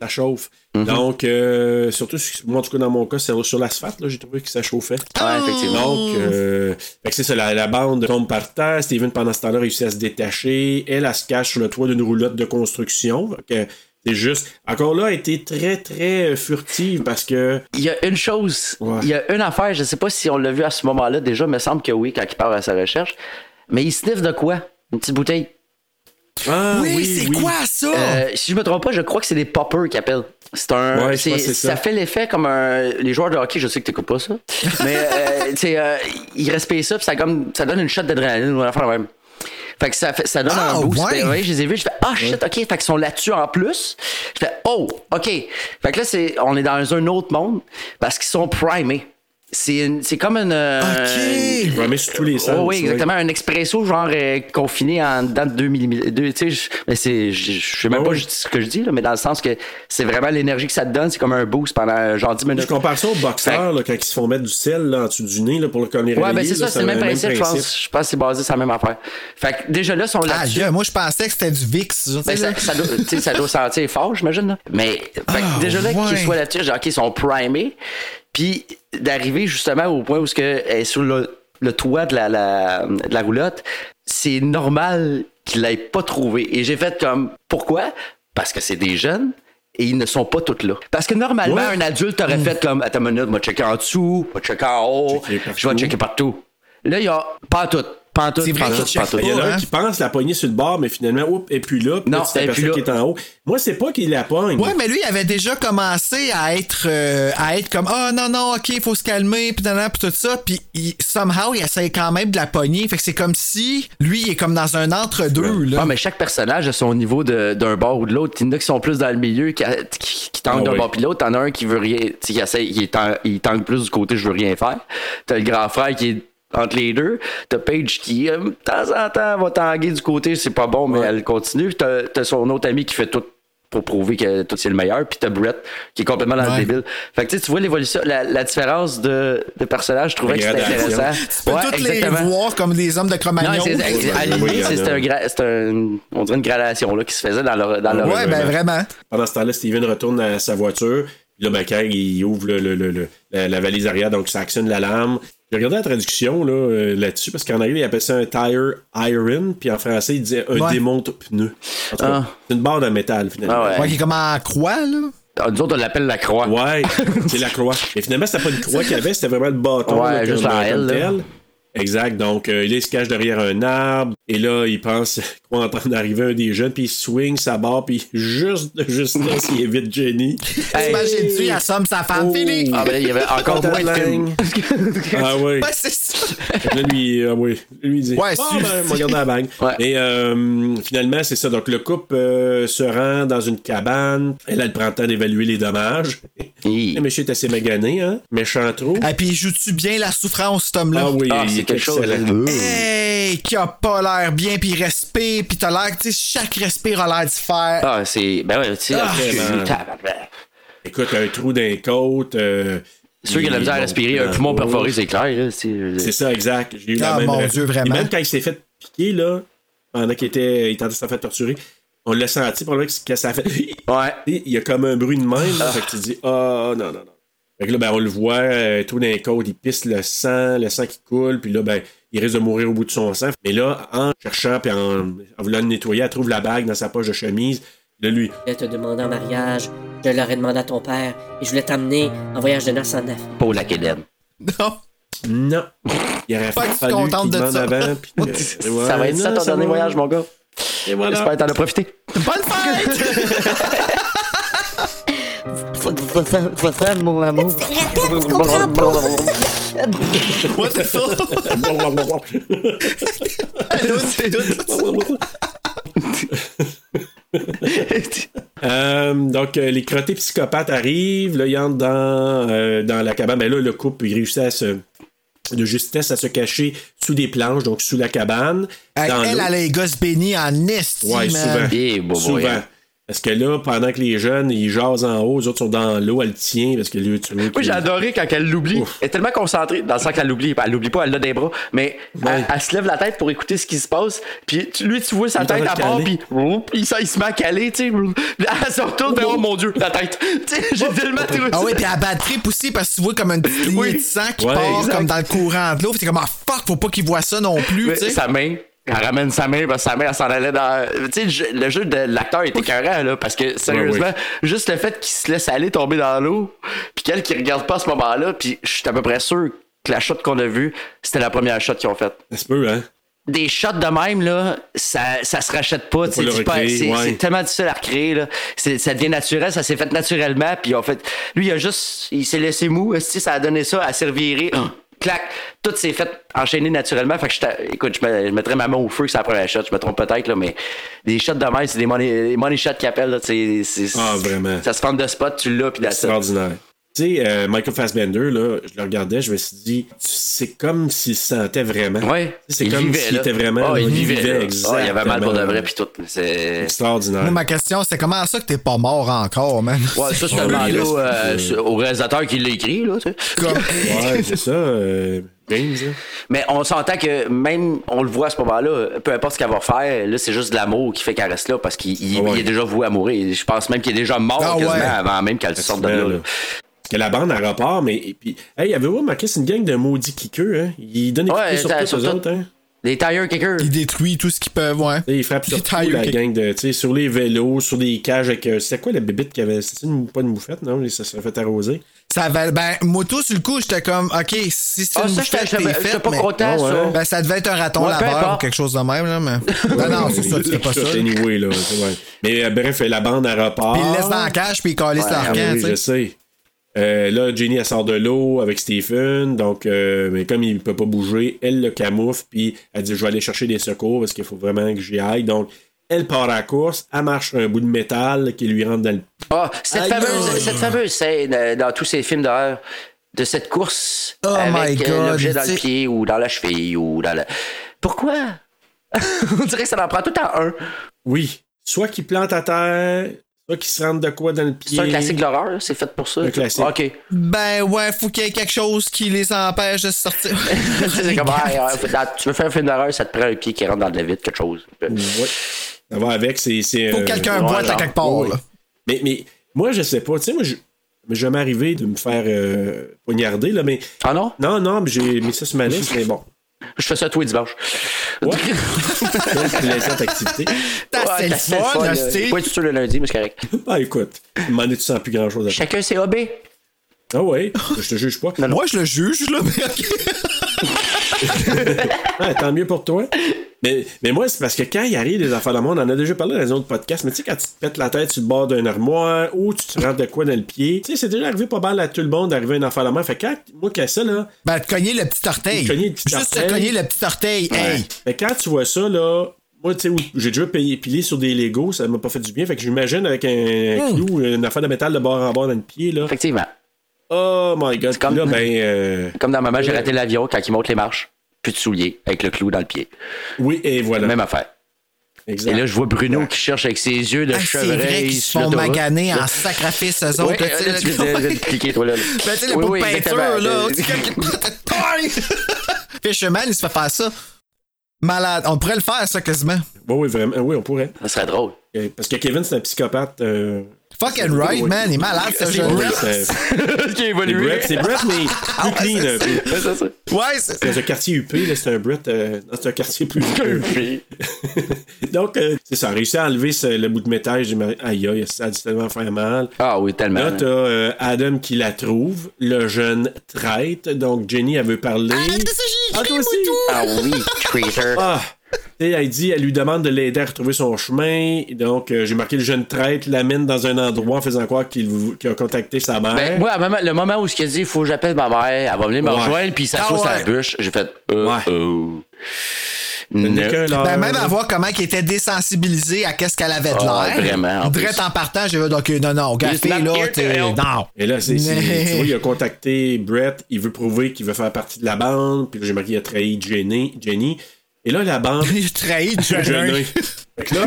[SPEAKER 2] Ça chauffe.
[SPEAKER 7] Mhm.
[SPEAKER 2] Donc, euh, surtout, sur- moi, en tout cas, dans mon cas, c'est sur l'asphalte, là, j'ai trouvé que ça chauffait.
[SPEAKER 7] Ouais, effectivement.
[SPEAKER 2] Donc, euh, fait que c'est ça, la, la bande tombe par terre. Steven, pendant ce temps-là, réussit à se détacher. Elle, elle se cache sur le toit d'une roulotte de construction. Fait que c'est juste. Encore là, elle était très, très euh, furtive parce que.
[SPEAKER 7] Il y a une chose,
[SPEAKER 2] Ouais.
[SPEAKER 7] il y a une affaire, je sais pas si on l'a vu à ce moment-là déjà, mais me semble que oui, quand il part à sa recherche, mais il sniffe de quoi? Une petite bouteille.
[SPEAKER 2] Ah,
[SPEAKER 3] Oui, c'est quoi ça?
[SPEAKER 7] Euh, si je me trompe pas, je crois que c'est des poppers qu'ils appellent. C'est un.
[SPEAKER 2] Ouais, je
[SPEAKER 7] c'est-
[SPEAKER 2] pense que c'est
[SPEAKER 7] ça.
[SPEAKER 2] ça.
[SPEAKER 7] fait l'effet comme un. Les joueurs de hockey, je sais que t'écoutes pas ça. Mais euh, tu sais, euh, ils respirent ça, puis ça, comme, ça donne une shot d'adrénaline ou une affaire de même. Fait que ça, fait- ça donne
[SPEAKER 3] Ah,
[SPEAKER 7] un boost.
[SPEAKER 3] ouais.
[SPEAKER 7] Ben, ouais, je les ai vus, je fais Ah shit, ok. Fait qu'ils sont là-dessus en plus. Je fais Oh, ok. Fait que là, c'est, on est dans un autre monde parce qu'ils sont primés. C'est, une- c'est comme une. euh,
[SPEAKER 3] Ok.
[SPEAKER 2] Il va mettre sur tous les sens.
[SPEAKER 7] Oh oui,
[SPEAKER 2] ouais.
[SPEAKER 7] exactement. Un expresso, genre euh, confiné en dedans de 2 mm. Tu sais, je- mais c'est. Je je sais même
[SPEAKER 2] Ah
[SPEAKER 7] pas
[SPEAKER 2] oui.
[SPEAKER 7] ju- ce que je dis, là, mais dans le sens que c'est vraiment l'énergie que ça te donne, c'est comme un boost pendant euh, genre 10 minutes.
[SPEAKER 2] Je compare ça aux boxeurs, là, quand ils se font mettre du sel là, en dessous du nez là, pour le comme les
[SPEAKER 7] Ouais,
[SPEAKER 2] réveiller,
[SPEAKER 7] ben c'est
[SPEAKER 2] là,
[SPEAKER 7] ça, c'est le même principe, je
[SPEAKER 2] principe.
[SPEAKER 7] pense. Je pense que c'est basé sur la même affaire. Fait que déjà là, ils sont
[SPEAKER 3] Ah,
[SPEAKER 7] là-dessus.
[SPEAKER 3] yeah, moi, je pensais que c'était du VIX. genre, tu
[SPEAKER 7] Ben,
[SPEAKER 3] sais,
[SPEAKER 7] ça,
[SPEAKER 3] là.
[SPEAKER 7] ça doit, tu sais, ça doit sentir fort, j'imagine. là. Mais fait que
[SPEAKER 3] Ah,
[SPEAKER 7] déjà là,
[SPEAKER 3] ouais.
[SPEAKER 7] qu'ils soient là-dessus, j'ai dit, OK, ils sont primés. Puis d'arriver justement au point où ce que, elle est sur le, le toit de la, la- de la roulotte, c'est normal qu'ils l'aient pas trouvé. Et j'ai fait comme, pourquoi? Parce que c'est des jeunes. Et ils ne sont pas toutes là. Parce que normalement,
[SPEAKER 2] Ouais. Mm.
[SPEAKER 7] un adulte aurait fait comme Attends une minute, moi checker en dessous, moi checker en haut,
[SPEAKER 2] Checker
[SPEAKER 7] je vais
[SPEAKER 2] partout.
[SPEAKER 7] checker partout. Là, il y a pas toutes, pas toutes,
[SPEAKER 3] C'est vrai
[SPEAKER 7] pas
[SPEAKER 3] qu'ils
[SPEAKER 7] toutes, pas
[SPEAKER 3] checkent
[SPEAKER 7] toutes.
[SPEAKER 2] Il y en a
[SPEAKER 3] Ouais,
[SPEAKER 2] un
[SPEAKER 3] hein.
[SPEAKER 2] qui pense la poignée sur le bord, mais finalement, oups, et puis là, puis
[SPEAKER 7] Non,
[SPEAKER 2] là, tu t'aperçois
[SPEAKER 7] et puis là.
[SPEAKER 2] qu'il est en haut. Moi, c'est pas qu'il la pogne.
[SPEAKER 3] Ouais, mais lui, il avait déjà commencé à être, euh, à être comme, ah non, non, ok, faut se calmer, puis nanana, puis tout ça. Puis il- somehow, il essaye quand même de la pogner. Fait que c'est comme si lui, il est comme dans un entre-deux, là.
[SPEAKER 7] Ah, mais chaque personnage a son niveau de- d'un bord ou de l'autre. Il y en a qui sont plus dans le milieu, qui, qui, qui tanguent
[SPEAKER 2] Ah
[SPEAKER 7] d'un
[SPEAKER 2] oui.
[SPEAKER 7] bord puis de l'autre. T'en as un qui veut rien, tu sais, qui essaie, il, tang- il tangue plus du côté je veux rien faire. T'as le grand frère qui est entre les deux. T'as Paige qui, euh, de temps en temps, va tanguer du côté, c'est pas bon, mais elle continue. Puis t'as t'as son autre ami qui fait tout pour prouver que tout c'est le meilleur. Puis t'as Brett qui est complètement dans
[SPEAKER 3] Ouais.
[SPEAKER 7] le débile. Fait que tu sais, tu vois l'évolution, la, la différence de, de personnages, je trouvais que c'était
[SPEAKER 2] Gradation.
[SPEAKER 7] intéressant.
[SPEAKER 3] Tu peux
[SPEAKER 7] Ouais,
[SPEAKER 3] tous
[SPEAKER 7] exactement.
[SPEAKER 3] les voir comme des hommes de
[SPEAKER 7] Non,
[SPEAKER 3] Cro-Magnon.
[SPEAKER 7] c'est
[SPEAKER 2] oui,
[SPEAKER 7] à l'idée,
[SPEAKER 2] oui,
[SPEAKER 7] c'est-
[SPEAKER 2] il y en
[SPEAKER 7] c'est
[SPEAKER 2] a.
[SPEAKER 7] un gra- c'est un- on dirait une gradation là, qui se faisait dans leur, dans leur-
[SPEAKER 3] Ouais, ben vraiment.
[SPEAKER 2] Pendant ce temps-là, Steven retourne à sa voiture. Puis là, ben, quand il ouvre le- le- le- le- la, la valise arrière, donc ça actionne l'alarme. J'ai regardé la traduction là, euh, là-dessus, parce qu'en anglais, il appelle ça un tire iron, puis en français, il disait un
[SPEAKER 3] Ouais.
[SPEAKER 2] démonte-pneu. En tout cas,
[SPEAKER 7] Ah.
[SPEAKER 2] C'est une barre de métal, finalement.
[SPEAKER 7] Ah
[SPEAKER 3] Ouais, qui est comme en croix, là.
[SPEAKER 7] Ah, Nous autres, on l'appelle la croix.
[SPEAKER 2] Ouais, c'est la croix. Et finalement, c'était pas une croix qu'il y avait, c'était vraiment le bâton.
[SPEAKER 7] Ouais,
[SPEAKER 2] là,
[SPEAKER 7] juste
[SPEAKER 2] comme-
[SPEAKER 7] la
[SPEAKER 2] comme
[SPEAKER 7] L, là.
[SPEAKER 2] tel. Exact. Donc, euh, là, il se cache derrière un arbre. Et là, il pense qu'on entend arriver un des jeunes, puis il swing sa barre, puis juste, juste là, il évite Jenny.
[SPEAKER 7] Hey.
[SPEAKER 3] T'imagines-tu, il assomme sa femme,
[SPEAKER 2] Oh.
[SPEAKER 3] fini.
[SPEAKER 7] Ah, ben là, il y avait encore moins de films.
[SPEAKER 2] Ah oui.
[SPEAKER 3] Ouais, c'est ça.
[SPEAKER 2] Là, lui, ah oui. Lui, il dit
[SPEAKER 3] Ouais,
[SPEAKER 2] Ah,
[SPEAKER 3] si-
[SPEAKER 2] ben, moi, regarde la bague.
[SPEAKER 7] Ouais.
[SPEAKER 2] Et euh, finalement, c'est ça. Donc, le couple euh, se rend dans une cabane. Elle, elle prend le temps d'évaluer les dommages.
[SPEAKER 7] Hi.
[SPEAKER 2] Le monsieur est assez magané, hein. Méchant trop.
[SPEAKER 3] Et puis, il joue-tu bien la souffrance, cet homme-là?
[SPEAKER 2] Ah oui,
[SPEAKER 7] Ah,
[SPEAKER 2] il
[SPEAKER 7] c'est
[SPEAKER 2] est
[SPEAKER 7] quelque chose.
[SPEAKER 2] excellent.
[SPEAKER 3] Hey, qui a pas l'air bien, puis il respire, puis t'as l'air, tu sais, chaque respire a l'air de se faire.
[SPEAKER 7] Ah, c'est. Ben ouais, tu sais.
[SPEAKER 2] Ah,
[SPEAKER 7] c'est-
[SPEAKER 2] vraiment.
[SPEAKER 7] tabarnak.
[SPEAKER 2] Écoute, un trou d'un côte. Euh,
[SPEAKER 7] Ceux qui ont la
[SPEAKER 2] il-
[SPEAKER 7] misère à
[SPEAKER 2] bon,
[SPEAKER 7] respirer, un
[SPEAKER 2] dans-
[SPEAKER 7] poumon perforé, c'est clair. là, c'est-
[SPEAKER 2] C'est ça, exact. J'ai eu la
[SPEAKER 3] Ah,
[SPEAKER 2] même.
[SPEAKER 3] mon
[SPEAKER 2] euh,
[SPEAKER 3] Dieu,
[SPEAKER 2] et
[SPEAKER 3] vraiment.
[SPEAKER 2] Même quand il s'est fait piquer, là, pendant qu'il était, il tentait de se faire torturer, on l'a senti pour le que ça a fait.
[SPEAKER 7] Ouais.
[SPEAKER 2] Et Il y a comme un bruit de même, là, fait que tu dis, ah, non, non, non. Fait que là, ben, on le voit, euh, tout d'un code, il pisse le sang, le sang qui coule, puis là, ben, il risque de mourir au bout de son sang. Mais là, en cherchant, puis en, en voulant le nettoyer, elle trouve la bague dans sa poche de chemise. Là, lui,
[SPEAKER 9] Je voulais te demander en mariage, je leur ai demandé à ton père, et je voulais t'amener en voyage de noces en Afrique.
[SPEAKER 7] Paul Aquilène.
[SPEAKER 3] Non.
[SPEAKER 2] non. Il aurait
[SPEAKER 3] Pas
[SPEAKER 2] fallu
[SPEAKER 3] que tu te contentes
[SPEAKER 2] qu'il
[SPEAKER 3] de
[SPEAKER 2] demande
[SPEAKER 3] ça.
[SPEAKER 2] avant, puis que-
[SPEAKER 7] Ça va être ça
[SPEAKER 2] Non,
[SPEAKER 7] ton dernier
[SPEAKER 2] va.
[SPEAKER 7] voyage, mon gars.
[SPEAKER 2] Et voilà.
[SPEAKER 7] J'espère que t'en as profité.
[SPEAKER 3] Bonne fête!
[SPEAKER 11] Faut ça, mon amour.
[SPEAKER 10] Répète, je comprends pas.
[SPEAKER 3] What the fuck? Allô, c'est tout.
[SPEAKER 2] euh, donc, euh, les crottés psychopathes arrivent. Là, ils entrent dans, euh, dans la cabane. Ben là, le couple, il réussit à se de justesse à se cacher sous des planches, donc sous la cabane.
[SPEAKER 3] Elle,
[SPEAKER 2] dans
[SPEAKER 3] elle,
[SPEAKER 2] l'eau.
[SPEAKER 3] elle a les gosses bénis en estime.
[SPEAKER 2] Ouais, souvent.
[SPEAKER 7] Eh,
[SPEAKER 2] souvent. Parce que là, pendant que les jeunes, ils jasent en haut, les autres sont dans l'eau, elle tient, parce que lui, tu vois.
[SPEAKER 7] Oui,
[SPEAKER 2] qu'il-
[SPEAKER 7] j'ai adoré quand elle l'oublie. Elle est tellement concentrée, dans le sens qu'elle l'oublie. Elle l'oublie pas, elle l'a des bras. Mais
[SPEAKER 2] Ben
[SPEAKER 7] elle, elle se lève la tête pour écouter ce qui se passe. Puis tu- lui, tu vois sa
[SPEAKER 2] Il est en
[SPEAKER 7] tête
[SPEAKER 2] train
[SPEAKER 7] à
[SPEAKER 2] de
[SPEAKER 7] part,
[SPEAKER 2] caler.
[SPEAKER 7] puis oup, il, se- il se met à caler, tu sais. Puis Elle se retourne, puis, oh mon Dieu, la tête. Tu sais, j'ai tellement trouvé
[SPEAKER 3] Ah
[SPEAKER 7] ça-
[SPEAKER 3] oui, puis elle bat de trip aussi parce que tu vois comme une petite ligne de sang qui
[SPEAKER 7] Ouais,
[SPEAKER 3] part
[SPEAKER 7] exact.
[SPEAKER 3] comme dans le courant de l'eau. Fait que C'est comme ah fuck, faut pas qu'il voit ça non plus.
[SPEAKER 7] Mais
[SPEAKER 3] tu sais.
[SPEAKER 7] sa main. Elle ramène sa main parce que sa main, elle s'en allait dans. Tu sais, le jeu- le jeu de l'acteur était écœurant, là, parce que sérieusement,
[SPEAKER 2] Ouais,
[SPEAKER 7] juste le fait qu'il se laisse aller tomber dans l'eau, puis qu'elle qui regarde pas à ce moment-là, puis je suis à peu près sûr que la shot qu'on a vue, c'était la première shot qu'ils ont faite.
[SPEAKER 2] Ça se peut, hein?
[SPEAKER 7] Des shots de même, là, ça, ça se rachète pas. tu sais,
[SPEAKER 2] le
[SPEAKER 7] tu peux-
[SPEAKER 2] recréer,
[SPEAKER 7] C'est
[SPEAKER 2] ouais.
[SPEAKER 7] c'est tellement difficile à recréer, là. C'est- Ça devient naturel, ça s'est fait naturellement, puis en fait, lui, il a juste. Il s'est laissé mou, si ça a donné ça à servir. hein. Clac, tout s'est fait enchaîner naturellement. Fait que je t'a- écoute, je, me- je mettrais ma main au feu que c'est la première shot, je me trompe peut-être, là, mais des shots de même, c'est des money, des money shots qui appellent, là, tu sais, c'est-
[SPEAKER 2] Ah, vraiment.
[SPEAKER 7] Ça se forme de spot, tu l'as, puis that's it.
[SPEAKER 2] Extraordinaire. Tu sais, euh, Michael Fassbender, là, je le regardais, je me suis dit, c'est comme s'il se sentait vraiment.
[SPEAKER 7] Ouais,
[SPEAKER 2] C'est
[SPEAKER 7] il
[SPEAKER 2] comme
[SPEAKER 7] vivait,
[SPEAKER 2] s'il
[SPEAKER 7] là.
[SPEAKER 2] était vraiment.
[SPEAKER 7] Ah,
[SPEAKER 2] là,
[SPEAKER 7] il vivait, là.
[SPEAKER 2] exactement.
[SPEAKER 7] Ah, il avait mal pour de vrai, puis tout. C'est
[SPEAKER 2] Extraordinaire.
[SPEAKER 3] Moi, ma question, c'est comment ça que t'es pas mort encore, man?
[SPEAKER 7] Ouais, ça, c'est un bandeau euh, sur- au réalisateur qui l'a écrit, là, tu sais.
[SPEAKER 2] Ouais, c'est ça, euh, James. là.
[SPEAKER 7] Mais on s'entend que même, on le voit à ce moment-là, peu importe ce qu'elle va faire, là, c'est juste de l'amour qui fait qu'elle reste là parce qu'il il- il est déjà voué à mourir. Je pense même qu'il est déjà mort
[SPEAKER 2] Ah,
[SPEAKER 7] quasiment
[SPEAKER 2] ouais.
[SPEAKER 7] avant même qu'elle sorte de là.
[SPEAKER 2] Absolument,
[SPEAKER 7] là.
[SPEAKER 2] là. Parce que la bande, elle repart, mais. Et puis, hey, avez-vous remarqué, c'est une gang de maudits kickeux, hein? Ils donnent des
[SPEAKER 7] Ouais,
[SPEAKER 2] coups de pied
[SPEAKER 7] t'as-
[SPEAKER 2] sur tous
[SPEAKER 7] sur
[SPEAKER 2] les
[SPEAKER 7] tout.
[SPEAKER 2] autres, hein?
[SPEAKER 7] Les tire kickers.
[SPEAKER 3] Il détruit tout ce qu'ils peuvent, ouais.
[SPEAKER 2] Tu sais, Ils frappent
[SPEAKER 3] Les
[SPEAKER 2] sur tout,
[SPEAKER 3] tire
[SPEAKER 2] la
[SPEAKER 3] kick-
[SPEAKER 2] gang de. Tu sais, sur les vélos, sur des cages avec. euh, C'était quoi la bébite qui avait. C'était une- pas une moufette, non? Ça s'est fait arroser.
[SPEAKER 3] Ça va, ben, moto, sur le coup, j'étais comme, OK, si c'est
[SPEAKER 7] Ah,
[SPEAKER 3] une
[SPEAKER 7] ça,
[SPEAKER 3] mouchette,
[SPEAKER 7] j'étais-
[SPEAKER 3] t'es
[SPEAKER 7] j'étais- j'étais
[SPEAKER 3] faite,
[SPEAKER 7] pas
[SPEAKER 3] mais-
[SPEAKER 7] content, ça.
[SPEAKER 3] Ben, ça devait être un raton
[SPEAKER 7] Ouais, peu
[SPEAKER 3] laveur ou
[SPEAKER 7] importe.
[SPEAKER 3] quelque chose de même, là, mais. non, non, c'est ça, c'était pas ça. Puis
[SPEAKER 2] Anyway, là, tu sais, ouais. Mais euh, bref, la bande, elle repart.
[SPEAKER 3] il le laisse dans la cage, puis il calisse
[SPEAKER 2] Ouais,
[SPEAKER 3] dans
[SPEAKER 7] ah
[SPEAKER 3] le
[SPEAKER 2] oui,
[SPEAKER 3] camp, tu sais.
[SPEAKER 2] je sais. Euh, là, Jenny, elle sort de l'eau avec Stephen. Donc, euh, mais comme il peut pas bouger, elle le camoufle. Puis elle dit Je vais aller chercher des secours parce qu'il faut vraiment que j'y aille. Donc, elle part à la course. Elle marche sur un bout de métal qui lui rentre dans le.
[SPEAKER 7] Ah, cette,
[SPEAKER 2] Aïe,
[SPEAKER 7] fameuse,
[SPEAKER 2] aïe.
[SPEAKER 7] cette fameuse scène euh, dans tous ces films d'horreur de cette course
[SPEAKER 3] Oh my
[SPEAKER 7] avec euh,
[SPEAKER 3] God,
[SPEAKER 7] l'objet dans
[SPEAKER 3] tu
[SPEAKER 7] le
[SPEAKER 3] sais-
[SPEAKER 7] pied ou dans la cheville ou dans la. Pourquoi? On dirait que ça en prend tout en un.
[SPEAKER 2] Oui. Soit qu'il plante à terre, soit qu'il se rentre de quoi dans le pied.
[SPEAKER 7] C'est un classique de l'horreur, là, c'est fait pour ça. Ah,
[SPEAKER 2] Un classique.
[SPEAKER 7] Ok.
[SPEAKER 3] Ben, ouais, faut qu'il y ait quelque chose qui les empêche de sortir.
[SPEAKER 7] C'est comme, ah, ah, faut- dans- tu veux faire un film d'horreur, ça te prend un pied qui rentre dans de la vitre, quelque chose. Euh,
[SPEAKER 2] Ouais. Ça va avec, c'est. c'est,
[SPEAKER 3] Faut
[SPEAKER 2] euh,
[SPEAKER 3] que quelqu'un
[SPEAKER 7] ouais, Oh,
[SPEAKER 3] boite à
[SPEAKER 7] genre,
[SPEAKER 3] quelque part,
[SPEAKER 2] ouais.
[SPEAKER 3] là.
[SPEAKER 2] Mais, mais moi, je sais pas. Tu sais, moi, je. Mais je m'est arrivé de me faire euh, poignarder, là, mais.
[SPEAKER 7] Ah non?
[SPEAKER 2] Non, non, mais j'ai mis ça sur ma liste, mais bon.
[SPEAKER 7] Je fais ça tous les dimanches.
[SPEAKER 2] Ouais. Quelle plaisante activité.
[SPEAKER 3] T'as c'est le fun, là, tu sais.
[SPEAKER 7] Ouais, tu le lundi, mais c'est correct.
[SPEAKER 2] Bah écoute, à un moment donné, tu sens plus grand chose à faire.
[SPEAKER 7] Chacun ses hobbies.
[SPEAKER 2] Ah ouais, je te juge pas.
[SPEAKER 3] Moi, je le juge, là, mais ok.
[SPEAKER 2] Ah, tant mieux pour toi. Mais, mais moi, c'est parce que quand il arrive des affaires de monde, on en a déjà parlé dans les autres podcasts, mais tu sais, quand tu te pètes la tête sur le bord d'un armoire ou tu te rentres de quoi dans le pied, tu sais, c'est déjà arrivé pas mal à tout le monde d'arriver à une affaire de main. Fait que quand, moi, qu'à ça, là,
[SPEAKER 3] Ben, te cogner le petit orteil.
[SPEAKER 2] Te cogner le petit
[SPEAKER 3] Juste te
[SPEAKER 2] orteil.
[SPEAKER 3] cogner le petit orteil, hey.
[SPEAKER 2] Fait que quand tu vois ça, là, moi, tu sais, où j'ai déjà payé, pilé sur des Legos, ça m'a pas fait du bien. Fait que j'imagine avec
[SPEAKER 7] Hmm.
[SPEAKER 2] un clou, une affaire de métal de bord en bord dans le pied, là.
[SPEAKER 7] Effectivement.
[SPEAKER 2] Oh my god,
[SPEAKER 7] comme-
[SPEAKER 2] Puis là, ben. euh,
[SPEAKER 7] Comme dans Maman, j'ai raté l'avion quand il monte les marches. Plus de souliers, avec le clou dans le pied.
[SPEAKER 2] Oui, et voilà.
[SPEAKER 7] Même affaire.
[SPEAKER 2] Exact.
[SPEAKER 7] Et là, je vois Bruno qui cherche avec ses yeux de
[SPEAKER 3] Ah, c'est vrai
[SPEAKER 7] chevreuil
[SPEAKER 3] qu'ils se
[SPEAKER 7] sur
[SPEAKER 3] font
[SPEAKER 7] l'autoroute.
[SPEAKER 3] maganer en sacrifice, eux autres.
[SPEAKER 7] Ouais,
[SPEAKER 3] là, tu sais,
[SPEAKER 7] là, tu
[SPEAKER 3] là,
[SPEAKER 7] viens de- de- de cliquer, toi, là.
[SPEAKER 3] Ben, tu sais, la
[SPEAKER 7] Oui,
[SPEAKER 3] peau de
[SPEAKER 7] oui,
[SPEAKER 3] peinture,
[SPEAKER 7] exactement.
[SPEAKER 3] là. tu sais, quelqu'un- Fisherman, il se fait faire ça. Malade. On pourrait le faire, ça, quasiment.
[SPEAKER 2] Oui, oui, vraiment. Oui, on pourrait.
[SPEAKER 7] Ça serait drôle.
[SPEAKER 2] Euh, Parce que Kevin, c'est un psychopathe. euh,
[SPEAKER 3] Fucking right,
[SPEAKER 2] oui.
[SPEAKER 3] man. Il est malade, ce
[SPEAKER 2] oui,
[SPEAKER 3] jeune-là.
[SPEAKER 2] c'est-
[SPEAKER 7] Qui a
[SPEAKER 2] c'est
[SPEAKER 7] évolué.
[SPEAKER 2] Brett, c'est Brett, mais plus clean. un peu.
[SPEAKER 7] Ah Ouais, c'est ça.
[SPEAKER 3] Ouais, c'est-
[SPEAKER 2] Dans un quartier UP, là, c'est un Brett. euh, dans un quartier plus.
[SPEAKER 7] Puis-
[SPEAKER 2] Donc, euh, c'est ça. Réussi à enlever ce- le bout de métal. J'ai dit, aïe, aïe, ça a dû tellement faire mal.
[SPEAKER 7] Ah oui, tellement.
[SPEAKER 2] Là, t'as euh, Adam qui la trouve, le jeune traite. Donc, Jenny, elle veut parler. Ah, toi aussi?
[SPEAKER 7] Ah oui, traitor.
[SPEAKER 2] Ah! Et elle dit, elle lui demande de l'aider à retrouver son chemin. Et Donc, euh, j'ai marqué le jeune traite, l'amène dans un endroit en faisant croire qu'il vou- qu'il a contacté sa mère.
[SPEAKER 7] Ben, moi, à maman- le moment où ce qu'il a dit, il faut que j'appelle ma mère, elle va venir me
[SPEAKER 2] Hein? Ouais.
[SPEAKER 7] rejoindre, puis ça
[SPEAKER 3] Ah
[SPEAKER 7] s'assoit sur
[SPEAKER 3] ouais.
[SPEAKER 7] la bûche, j'ai fait, euh,
[SPEAKER 2] Ouais.
[SPEAKER 7] euh. Ne-
[SPEAKER 3] Ben,
[SPEAKER 2] euh,
[SPEAKER 3] même à voir comment il était désensibilisé à qu'est-ce qu'elle avait de
[SPEAKER 7] Ah,
[SPEAKER 3] l'air.
[SPEAKER 7] vraiment, en
[SPEAKER 3] Drette
[SPEAKER 7] plus.
[SPEAKER 3] en partant, j'ai vu, OK, non, non, gars,
[SPEAKER 2] It's not
[SPEAKER 3] fille, là,
[SPEAKER 2] here to
[SPEAKER 3] t'es-
[SPEAKER 2] help.
[SPEAKER 3] Non.
[SPEAKER 2] Et là, c'est, c'est-
[SPEAKER 3] Mais-
[SPEAKER 2] tu vois, il a contacté Brett, il veut prouver qu'il veut faire partie de la bande, puis là, j'ai marqué qu'il a trahi Jenny. Jenny. Et là, la bande.
[SPEAKER 3] il a trahi Jenny.
[SPEAKER 2] Fait que là.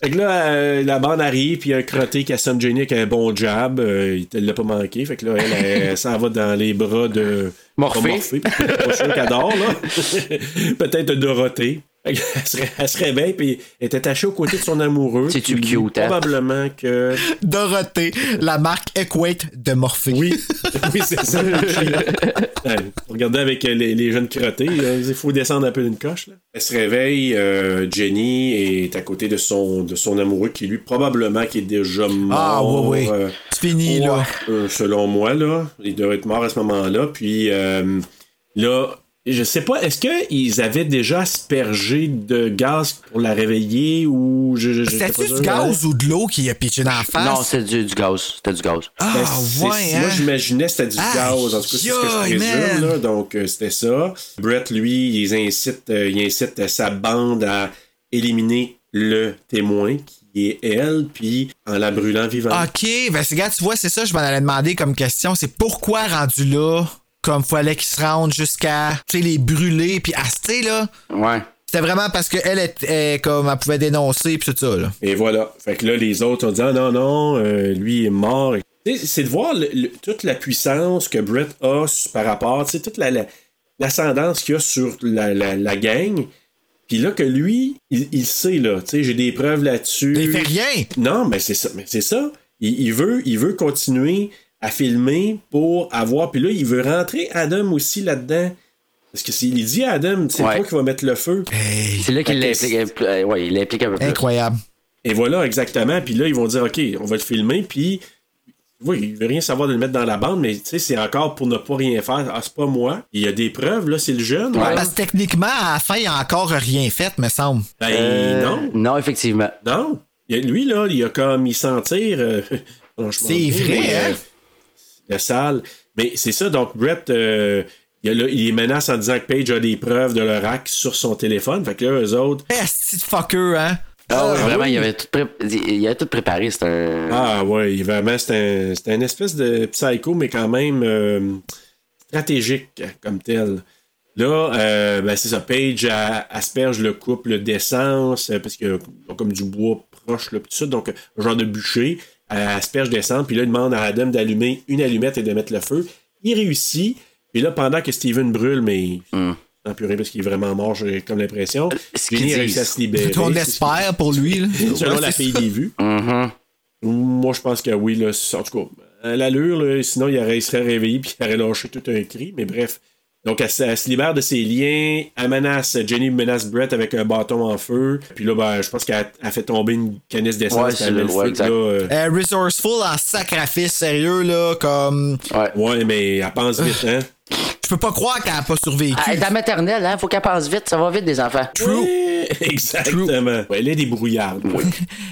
[SPEAKER 2] fait que là, euh, la bande arrive, puis il y a un crotté qui assomme Jenny avec un bon jab. euh, il ne l'a pas manqué. Fait que là, elle, elle, elle s'en va dans les bras de.
[SPEAKER 7] Morphée.
[SPEAKER 2] Pas Morphée, parce que c'est pas sûr qu'elle dort, là. Peut-être de Dorothée. Fait que Elle se, ré- elle se réveille, puis elle est attachée aux côtés de son amoureux.
[SPEAKER 7] C'est-tu
[SPEAKER 2] qui,
[SPEAKER 7] cute, hein?
[SPEAKER 2] Probablement que.
[SPEAKER 3] Dorothée, la marque Equate de Morphée.
[SPEAKER 2] Oui, oui c'est ça. Ouais, regardez avec euh, les, les jeunes crottés, là, il faut descendre un peu d'une coche. là. Elle se réveille, euh, Jenny est à côté de son, de son amoureux qui, lui, probablement, qui est déjà mort.
[SPEAKER 3] Ah, ouais, ouais.
[SPEAKER 2] euh,
[SPEAKER 3] C'est fini, là.
[SPEAKER 2] euh, selon moi, là. Il devrait être mort à ce moment-là. Puis euh, là, je sais pas, est-ce qu'ils avaient déjà aspergé de gaz pour la réveiller ou. je- je- je- j'étais pas
[SPEAKER 3] C'était-tu
[SPEAKER 2] sûr.
[SPEAKER 3] du gaz ou de l'eau qui a pitché dans la face?
[SPEAKER 7] Non, c'est du, du gaz. C'était du gaz.
[SPEAKER 3] Ah,
[SPEAKER 2] Ben, c'est-
[SPEAKER 3] ouais,
[SPEAKER 2] Moi,
[SPEAKER 3] hein?
[SPEAKER 2] j'imaginais que c'était du
[SPEAKER 3] Aïe,
[SPEAKER 2] gaz. En tout cas, c'est ce que je
[SPEAKER 3] aïe,
[SPEAKER 2] présume.
[SPEAKER 3] man.
[SPEAKER 2] Là, donc, euh, c'était ça. Brett, lui, il incite, euh, il incite sa bande à éliminer le témoin, qui est elle, puis en la brûlant vivante.
[SPEAKER 3] OK, ben c'est gars, tu vois, c'est ça, je m'en allais demander comme question. C'est pourquoi rendu là, comme fallait qu'ils se rendent jusqu'à, tu sais, les brûler, puis aster, là.
[SPEAKER 7] Ouais.
[SPEAKER 3] C'était vraiment parce qu'elle était, comme, elle pouvait dénoncer, puis tout ça, là.
[SPEAKER 2] Et voilà. Fait que là, les autres ont dit Ah non, non, euh, lui est mort. Tu sais, C'est de voir le- le- toute la puissance que Brett a s- par rapport, tu sais, toute la- la- l'ascendance qu'il a sur la, la- la gang. Puis là, que lui, il, il sait, là, tu sais, j'ai des preuves là-dessus.
[SPEAKER 3] Il fait rien!
[SPEAKER 2] Non, mais c'est ça. Mais c'est ça. Il, il veut, il veut continuer à filmer pour avoir. Puis là, il veut rentrer Adam aussi là-dedans. Parce que s'il dit à Adam, c'est
[SPEAKER 7] Ouais.
[SPEAKER 2] toi qui vas mettre le feu.
[SPEAKER 3] Hey,
[SPEAKER 7] C'est là qu'il
[SPEAKER 2] Fait que
[SPEAKER 7] l'implique. euh, ouais, il l'implique un peu plus.
[SPEAKER 3] incroyable.
[SPEAKER 2] Et voilà, exactement. Puis là, ils vont dire, OK, on va le filmer. Puis, oui, il veut rien savoir de le mettre dans la bande, mais tu sais, c'est encore pour ne pas rien faire. Ah, c'est pas moi. Il y a des preuves, là, c'est le jeune.
[SPEAKER 7] Ouais.
[SPEAKER 2] là.
[SPEAKER 3] Parce que techniquement, à la fin, il a encore rien fait, me semble.
[SPEAKER 2] Ben,
[SPEAKER 7] Euh,
[SPEAKER 2] non.
[SPEAKER 7] Non, effectivement.
[SPEAKER 2] Non. Il y a- lui, là, il a comme, il s'en tire. euh, franchement,
[SPEAKER 3] C'est vrai,
[SPEAKER 2] mais,
[SPEAKER 3] hein?
[SPEAKER 2] euh, La salle. Mais c'est ça, donc, Brett, euh, il, y a là- il les menace en disant que Page a des preuves de leur hack sur son téléphone. Fait que là, eux autres,
[SPEAKER 3] Esti de fucker, hein?
[SPEAKER 7] Ah, ouais,
[SPEAKER 2] ah
[SPEAKER 7] vraiment,
[SPEAKER 2] oui.
[SPEAKER 7] il avait tout, pré- il avait tout préparé. C'était un.
[SPEAKER 2] Ah ouais, il- vraiment, c'est un, c'est un espèce de psycho, mais quand même euh, stratégique comme tel. Là, euh, ben, c'est ça, Paige a- asperge le couple d'essence, euh, parce qu'il y a comme du bois proche, là, pis tout ça, donc un genre de bûcher, elle asperge d'essence, puis là, il demande à Adam d'allumer une allumette et de mettre le feu. Il réussit, puis là, pendant que Steven brûle, mais... en purée, parce qu'il est vraiment mort, j'ai comme l'impression.
[SPEAKER 7] Hum. Euh, Ce qu'ils
[SPEAKER 2] Jenny
[SPEAKER 7] disent.
[SPEAKER 2] réussit à se libérer.
[SPEAKER 3] On
[SPEAKER 2] c'est ce
[SPEAKER 3] l'espère pour lui, là.
[SPEAKER 2] qui- Selon la fille des vues.
[SPEAKER 7] Mhm.
[SPEAKER 2] Moi, je pense que oui. Là, en tout cas, à l'allure, là, sinon, il, aurait- il serait réveillé puis il aurait lâché tout un cri. Mais bref. Donc, elle, se- elle se libère de ses liens. Elle menace, Jenny menace Brett avec un bâton en feu. Puis là, ben, je pense qu'elle a fait tomber une canisse
[SPEAKER 7] Ouais,
[SPEAKER 2] d'essence. puis
[SPEAKER 7] c'est
[SPEAKER 2] elle met
[SPEAKER 7] le-
[SPEAKER 2] le
[SPEAKER 7] ouais,
[SPEAKER 2] feu,
[SPEAKER 7] exact.
[SPEAKER 2] là, euh,
[SPEAKER 3] Euh, resourceful en sacrifice, sérieux, là, comme...
[SPEAKER 7] Ouais.
[SPEAKER 2] euh, ouais, mais elle pense vite, hein?
[SPEAKER 3] Je peux pas croire qu'elle a pas survécu.
[SPEAKER 2] Ah,
[SPEAKER 7] Elle est en maternelle, hein? Faut qu'elle passe vite, ça va vite, des enfants.
[SPEAKER 2] Ouais, exactement. Ouais, elle est débrouillarde. Oui.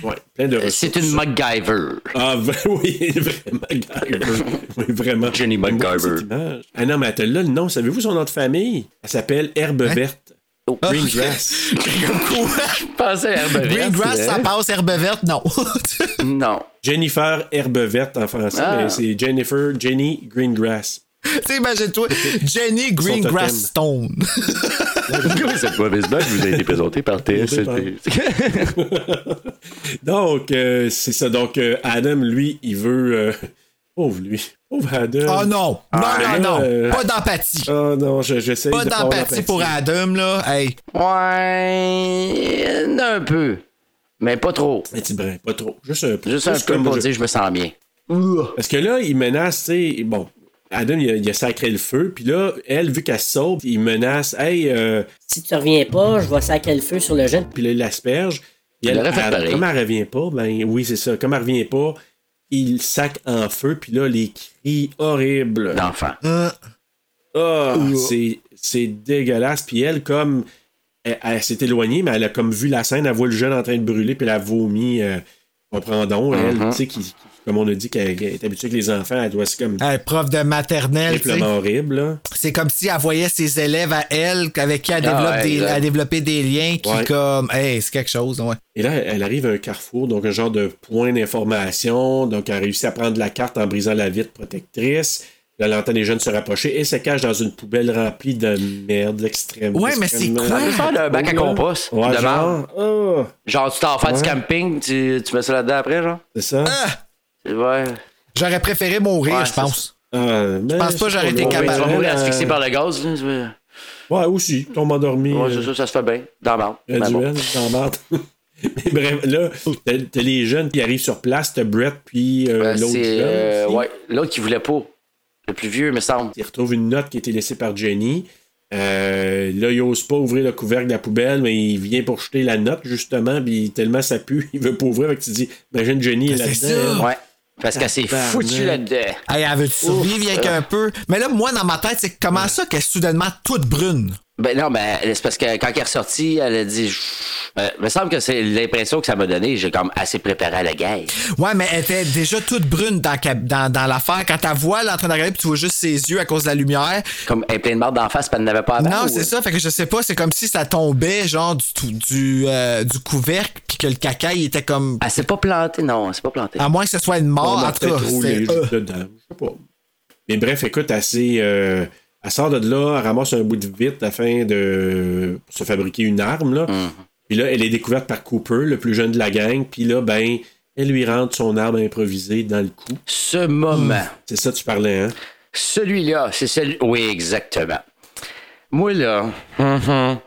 [SPEAKER 2] Ouais, plein de ressources.
[SPEAKER 7] C'est une MacGyver.
[SPEAKER 2] Ah, v- oui, vraiment, MacGyver. Oui, vraiment.
[SPEAKER 7] Jenny
[SPEAKER 2] J'aime beaucoup
[SPEAKER 7] MacGyver.
[SPEAKER 2] cette image. Ah non, mais attends, là, le nom, savez-vous son nom de famille? Elle s'appelle Herbe Verte.
[SPEAKER 7] Oh.
[SPEAKER 2] Green Grass.
[SPEAKER 7] Je pensais à Herbert.
[SPEAKER 3] Ah, Green grass,
[SPEAKER 7] c'est
[SPEAKER 3] ça
[SPEAKER 7] vrai.
[SPEAKER 3] passe, herbe verte, non.
[SPEAKER 7] Non.
[SPEAKER 2] Jennifer Herbe Verte en français,
[SPEAKER 7] Ah.
[SPEAKER 2] mais c'est Jennifer Jenny Greengrass.
[SPEAKER 3] T'imagines-toi, Jenny Greengrass Stone.
[SPEAKER 7] Cette mauvaise blague vous a été présentée par
[SPEAKER 2] TSLP. Donc, euh, c'est ça. Donc, euh, Adam, lui, il veut. euh, Pauvre lui. Pauvre Adam.
[SPEAKER 3] Oh non,
[SPEAKER 2] Ah,
[SPEAKER 3] non, non, non,
[SPEAKER 2] euh,
[SPEAKER 3] pas d'empathie.
[SPEAKER 2] Oh non, je- j'essaie
[SPEAKER 3] Pas
[SPEAKER 2] de pas avoir
[SPEAKER 3] d'empathie pour Adam, là. Hey,
[SPEAKER 7] ouais. Un peu. Mais pas trop.
[SPEAKER 2] Un petit brin, pas trop. Juste un peu.
[SPEAKER 7] Juste un
[SPEAKER 2] Juste
[SPEAKER 7] peu
[SPEAKER 2] comme
[SPEAKER 7] pour
[SPEAKER 2] je-
[SPEAKER 7] dire je me sens bien.
[SPEAKER 2] Parce que là, il menace, tu sais, bon, Adam, il a, il a sacré le feu, puis là, elle, vu qu'elle se sauve, il menace, hey, euh,
[SPEAKER 9] Si tu reviens pas, je vais sacrer le feu sur le jeune.
[SPEAKER 2] puis là, il l'asperge. Puis
[SPEAKER 7] Il
[SPEAKER 2] elle,
[SPEAKER 7] aurait fait
[SPEAKER 2] elle-
[SPEAKER 7] pareil.
[SPEAKER 2] comme elle revient pas, ben oui, c'est ça, comme elle revient pas, il sac en feu, puis là, les cris horribles.
[SPEAKER 7] D'enfant.
[SPEAKER 2] Ah, c'est, c'est dégueulasse, puis elle, comme, elle, elle s'est éloignée, mais elle a comme vu la scène, elle voit le jeune en train de brûler, puis elle a vomi. euh, Comprendons, elle,
[SPEAKER 7] Mm-hmm.
[SPEAKER 3] Mhm.
[SPEAKER 2] tu sais, qui, qui- comme on a dit, qu'elle qu'elle est habituée avec les enfants, elle doit, c'est comme
[SPEAKER 3] Elle est prof de maternelle. tu sais.
[SPEAKER 2] simplement horrible, là.
[SPEAKER 3] C'est comme si elle voyait ses élèves à elle, avec qui elle
[SPEAKER 2] Ah,
[SPEAKER 3] développe
[SPEAKER 2] ouais,
[SPEAKER 3] des,
[SPEAKER 2] exact.
[SPEAKER 3] elle développait des liens qui,
[SPEAKER 2] Ouais.
[SPEAKER 3] comme, hey, c'est quelque chose, ouais.
[SPEAKER 2] Et là, elle arrive à un carrefour, donc un genre de point d'information. Donc, elle réussit à prendre la carte en brisant la vitre protectrice. Là, elle entend les jeunes se rapprocher et se cache dans une poubelle remplie de merde extrême.
[SPEAKER 7] Ouais, mais c'est
[SPEAKER 2] extrêmement-
[SPEAKER 7] quoi? Ça peut faire le bac à compost,
[SPEAKER 2] Ouais,
[SPEAKER 7] de
[SPEAKER 2] genre, ah,
[SPEAKER 7] marde. Genre, tu t'en fais du
[SPEAKER 2] Ouais.
[SPEAKER 7] camping, tu, tu mets ça là-dedans après, genre?
[SPEAKER 2] C'est ça?
[SPEAKER 7] Ouais.
[SPEAKER 3] J'aurais préféré mourir,
[SPEAKER 7] Ouais,
[SPEAKER 3] je
[SPEAKER 7] c'est
[SPEAKER 3] pense.
[SPEAKER 2] Je
[SPEAKER 3] pense pas j'aurais été
[SPEAKER 7] Tu vas
[SPEAKER 3] capable.
[SPEAKER 7] mourir asphyxié par le gaz, là. tu
[SPEAKER 2] Ouais, aussi, tombe endormi.
[SPEAKER 7] vois. Ouais,
[SPEAKER 2] euh,
[SPEAKER 7] c'est ça, ça se fait bien. Dans la marde.
[SPEAKER 2] Le
[SPEAKER 7] Mais bon.
[SPEAKER 2] duel, dans la merde. Mais bref, là, t'as- t'as les jeunes qui arrivent sur place, t'as Brett puis euh,
[SPEAKER 7] Euh,
[SPEAKER 2] l'autre
[SPEAKER 7] c'est.
[SPEAKER 2] jeune
[SPEAKER 7] euh,
[SPEAKER 2] aussi.
[SPEAKER 7] ouais, l'autre qui voulait pas. Le plus vieux, me semble.
[SPEAKER 2] Il retrouve une note qui a été laissée par Jenny. Euh, là, il n'ose pas ouvrir le couvercle de la poubelle, mais il vient pour jeter la note, justement, puis tellement ça pue, il veut pas ouvrir, fait que tu te dis, imagine Jenny
[SPEAKER 3] Ben,
[SPEAKER 2] est là-dedans.
[SPEAKER 7] Ouais. Parce qu'elle s'est
[SPEAKER 2] Ah. Tabarnak.
[SPEAKER 7] foutue là-dedans.
[SPEAKER 3] Hey, elle veut survivre avec un peu. Mais là, moi, dans ma tête, c'est comment ça qu'elle est soudainement toute brune?
[SPEAKER 7] Ben non, ben c'est parce que quand elle est ressortie, elle a dit. Euh, me semble que c'est l'impression que ça m'a donné. J'ai comme assez préparé à la guerre.
[SPEAKER 3] Ouais, mais elle était déjà toute brune dans, ca- dans, dans l'affaire. Quand ta voix, elle est en train de regarder, puis tu vois juste ses yeux à cause de la lumière.
[SPEAKER 7] Comme elle est pleine de marde d'en face, puis elle n'avait
[SPEAKER 2] Ah,
[SPEAKER 7] pas
[SPEAKER 2] ben
[SPEAKER 7] avant.
[SPEAKER 3] non,
[SPEAKER 7] ou-
[SPEAKER 3] c'est ça. Fait que je sais pas, c'est comme si ça tombait, genre, du, tout- du, euh, du couvercle, puis que le caca, il était comme.
[SPEAKER 7] Elle s'est pas plantée, non, elle s'est pas plantée.
[SPEAKER 3] À moins que ce soit une
[SPEAKER 2] On
[SPEAKER 3] mort,
[SPEAKER 2] m'a
[SPEAKER 3] Ah, en tout cas.
[SPEAKER 2] peut-être roulé
[SPEAKER 3] c'est-
[SPEAKER 2] juste dedans, je sais pas. Mais bref, écoute, elle, s'est, euh, elle sort de là, elle ramasse un bout de vitre afin de pour se fabriquer une arme. Là. Puis là, elle est découverte par Cooper, le plus jeune de la gang. Puis là, ben, elle lui rentre son arme improvisée dans le cou.
[SPEAKER 7] Ce moment.
[SPEAKER 2] C'est ça que tu parlais, hein?
[SPEAKER 7] Celui-là, c'est celui. Oui, exactement. Moi, là. mhm.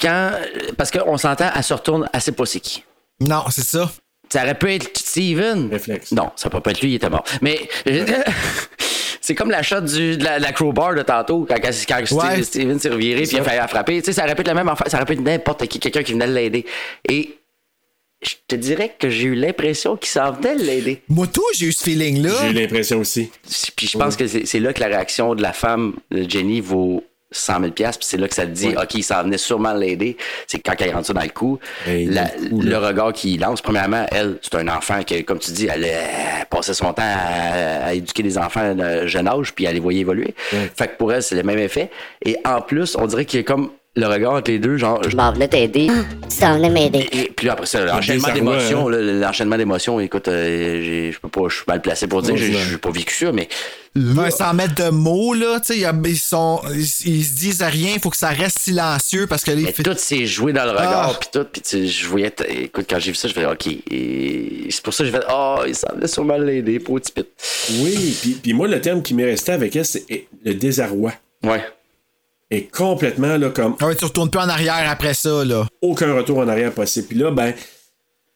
[SPEAKER 7] Quand. Parce qu'on s'entend, elle se retourne, elle sait pas c'est qui.
[SPEAKER 3] Non, c'est ça.
[SPEAKER 7] Ça aurait pu être Steven. Non, ça peut pas être lui, il était mort. Mais. C'est comme la shot du, de, la, de la crowbar de tantôt, quand, quand, quand Steve- Steven s'est reviré puis il a failli la frapper. Tu sais, ça répète la même affaire, ça répète n'importe qui, quelqu'un qui venait de l'aider. Et je te dirais que j'ai eu l'impression qu'il s'en venait de l'aider.
[SPEAKER 3] Moi, tout, j'ai eu ce
[SPEAKER 2] J'ai eu
[SPEAKER 3] feeling-là.
[SPEAKER 2] l'impression aussi.
[SPEAKER 7] Puis je pense que c'est c'est là que la réaction de la femme de Jenny vaut 100 000 pièces puis c'est là que ça te dit, OK, il s'en venait sûrement de l'aider. C'est quand elle rentre ça dans le cou, la- le regard qu'il lance, premièrement, elle, c'est un enfant qui, comme tu dis, elle, euh, passait son temps à, à éduquer des enfants d'un jeune âge, puis à les voyer évoluer. Fait que pour elle, c'est le même effet. Et en plus, on dirait qu'il y a comme le regard entre les deux, genre... je-
[SPEAKER 11] Je m'en venais t'aider. Tu t'en venais m'aider.
[SPEAKER 7] Et puis là, après ça, l'enchaînement
[SPEAKER 2] désarroi,
[SPEAKER 7] d'émotions, là, l'enchaînement d'émotions, écoute, euh, j'ai- je peux pas, je suis mal placé pour dire, j'ai
[SPEAKER 2] Ordinaire.
[SPEAKER 7] j'ai pas vécu ça, mais
[SPEAKER 3] Ouais, sans mettre de mots, là, tu sais, y a- ils, sont, ils, ils se disent rien, il faut que ça reste silencieux parce que les.
[SPEAKER 7] Mais tout s'est joué dans le regard,
[SPEAKER 3] Ah.
[SPEAKER 7] puis tout, puis tu- je voyais, t- écoute, quand j'ai vu ça, je fais OK. Et c'est pour ça que j'ai fait, oh, il s'en venait sûrement l'aider, pour petit pit.
[SPEAKER 2] Oui, puis, puis moi, le terme qui m'est resté avec elle, c'est eh, le désarroi.
[SPEAKER 7] Ouais.
[SPEAKER 2] Et complètement, là, comme
[SPEAKER 3] Ah ouais, tu retournes plus en arrière après ça, là.
[SPEAKER 2] aucun retour en arrière possible. Puis là, ben,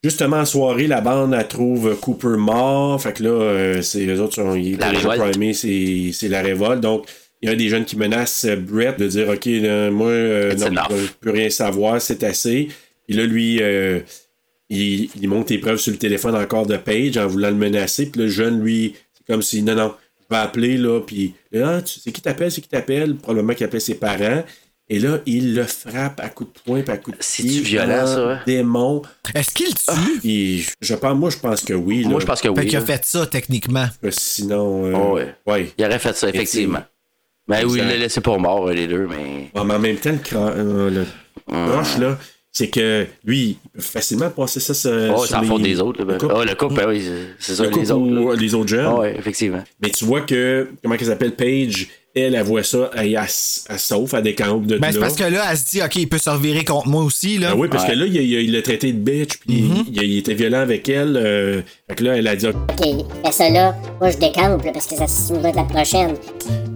[SPEAKER 2] justement, en soirée, la bande, elle trouve Cooper mort. Fait que là, euh, c'est, les autres sont ils-
[SPEAKER 7] La
[SPEAKER 2] déjà
[SPEAKER 7] révolte.
[SPEAKER 2] primés, c'est, c'est la révolte. Donc, il y a des jeunes qui menacent euh, Brett de dire OK, là, moi, euh,
[SPEAKER 7] It's
[SPEAKER 2] non,
[SPEAKER 7] enough.
[SPEAKER 2] je veux plus rien savoir, c'est assez. Puis là, lui, euh, il, il monte les preuves sur le téléphone encore de Page en voulant le menacer. Puis le jeune, lui, c'est comme si non, non, je vais appeler, là. Puis là, Ah, tu- c'est qui t'appelle, c'est qui t'appelle. Probablement qu'il appelait ses parents. Et là, il le frappe à coups de poing, puis à coups de
[SPEAKER 7] C'est-tu
[SPEAKER 2] pied.
[SPEAKER 7] violent, ça, hein?
[SPEAKER 2] Démon.
[SPEAKER 3] Est-ce qu'il tue?
[SPEAKER 2] Puis je- je pense, moi, je pense que oui.
[SPEAKER 7] Moi,
[SPEAKER 2] là.
[SPEAKER 7] je pense que
[SPEAKER 3] fait
[SPEAKER 7] Ah, oui.
[SPEAKER 3] qu'il a
[SPEAKER 7] là.
[SPEAKER 3] fait ça, techniquement.
[SPEAKER 2] Parce que Sinon, euh,
[SPEAKER 7] Ah ouais.
[SPEAKER 2] ouais.
[SPEAKER 7] Il aurait fait ça, effectivement. Mais oui, il
[SPEAKER 2] Exact.
[SPEAKER 7] l'a laissé pour mort, euh, les deux, mais.
[SPEAKER 2] Ouais, mais en même temps, le, cra- euh, le
[SPEAKER 7] Ah.
[SPEAKER 2] croche, là, c'est que lui, il peut facilement passer ça sur,
[SPEAKER 7] Oh,
[SPEAKER 2] sur
[SPEAKER 7] c'est en
[SPEAKER 2] les-
[SPEAKER 7] faute des autres. là, ben.
[SPEAKER 2] le couple.
[SPEAKER 7] Ah, le couple, ben oui, c'est- c'est ça,
[SPEAKER 2] Le couple
[SPEAKER 7] les autres.
[SPEAKER 2] ou- euh,
[SPEAKER 7] là.
[SPEAKER 2] les autres jeunes.
[SPEAKER 7] Ah, ouais, effectivement.
[SPEAKER 2] Mais tu vois que, comment qu'elle s'appelle, Paige, elle, elle voit ça, elle, elle, s- elle sauve, elle décampe de
[SPEAKER 3] Ben,
[SPEAKER 2] là.
[SPEAKER 3] c'est parce que là, Ben elle se dit, OK, il peut se revirer contre moi aussi, là.
[SPEAKER 2] Ah oui, parce
[SPEAKER 7] Ouais.
[SPEAKER 2] que là, il, il- il l'a traité de bitch, puis
[SPEAKER 3] Mhm.
[SPEAKER 2] il, il était violent avec elle. euh, fait que là, elle a dit,
[SPEAKER 11] Ok, fais ça là. Moi, je décampe, là, parce que ça se doit être la prochaine.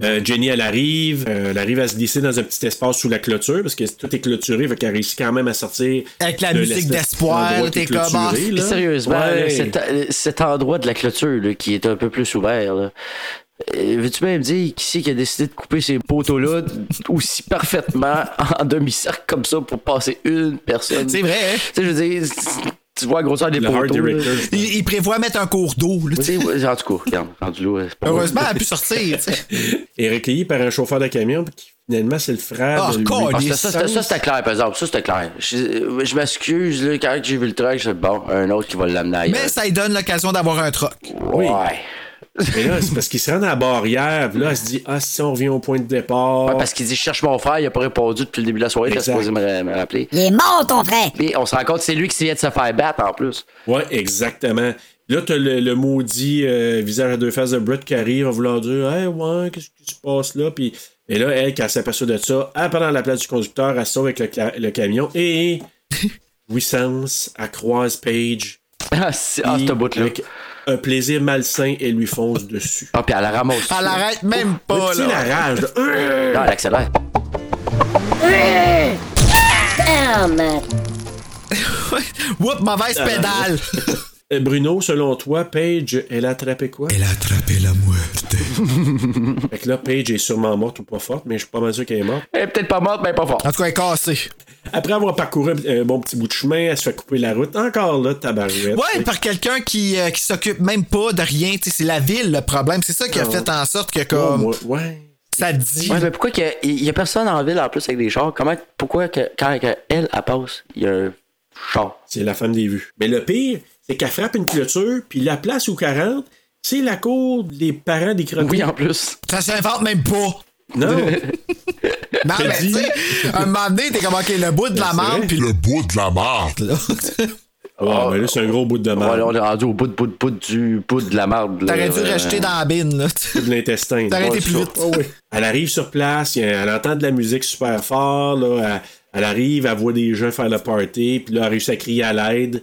[SPEAKER 2] Euh, Jenny, elle arrive. euh, elle arrive à se glisser dans un petit espace sous la clôture parce que tout est clôturé. Fait qu'elle réussit quand même à sortir.
[SPEAKER 3] Avec la
[SPEAKER 2] de
[SPEAKER 3] musique
[SPEAKER 2] l'espèce
[SPEAKER 3] d'espoir,
[SPEAKER 2] d'endroit qui est
[SPEAKER 3] t'es comme, ah,
[SPEAKER 2] clôturé,
[SPEAKER 7] Et
[SPEAKER 2] là.
[SPEAKER 7] sérieusement,
[SPEAKER 2] Ouais.
[SPEAKER 7] là, cet, euh, cet endroit de la clôture là, qui est un peu plus ouvert, là, euh, veux-tu bien me dire qui c'est qui a décidé de couper ces poteaux-là aussi parfaitement en demi-cercle comme ça pour passer une personne?
[SPEAKER 3] C'est vrai, hein?
[SPEAKER 7] Tu sais, je veux dire, c'est- tu vois la grosseur des
[SPEAKER 2] Le hard
[SPEAKER 7] poteaux. là.
[SPEAKER 2] director.
[SPEAKER 3] Il, il prévoit mettre un cours d'eau. là,
[SPEAKER 7] Tu
[SPEAKER 3] tu sais.
[SPEAKER 7] sais, ouais, en tout cas, regarde, rendu là, c'est pas
[SPEAKER 3] Heureusement,
[SPEAKER 7] moi.
[SPEAKER 3] elle a pu sortir. tu sais.
[SPEAKER 2] est recueilli par un chauffeur de camion qui finalement c'est le frère
[SPEAKER 3] Ah,
[SPEAKER 2] de Louis.
[SPEAKER 3] câlisse.
[SPEAKER 7] Ah, c'était- ça, c'était- ça, c'était clair, par exemple. Ça, c'était clair. Je, je m'excuse, là, quand j'ai vu le truc, je bon, un autre qui va l'amener ailleurs.
[SPEAKER 3] Mais ça lui donne l'occasion d'avoir un troc.
[SPEAKER 2] Oui.
[SPEAKER 7] Ouais.
[SPEAKER 2] Mais là, c'est parce qu'il se rend à la barrière, puis là, elle se dit Ah, si on revient au point de départ.
[SPEAKER 7] Ouais, parce qu'il dit je cherche mon frère, il a pas répondu depuis le début de la soirée, il était
[SPEAKER 2] Exact.
[SPEAKER 7] supposé me, ra- me rappeler.
[SPEAKER 10] Il est mort, ton frère!
[SPEAKER 7] Et on se rend compte que c'est lui qui s'est de se faire battre en plus.
[SPEAKER 2] Ouais, exactement. Là, t'as le, le maudit euh, visage à deux faces de Brett qui arrive en voulant dire Hey, ouais, qu'est-ce qui se passe là Puis, et là, elle, quand elle s'aperçoit de ça, elle prend la place du conducteur, elle sauve avec le, cla- le camion et. Jouissance, elle croise Page.
[SPEAKER 7] ah, c'est ah, ce bout-là.
[SPEAKER 2] Avec un plaisir malsain et lui fonce dessus.
[SPEAKER 7] Ah, puis elle la ramasse.
[SPEAKER 3] Elle arrête même
[SPEAKER 2] Oh,
[SPEAKER 3] pas,
[SPEAKER 2] tu sais, la
[SPEAKER 3] là.
[SPEAKER 2] rage. là. Euh,
[SPEAKER 7] Non, elle accélère.
[SPEAKER 11] Damn!
[SPEAKER 3] Whoop, mauvaise pédale.
[SPEAKER 2] Euh, Bruno, selon toi, Paige, elle a attrapé quoi?
[SPEAKER 3] Elle a attrapé la muerte.
[SPEAKER 2] Fait que là, Paige est sûrement morte ou pas forte, mais je suis pas mal sûr qu'elle est morte.
[SPEAKER 7] Elle est Eh, peut-être pas morte, mais pas fort.
[SPEAKER 3] En tout cas, elle est cassée.
[SPEAKER 2] Après avoir parcouru un euh, bon petit bout de chemin, elle se fait couper la route. Encore là, tabarouette.
[SPEAKER 3] Ouais, par quelqu'un qui, euh, qui s'occupe même pas de rien. tu sais, C'est la ville le problème. C'est ça qui a fait en sorte que
[SPEAKER 2] Oh,
[SPEAKER 3] comme
[SPEAKER 2] moi, ouais.
[SPEAKER 3] ça dit.
[SPEAKER 7] Ouais, mais pourquoi qu'il y a- il y, a personne en ville en plus avec des chars? Comment, pourquoi que, quand que elle, elle passe, il y a un char?
[SPEAKER 2] C'est la femme des vues. Mais le pire, c'est qu'elle frappe une clôture, puis la place où elle rentre, c'est la cour des parents des crottés.
[SPEAKER 7] Oui, en plus.
[SPEAKER 3] Ça s'invente même pas.
[SPEAKER 2] Non,
[SPEAKER 3] Non,
[SPEAKER 2] Je
[SPEAKER 3] mais
[SPEAKER 2] dis.
[SPEAKER 3] tu sais, un moment donné, t'es comme, OK, le bout de la
[SPEAKER 2] c'est
[SPEAKER 3] marde,
[SPEAKER 2] vrai.
[SPEAKER 3] puis le bout de la marde, là.
[SPEAKER 2] Ah, mais là, c'est un gros bout de
[SPEAKER 7] Ouais,
[SPEAKER 2] mal.
[SPEAKER 7] là, on est rendu au bout de bout de bout du bout de la marde. là.
[SPEAKER 3] T'aurais dû
[SPEAKER 7] Euh,
[SPEAKER 3] rejeter dans la bine, là. tu sais.
[SPEAKER 2] de l'intestin.
[SPEAKER 3] T'aurais été
[SPEAKER 2] Ouais,
[SPEAKER 3] plus
[SPEAKER 2] ça.
[SPEAKER 3] vite.
[SPEAKER 2] Ah oui. Elle arrive sur place, il y a- elle entend de la musique super fort, là, elle, elle arrive, elle voit des gens faire le party, puis là, elle réussit à crier à l'aide,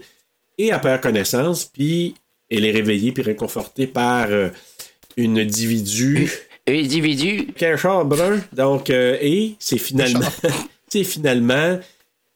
[SPEAKER 2] et elle perd connaissance, puis elle est réveillée puis réconfortée par euh, une individu,
[SPEAKER 7] Euh, Individu.
[SPEAKER 2] qui a un char brun, donc, euh, et c'est finalement, c'est finalement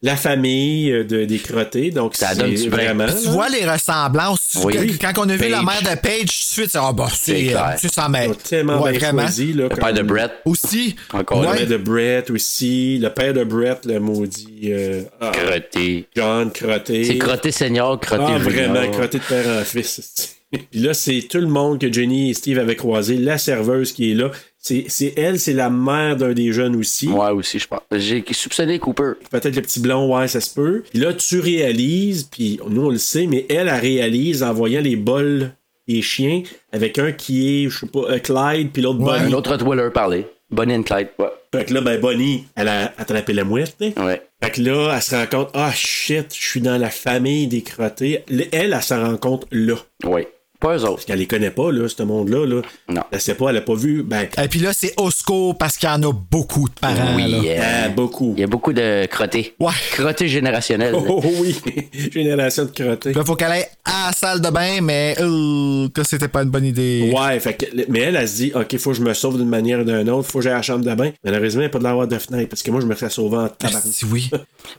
[SPEAKER 2] la famille euh, de, des crottés, donc
[SPEAKER 7] Ça
[SPEAKER 2] c'est
[SPEAKER 7] donne du vin.
[SPEAKER 2] vraiment...
[SPEAKER 3] Tu
[SPEAKER 2] là,
[SPEAKER 3] vois les ressemblances. tu-
[SPEAKER 7] Oui.
[SPEAKER 3] Quand on a vu la
[SPEAKER 7] Page.
[SPEAKER 3] mère de Page, tout de suite, c'est, ah, bah, c'est,
[SPEAKER 7] clair.
[SPEAKER 3] euh, tu s'en
[SPEAKER 2] ils
[SPEAKER 3] mêles.
[SPEAKER 2] ont tellement
[SPEAKER 3] Ouais,
[SPEAKER 2] bien
[SPEAKER 3] vraiment.
[SPEAKER 2] choisi, là,
[SPEAKER 7] Le père de
[SPEAKER 2] comme-
[SPEAKER 7] Brett.
[SPEAKER 3] Aussi.
[SPEAKER 7] Encore
[SPEAKER 2] Le
[SPEAKER 7] Ouais.
[SPEAKER 2] père de Brett aussi, le père de Brett, le maudit... euh, ah,
[SPEAKER 7] Crotté.
[SPEAKER 2] John Crotté.
[SPEAKER 7] C'est crotté senior, crotté
[SPEAKER 2] Ah,
[SPEAKER 7] junior.
[SPEAKER 2] vraiment, crotté de père en fils. Puis là, c'est tout le monde que Jenny et Steve avaient croisé, la serveuse qui est là. C'est c'est elle, c'est la mère d'un des jeunes aussi.
[SPEAKER 7] Moi aussi, je pense. J'ai soupçonné Cooper.
[SPEAKER 2] Peut-être le petit blond, ouais, ça se peut. Puis là, tu réalises, puis nous on le sait, mais elle, elle réalise en voyant les bols des chiens avec un qui est, je sais pas, euh, Clyde, puis l'autre
[SPEAKER 7] Un
[SPEAKER 2] Bonnie.
[SPEAKER 7] autre Rottweiler parler. Bonnie and Clyde. Ouais.
[SPEAKER 2] Fait que là, ben Bonnie, elle a attrapé la mouette. hein.
[SPEAKER 7] Ouais.
[SPEAKER 2] Fait que là, elle se rend compte, ah shit, je suis dans la famille des crottés. Elle, elle s'en rend compte là.
[SPEAKER 7] Ouais. Pas eux autres.
[SPEAKER 2] Parce qu'elle les connaît pas, là, ce monde-là. Là.
[SPEAKER 7] Non.
[SPEAKER 2] Elle sait pas, elle a pas vu. Ben,
[SPEAKER 3] Et puis là, c'est au secours parce qu'il y en a beaucoup de parents.
[SPEAKER 7] oui.
[SPEAKER 3] là.
[SPEAKER 7] euh,
[SPEAKER 2] ah, beaucoup.
[SPEAKER 7] Il y a beaucoup de crottés.
[SPEAKER 3] Ouais.
[SPEAKER 7] Crottés générationnels.
[SPEAKER 2] Oh, oh, oui, génération de crottés.
[SPEAKER 3] Là, faut qu'elle aille à la salle de bain, mais euh, que c'était pas une bonne idée.
[SPEAKER 2] Ouais, fait que, mais elle, elle se dit, OK, faut que je me sauve d'une manière ou d'une autre, faut que j'aille à la chambre de bain. Malheureusement, il n'y a pas de l'avoir de fenêtre, parce que moi, je me serais sauvé en
[SPEAKER 3] Ah,
[SPEAKER 2] tabarnak.
[SPEAKER 3] si oui.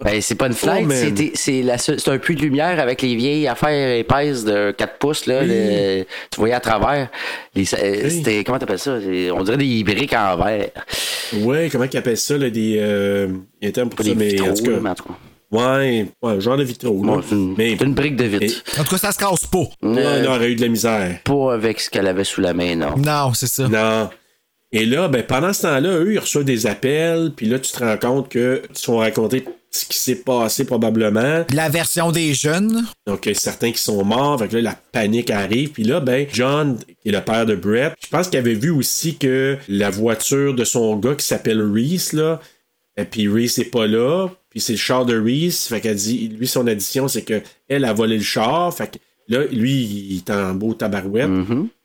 [SPEAKER 7] Ben, c'est pas une fenêtre,
[SPEAKER 2] Oh, man.
[SPEAKER 7] c'est des- c'est la seule- c'est un puits de lumière avec les vieilles affaires épaisses de 4 pouces, là. le- tu voyais à travers. Les- euh, C'était, comment t'appelles ça? C'est- On dirait des briques en verre.
[SPEAKER 2] Ouais, comment qu'ils appellent ça, là, des. euh, il y a un terme pour
[SPEAKER 7] Pas
[SPEAKER 2] ça,
[SPEAKER 7] des
[SPEAKER 2] mais
[SPEAKER 7] vitraux,
[SPEAKER 2] en tout cas.
[SPEAKER 7] là, mais en tout cas.
[SPEAKER 2] Ouais, ouais, genre de vitraux. là.
[SPEAKER 7] Bon, c'est une,
[SPEAKER 2] mais
[SPEAKER 7] c'est une brique de vitre.
[SPEAKER 3] En tout cas, ça se casse pas.
[SPEAKER 2] Ouais, elle aurait eu de la misère.
[SPEAKER 7] Pas avec ce qu'elle avait sous la main, non.
[SPEAKER 3] Non, c'est ça.
[SPEAKER 2] Non. Et là, ben, pendant ce temps-là, eux, ils reçoivent des appels, puis là, tu te rends compte que ils se sont racontés ce qui s'est passé probablement.
[SPEAKER 3] La version des jeunes.
[SPEAKER 2] Donc, il y a certains qui sont morts. Fait que là, la panique arrive. Puis là, ben, John, qui est le père de Brett, je pense qu'il avait vu aussi que la voiture de son gars qui s'appelle Reese, là, et puis Reese est pas là. Puis c'est le char de Reese. Fait qu'elle dit, lui, son addition, c'est que elle a volé le char. Fait que là, lui, il est en beau tabarouette.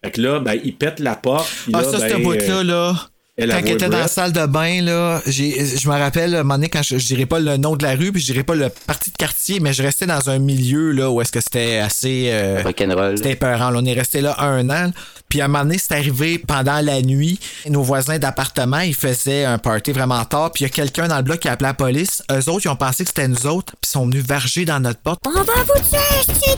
[SPEAKER 2] Fait que là, ben, il pète la porte. puis
[SPEAKER 3] Mm-hmm. Ah,
[SPEAKER 2] là,
[SPEAKER 3] ça,
[SPEAKER 2] ben,
[SPEAKER 3] ce bout-là,
[SPEAKER 2] euh,
[SPEAKER 3] là.
[SPEAKER 2] elle
[SPEAKER 3] Quand
[SPEAKER 2] avoue
[SPEAKER 3] elle était dans la
[SPEAKER 2] Brett.
[SPEAKER 3] salle de bain, là, j'ai- je me rappelle, un moment donné, quand je, je dirais pas le nom de la rue, puis je dirais pas le parti de quartier, mais je restais dans un milieu, là, où est-ce que c'était assez, euh,
[SPEAKER 7] Rock'n'roll.
[SPEAKER 3] c'était épeurant. là. On est resté là un an. Puis à un moment donné, c'est arrivé pendant la nuit. Nos voisins d'appartement, ils faisaient un party vraiment tard. Puis il y a quelqu'un dans le bloc qui a appelé la police. Eux autres, ils ont pensé que c'était nous autres. Puis ils sont venus varger dans notre porte.
[SPEAKER 10] On va vous tuer, c'est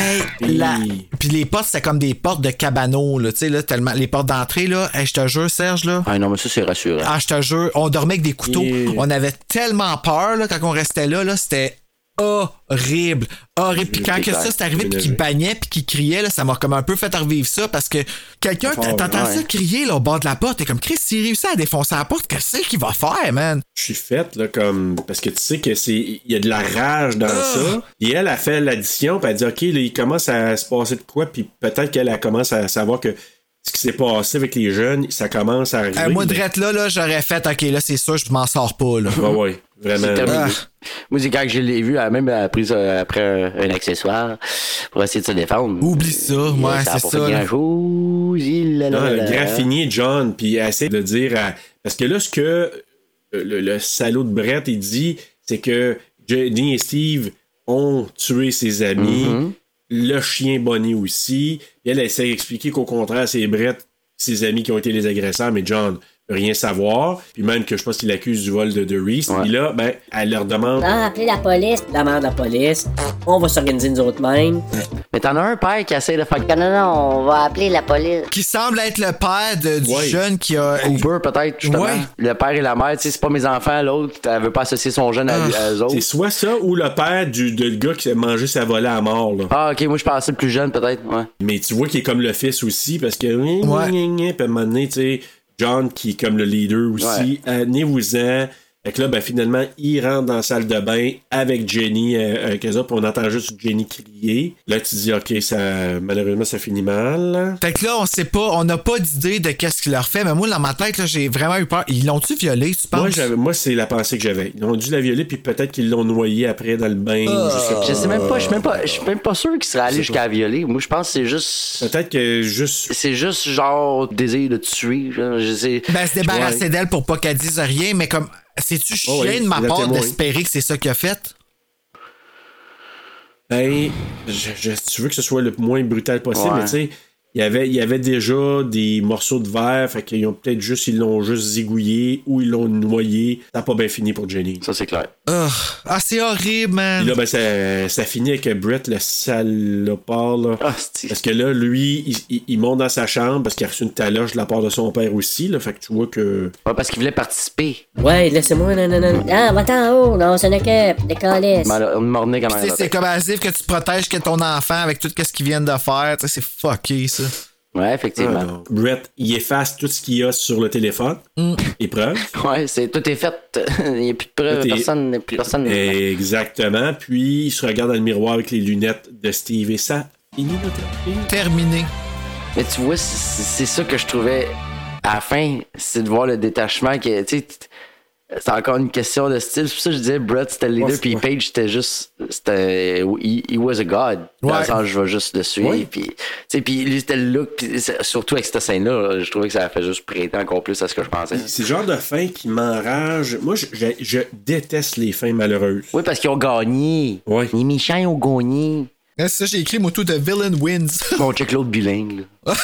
[SPEAKER 3] Hey, la- Puis les portes, c'était comme des portes de cabanos, là. Tu sais, là, tellement. Les portes d'entrée, là. Hey, je te jure, Serge, là.
[SPEAKER 7] Ah non, mais ça, c'est rassurant.
[SPEAKER 3] Ah, je te jure, on dormait avec des couteaux.
[SPEAKER 2] Yeah.
[SPEAKER 3] On avait tellement peur là, quand on restait là. là c'était horrible. Horrible. Puis quand
[SPEAKER 7] C'est
[SPEAKER 3] que ça
[SPEAKER 7] clair.
[SPEAKER 3] c'est arrivé, puis qu'il bagnait, puis qu'il criait, là, ça m'a comme un peu fait revivre ça parce que quelqu'un,
[SPEAKER 2] Ah,
[SPEAKER 3] t'entends
[SPEAKER 2] ouais.
[SPEAKER 3] ça crier là, au bord de la porte, t'es comme Chris, s'il réussit à défoncer la porte, qu'est-ce qu'il va faire, man?
[SPEAKER 2] Je suis faite, là, comme. Parce que tu sais que c'est. Il y a de la rage dans
[SPEAKER 3] Ah!
[SPEAKER 2] ça. Et elle a fait l'addition, puis elle dit, OK, là, il commence à se passer de quoi, puis peut-être qu'elle elle commence à savoir que ce qui s'est passé avec les jeunes, ça commence à arriver.
[SPEAKER 3] Euh, moi, drette là, là j'aurais fait, ok, là, c'est sûr, je m'en sors pas, là.
[SPEAKER 2] Ouais, ouais,
[SPEAKER 3] Ah.
[SPEAKER 7] C'est terminé.
[SPEAKER 2] vraiment.
[SPEAKER 7] Moi, c'est quand je l'ai vu, elle a même euh, pris euh, après un, un accessoire pour essayer de se défendre. Euh,
[SPEAKER 3] Oublie ça, ouais,
[SPEAKER 7] a
[SPEAKER 3] c'est
[SPEAKER 7] pas
[SPEAKER 3] ça, Ah,
[SPEAKER 7] fait
[SPEAKER 3] là.
[SPEAKER 7] grand-chose. Il a-
[SPEAKER 2] Non,
[SPEAKER 7] la- la-
[SPEAKER 2] le
[SPEAKER 7] la-
[SPEAKER 2] Ah, graffinier John, puis elle essaie de dire à- Parce que là, ce que euh, le, le salaud de Brett, il dit, c'est que Jenny et Steve ont tué ses amis,
[SPEAKER 7] Mhm.
[SPEAKER 2] le chien Bonnie aussi. Et elle essaie d'expliquer qu'au contraire, c'est Brett, ses amis qui ont été les agresseurs, mais John veut rien savoir. Puis même que je pense qu'il accuse du vol de, de Reese. Puis là, ben, elle leur demande.
[SPEAKER 9] Ah, appelez la police. La mère de la police. On va s'organiser nous autres mêmes.
[SPEAKER 7] Mais t'en as un père qui essaie de faire.
[SPEAKER 11] Non, non, non, on va appeler la police.
[SPEAKER 3] Qui semble être le père de- du jeune qui a.
[SPEAKER 7] Uber, peut-être, justement.
[SPEAKER 3] Ouais.
[SPEAKER 7] Le père et la mère, tu sais, c'est pas mes enfants, l'autre, elle veut pas associer son jeune
[SPEAKER 3] Ah,
[SPEAKER 7] à, lui- à eux autres.
[SPEAKER 2] C'est soit ça ou le père du de le gars qui a mangé sa volée à mort. Là.
[SPEAKER 7] Ah, ok, moi, je pensais le plus jeune, peut-être, ouais.
[SPEAKER 2] Mais tu vois qu'il est comme le fils aussi, parce que. Puis à un moment donné, tu sais, John qui est comme le leader aussi, amenez-vous-en. Fait que là, ben, finalement, il rentre dans la salle de bain avec Jenny, euh, avec eux autres, puis on entend juste Jenny crier. Là, tu dis, OK, ça, malheureusement, ça finit mal.
[SPEAKER 3] Fait que là, on sait pas, on n'a pas d'idée de qu'est-ce qu'il leur fait, mais moi, dans ma tête, là, j'ai vraiment eu peur. Ils l'ont-tu violé, tu
[SPEAKER 2] Moi,
[SPEAKER 3] penses?
[SPEAKER 2] j'avais- moi, c'est la pensée que j'avais. Ils ont dû la violer, puis peut-être qu'ils l'ont noyée après dans le bain.
[SPEAKER 7] Je sais même pas, je suis même pas, je suis même pas sûr qu'il serait allé
[SPEAKER 2] sais
[SPEAKER 7] jusqu'à violer. Moi, je pense que c'est juste.
[SPEAKER 2] Peut-être que juste.
[SPEAKER 7] C'est juste genre désir de tuer. genre, Je sais.
[SPEAKER 3] Ben, se débarrasser
[SPEAKER 7] Ouais.
[SPEAKER 3] d'elle pour pas qu'elle dise rien, mais comme, c'est-tu chien
[SPEAKER 7] Oh oui,
[SPEAKER 3] de ma
[SPEAKER 7] la
[SPEAKER 3] part
[SPEAKER 7] témoin.
[SPEAKER 3] d'espérer que c'est ça qu'il a fait?
[SPEAKER 2] Ben, je, je- tu veux que ce soit le moins brutal possible,
[SPEAKER 7] Ouais.
[SPEAKER 2] mais tu sais, il y avait- il y avait déjà des morceaux de verre, fait qu'ils ont peut-être juste, ils l'ont juste zigouillé ou ils l'ont noyé. Ça n'a pas bien fini pour Jenny.
[SPEAKER 7] Ça, c'est clair.
[SPEAKER 3] Ugh. Ah, c'est horrible,
[SPEAKER 2] Puis
[SPEAKER 3] man.
[SPEAKER 2] là, ben, ça, ça finit avec Brett, le salopard, là.
[SPEAKER 7] Ah,
[SPEAKER 2] parce que là, lui, il, il- il monte dans sa chambre parce qu'il a reçu une taloche de la part de son père aussi, là. Fait que tu vois que.
[SPEAKER 7] Ouais, parce qu'il voulait participer.
[SPEAKER 9] Ouais, laissez-moi, non, non, non.
[SPEAKER 11] Ah, va-t'en en haut, non, on s'en occupe, des calices.
[SPEAKER 7] Mais elle a- on me mornait quand
[SPEAKER 3] Tu sais,
[SPEAKER 7] même.
[SPEAKER 3] c'est comme asif que tu protèges que ton enfant avec tout ce qu'ils viennent de faire. Tu sais, c'est fucké, ça.
[SPEAKER 7] Ouais,
[SPEAKER 2] Ah,
[SPEAKER 7] effectivement.
[SPEAKER 2] non. Brett, il efface tout ce qu'il y a sur le téléphone. Épreuve.
[SPEAKER 7] ouais, c'est, tout est fait. Il n'y a plus de preuves.
[SPEAKER 2] Tout est-
[SPEAKER 7] Personne. plus personne.
[SPEAKER 2] Exactement. Puis il se regarde dans le miroir avec les lunettes de Steve et ça.
[SPEAKER 3] Terminé.
[SPEAKER 7] Mais tu vois, c'est, c'est ça que je trouvais à la fin. C'est de voir le détachement. Que, tu sais, t- c'est encore une question de style. C'est pour ça que je disais, Brett, c'était le leader.
[SPEAKER 2] Ouais, c'est-
[SPEAKER 7] puis
[SPEAKER 2] ouais.
[SPEAKER 7] Page, c'était juste. C'était, he, he was a god. Dans
[SPEAKER 3] Ouais.
[SPEAKER 7] le sens, je vais juste le suivre.
[SPEAKER 2] Ouais.
[SPEAKER 7] Puis, tu sais, puis lui, c'était le look. Puis, c'est- surtout avec cette scène-là, je trouvais que ça fait juste prêter encore plus à ce que je pensais.
[SPEAKER 2] C'est le genre de fin qui m'enrage. Moi, je, je- je déteste les fins malheureuses.
[SPEAKER 7] Oui, parce qu'ils ont gagné.
[SPEAKER 2] Ouais.
[SPEAKER 7] Les méchants ont gagné.
[SPEAKER 3] Là, Eh, c'est ça, j'ai écrit Moutou de Villain Wins.
[SPEAKER 7] Bon, on check l'autre bilingue. là.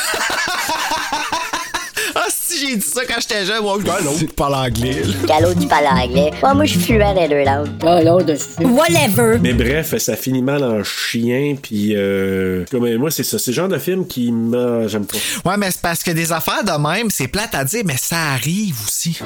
[SPEAKER 3] ah, si j'ai dit ça quand j'étais jeune, moi, ben, l'autre parle anglais. là.
[SPEAKER 11] Galop du palais anglais. Ouais, moi, je suis fluent les deux langues.
[SPEAKER 9] Ah, l'autre, je suis.
[SPEAKER 10] Whatever.
[SPEAKER 2] Mais bref, ça finit mal en chien. Puis, euh, comme moi, c'est ça. C'est le genre de film qui m'a. J'aime pas.
[SPEAKER 3] Ouais, mais c'est parce que des affaires de même, c'est plate à dire, mais ça arrive aussi.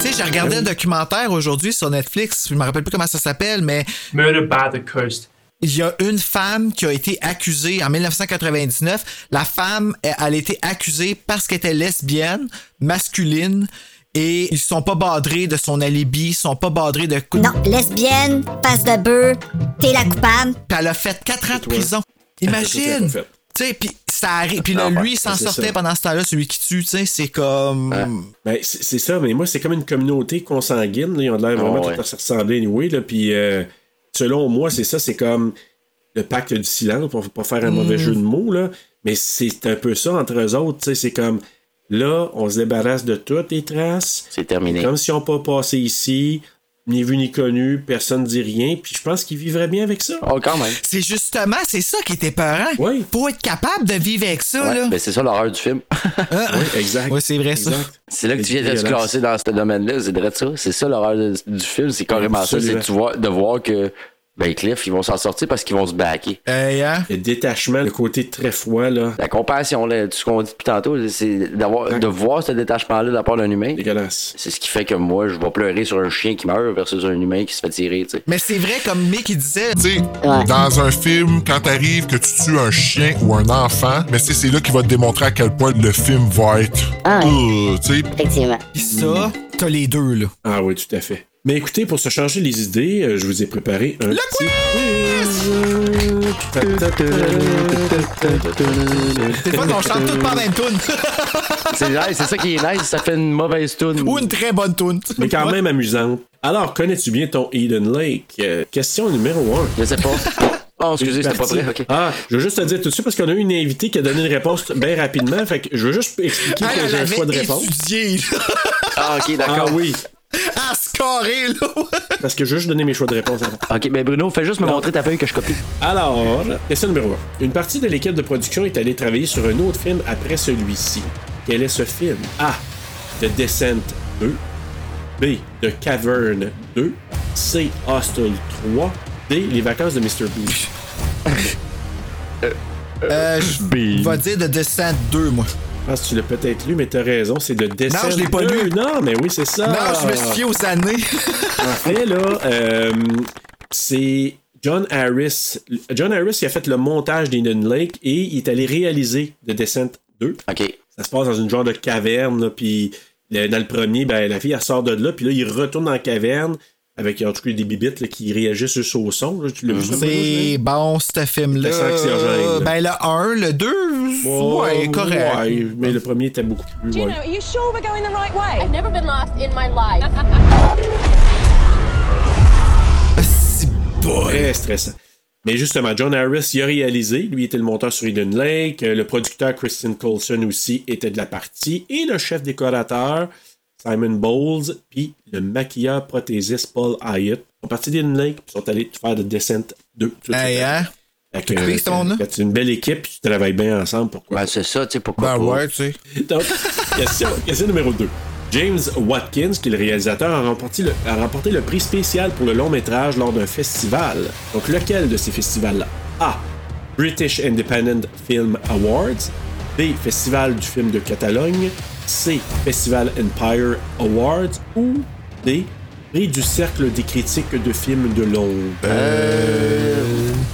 [SPEAKER 3] Tu sais, j'ai regardé
[SPEAKER 7] Ben
[SPEAKER 3] un documentaire aujourd'hui sur Netflix, je me rappelle plus comment ça s'appelle, mais
[SPEAKER 12] Murder by the Coast.
[SPEAKER 3] il y a une femme qui a été accusée en 1999. La femme, elle, elle a été accusée parce qu'elle était lesbienne, masculine, et ils sont pas badrés de son alibi, ils sont pas badrés de coups de...
[SPEAKER 10] Non, lesbienne, passe de bœuf, t'es la coupable.
[SPEAKER 3] Puis elle a fait 4 ans de
[SPEAKER 2] toi.
[SPEAKER 3] prison.
[SPEAKER 2] C'est
[SPEAKER 3] Imagine!
[SPEAKER 2] toi qui l'as pas
[SPEAKER 3] Tu sais, puis ça arrive. Puis
[SPEAKER 7] Ah
[SPEAKER 3] là,
[SPEAKER 7] ouais,
[SPEAKER 3] lui, il s'en
[SPEAKER 2] c'est
[SPEAKER 3] sortait
[SPEAKER 2] ça.
[SPEAKER 3] pendant ce temps-là, celui qui tue, tu sais, c'est comme...
[SPEAKER 2] Ben, c'est c'est ça, mais moi, c'est comme une communauté consanguine. là. Ils ont l'air vraiment
[SPEAKER 7] Ah, ouais.
[SPEAKER 2] tout à se ressembler, anyway. Là, puis, euh, selon moi, c'est ça, c'est comme le pacte du silence, pour pas
[SPEAKER 7] Mm.
[SPEAKER 2] faire un mauvais jeu de mots, là. Mais c'est un peu ça entre eux autres. tu sais, C'est comme là, on se débarrasse de toutes les traces.
[SPEAKER 7] C'est terminé.
[SPEAKER 2] Comme si on pas passé ici, ni vu ni connu, personne dit rien. Puis je pense qu'ils vivraient bien avec ça.
[SPEAKER 7] Oh, quand même.
[SPEAKER 3] C'est justement, c'est ça qui était peurant.
[SPEAKER 2] Oui.
[SPEAKER 3] Pour être capable de vivre avec ça,
[SPEAKER 7] Ouais,
[SPEAKER 3] là.
[SPEAKER 7] ben, c'est ça l'horreur du film.
[SPEAKER 3] Ah.
[SPEAKER 2] Oui, exact.
[SPEAKER 3] Ouais, c'est vrai, ça.
[SPEAKER 2] Exact.
[SPEAKER 7] C'est là que tu viens de te
[SPEAKER 2] Violence.
[SPEAKER 7] classer dans ce domaine-là, c'est vrai de ça. C'est ça l'horreur de- du film, c'est carrément ça. C'est
[SPEAKER 2] Absolument.
[SPEAKER 7] de tu vois- de voir que Ben, Cliff, ils vont s'en sortir parce qu'ils vont se baquer.
[SPEAKER 3] hein?
[SPEAKER 2] Le détachement, le côté très froid, là.
[SPEAKER 7] La compassion, là, tout ce qu'on dit depuis tantôt, là, c'est d'avoir, de voir ce détachement-là de la part d'un humain. C'est ce qui fait que moi, je vais pleurer sur un chien qui meurt versus un humain qui se fait tirer, tu sais.
[SPEAKER 3] Mais c'est vrai, comme Mick, il disait.
[SPEAKER 6] Tu sais, dans un film, quand t'arrives que tu tues un chien ou un enfant, mais c'est- c'est là qu'il va te démontrer à quel point le film va être.
[SPEAKER 11] Ah
[SPEAKER 6] ouais.
[SPEAKER 11] Effectivement.
[SPEAKER 3] Ça, t'as les deux, là.
[SPEAKER 2] Ah oui, tout à fait. Mais écoutez, pour se changer les idées, euh, je vous ai préparé un petit
[SPEAKER 3] C'est pas qu'on chante toutes par la même tune.
[SPEAKER 7] C'est nice, c'est ça qui est nice, ça fait une mauvaise toune.
[SPEAKER 3] Ou une très bonne tune.
[SPEAKER 2] mais quand même amusante. Alors, connais-tu bien ton Eden Lake? Euh, question numéro 1.
[SPEAKER 7] Je sais pas. Oh, excusez, c'était pas prêt, ok.
[SPEAKER 2] Ah, je veux juste te dire tout de suite parce qu'on a eu une invitée qui a donné une réponse bien rapidement. Fait que je veux juste expliquer
[SPEAKER 3] Ah,
[SPEAKER 2] que
[SPEAKER 3] elle
[SPEAKER 2] j'ai un
[SPEAKER 3] avait
[SPEAKER 2] choix de réponse.
[SPEAKER 3] étudié, là.
[SPEAKER 7] Ah, ok,
[SPEAKER 2] Ah
[SPEAKER 7] d'accord.
[SPEAKER 2] oui,
[SPEAKER 3] À scorer, là.
[SPEAKER 2] parce que je veux juste donner mes choix de réponse avant.
[SPEAKER 7] Ok, ben Bruno, fais juste me montrer ta feuille que je copie.
[SPEAKER 2] Alors, question numéro 1. Une partie de l'équipe de production est allée travailler sur un autre film après celui-ci. Quel est ce film? A. The Descent 2. B. The Cavern 2. C. Hostel 3. D. Les vacances de Mr. Blue.
[SPEAKER 3] Euh, je vais dire de Descent 2, moi.
[SPEAKER 2] Je pense que tu l'as peut-être lu, mais t'as raison, c'est The Descent
[SPEAKER 3] Non, je l'ai pas
[SPEAKER 2] 2.
[SPEAKER 3] lu.
[SPEAKER 2] Non, mais oui, c'est ça.
[SPEAKER 3] Non, je me suis fié aux années.
[SPEAKER 2] En fait, là, euh, c'est John Harris. John Harris, il a fait le montage d'Eden Lake et il est allé réaliser The Descent 2.
[SPEAKER 7] OK.
[SPEAKER 2] Ça se passe dans une genre de caverne, là, puis le- dans le premier, ben, la fille, elle sort de là, puis là, il retourne dans la caverne avec, en tout cas, des bibites là, qui réagissent juste au son. là. Tu l'as vu, ça, Bruno, j'imagine?
[SPEAKER 3] C'est bon, ce film-là.
[SPEAKER 2] C'est anxiogène, là.
[SPEAKER 3] Ben, le 1, le 2, ouais, correct.
[SPEAKER 2] Ouais, mais le premier était beaucoup plus... ouais.
[SPEAKER 13] are you sure we're going the right way?
[SPEAKER 14] I've never been lost in my life.
[SPEAKER 2] Très stressant. Mais justement, John Harris il a réalisé. Lui était le monteur sur Eden Lake. euh, Le producteur Christian Coulson aussi était de la partie. Et le chef décorateur Simon Bowles. Puis le maquilleur prothésiste Paul Hyatt. Ils sont partis d'Eden Lake. Puis sont allés faire de Descent 2. tout de
[SPEAKER 3] Hey,
[SPEAKER 2] suite.
[SPEAKER 3] hein?
[SPEAKER 2] Fait que,
[SPEAKER 3] t'as coupé,
[SPEAKER 2] euh,
[SPEAKER 3] ce monde-là?
[SPEAKER 2] fait, C'est une belle équipe. puis Tu travailles bien ensemble. Pourquoi?
[SPEAKER 7] Ben, c'est ça, tu sais, pourquoi
[SPEAKER 3] Ben
[SPEAKER 7] pas.
[SPEAKER 3] ouais, tu sais.
[SPEAKER 2] Donc, question, question numéro 2. James Watkins, qui est le réalisateur, a remporté le, a remporté le prix spécial pour le long métrage lors d'un festival. Donc, lequel de ces festivals-là A. British Independent Film Awards. B. Festival du film de Catalogne. C. Festival Empire Awards. Ou D. Prix du Cercle des critiques de films de Londres.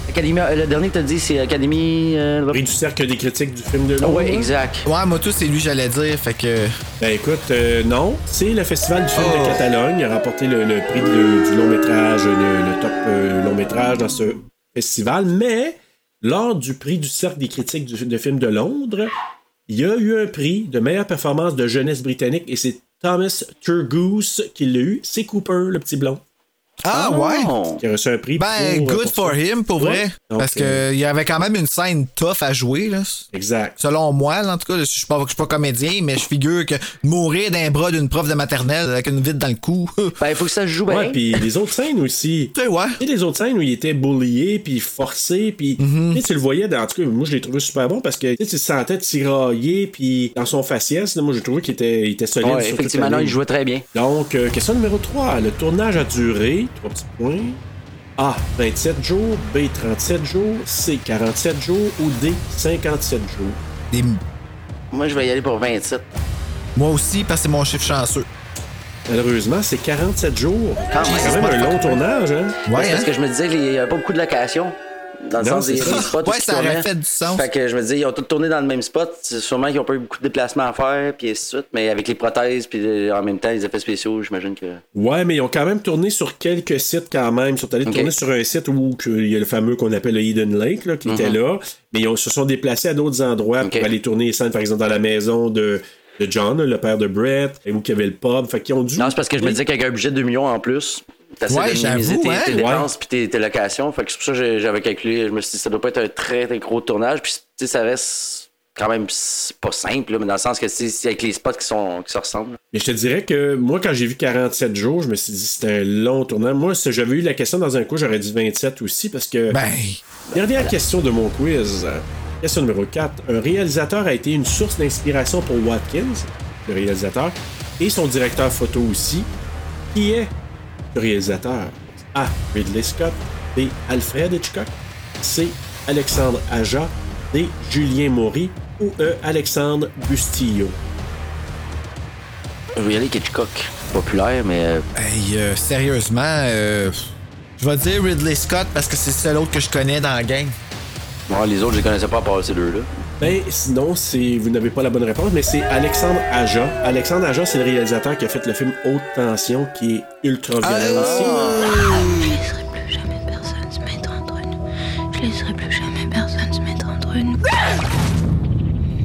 [SPEAKER 7] Académie, euh, le dernier que t'as dit, c'est Académie. euh,
[SPEAKER 2] Prix du Cercle des critiques du film de Londres.
[SPEAKER 7] Ouais, exact.
[SPEAKER 3] Ouais, moi, tout, c'est lui, j'allais dire. Fait que.
[SPEAKER 2] Ben écoute, euh, non, c'est le Festival du film
[SPEAKER 3] Oh.
[SPEAKER 2] de Catalogne. Il a remporté le, le prix de- du long métrage, le, le top euh, long métrage dans ce festival. Mais lors du prix du Cercle des critiques du- de films de Londres, il y a eu un prix de meilleure performance de jeunesse britannique et c'est Thomas Turgoose qui l'a eu. C'est Cooper, le petit blond,
[SPEAKER 3] Ah, ouais?
[SPEAKER 7] Non.
[SPEAKER 2] qui a reçu un prix.
[SPEAKER 3] Ben,
[SPEAKER 2] pour-
[SPEAKER 3] good for
[SPEAKER 2] ça.
[SPEAKER 3] him, pour
[SPEAKER 2] Ouais.
[SPEAKER 3] vrai.
[SPEAKER 2] Donc, euh,
[SPEAKER 3] Parce que il y avait quand même une scène tough à jouer, là.
[SPEAKER 2] Exact.
[SPEAKER 3] Selon moi, là, en tout cas, je suis pas, je suis pas comédien, mais je figure que mourir d'un bras d'une prof de maternelle avec une vide dans le cou.
[SPEAKER 7] Ben, il faut que ça se joue bien.
[SPEAKER 2] Ouais, puis les autres scènes aussi.
[SPEAKER 3] tu sais, ouais.
[SPEAKER 2] Tu sais, les autres scènes où il était bullié, puis forcé, puis tu sais, tu le voyais, dans, en tout cas, moi, je l'ai trouvé super bon parce que tu sais, tu le sentais tiraillé, puis dans son faciès, là, moi, j'ai trouvé qu'il était, il était solide.
[SPEAKER 7] Ouais,
[SPEAKER 2] sur toute
[SPEAKER 7] effectivement,
[SPEAKER 2] la
[SPEAKER 7] non,
[SPEAKER 2] ligne.
[SPEAKER 7] il jouait très bien.
[SPEAKER 2] Donc, euh, question numéro 3. Le tournage a duré, trois petits points. A, 27 jours, B, 37 jours, C, 47 jours ou D, 57 jours.
[SPEAKER 3] Des-
[SPEAKER 7] Moi, je vais y aller pour 27.
[SPEAKER 3] Moi aussi, parce que c'est mon chiffre chanceux.
[SPEAKER 2] Malheureusement, c'est 47 jours. C'est quand même un long tournage, hein?
[SPEAKER 7] C'est
[SPEAKER 3] Ouais, hein?
[SPEAKER 7] parce que je me disais qu'il n'y avait pas beaucoup de location. Dans le
[SPEAKER 2] Non,
[SPEAKER 7] sens des,
[SPEAKER 2] c'est ça.
[SPEAKER 7] des spots où
[SPEAKER 3] Ouais,
[SPEAKER 7] ils
[SPEAKER 3] ça aurait
[SPEAKER 7] tournaient.
[SPEAKER 3] fait du sens.
[SPEAKER 7] Fait que je me disais, ils ont tous tourné dans le même spot. C'est Sûrement qu'ils n'ont pas eu beaucoup de déplacements à faire, puis ainsi de suite. Mais avec les prothèses, puis euh, en même temps, les effets spéciaux, j'imagine que.
[SPEAKER 2] Ouais, mais ils ont quand même tourné sur quelques sites quand même. Ils sont allés
[SPEAKER 7] Ok.
[SPEAKER 2] tourner sur un site où que- il y a le fameux qu'on appelle le Hidden Lake là, qui était là. Mais ils ont- se sont déplacés à d'autres endroits
[SPEAKER 7] Mhm. Ok.
[SPEAKER 2] pour aller tourner les scènes, par exemple, dans la maison de, de John, le père de Brett, et où qu'il y avait le pub. Fait qu'ils ont dû.
[SPEAKER 7] Non, c'est parce que je me disais qu'avec un budget de 2 millions en plus, t'essaies
[SPEAKER 3] Ouais,
[SPEAKER 7] de minimiser
[SPEAKER 3] j'avoue,
[SPEAKER 7] tes,
[SPEAKER 3] hein.
[SPEAKER 7] tes
[SPEAKER 3] Ouais.
[SPEAKER 7] dépenses puis tes, tes locations. Fait que c'est pour ça que j'ai- j'avais calculé. Je me suis dit, ça doit pas être un très, très gros tournage. Puis, tu sais, ça reste quand même c'est pas simple, là, mais dans le sens que c'est c'est avec les spots qui, sont, qui se ressemblent.
[SPEAKER 2] Mais je te dirais que moi, quand j'ai vu 47 jours, je me suis dit c'était un long tournant. Moi, si j'avais eu la question dans un coup, j'aurais dit 27 aussi parce que.
[SPEAKER 3] Ben,
[SPEAKER 2] Dernière question de mon quiz. Question numéro 4. Un réalisateur a été une source d'inspiration pour Watkins, le réalisateur, et son directeur photo aussi. Qui est le réalisateur? A. Ridley Scott. des Alfred Hitchcock, C. Alexandre Aja, D. Julien Maury ou E. Alexandre Bustillo.
[SPEAKER 7] Je vais y aller avec Hitchcock. Populaire, mais. euh,
[SPEAKER 3] Hey, euh, sérieusement, euh, je vais dire Ridley Scott parce que c'est le seul autre que je connais dans la gang.
[SPEAKER 7] bon, les autres, je les connaissais pas à part ces deux-là.
[SPEAKER 2] Ben, sinon, c'est, vous n'avez pas la bonne réponse, mais c'est Alexandre Aja. Alexandre Aja, c'est le réalisateur qui a fait le film Haute Tension, qui est ultra violent aussi.
[SPEAKER 14] Je laisserai plus jamais personne se mettre entre nous. Je laisserai plus jamais personne se mettre entre nous.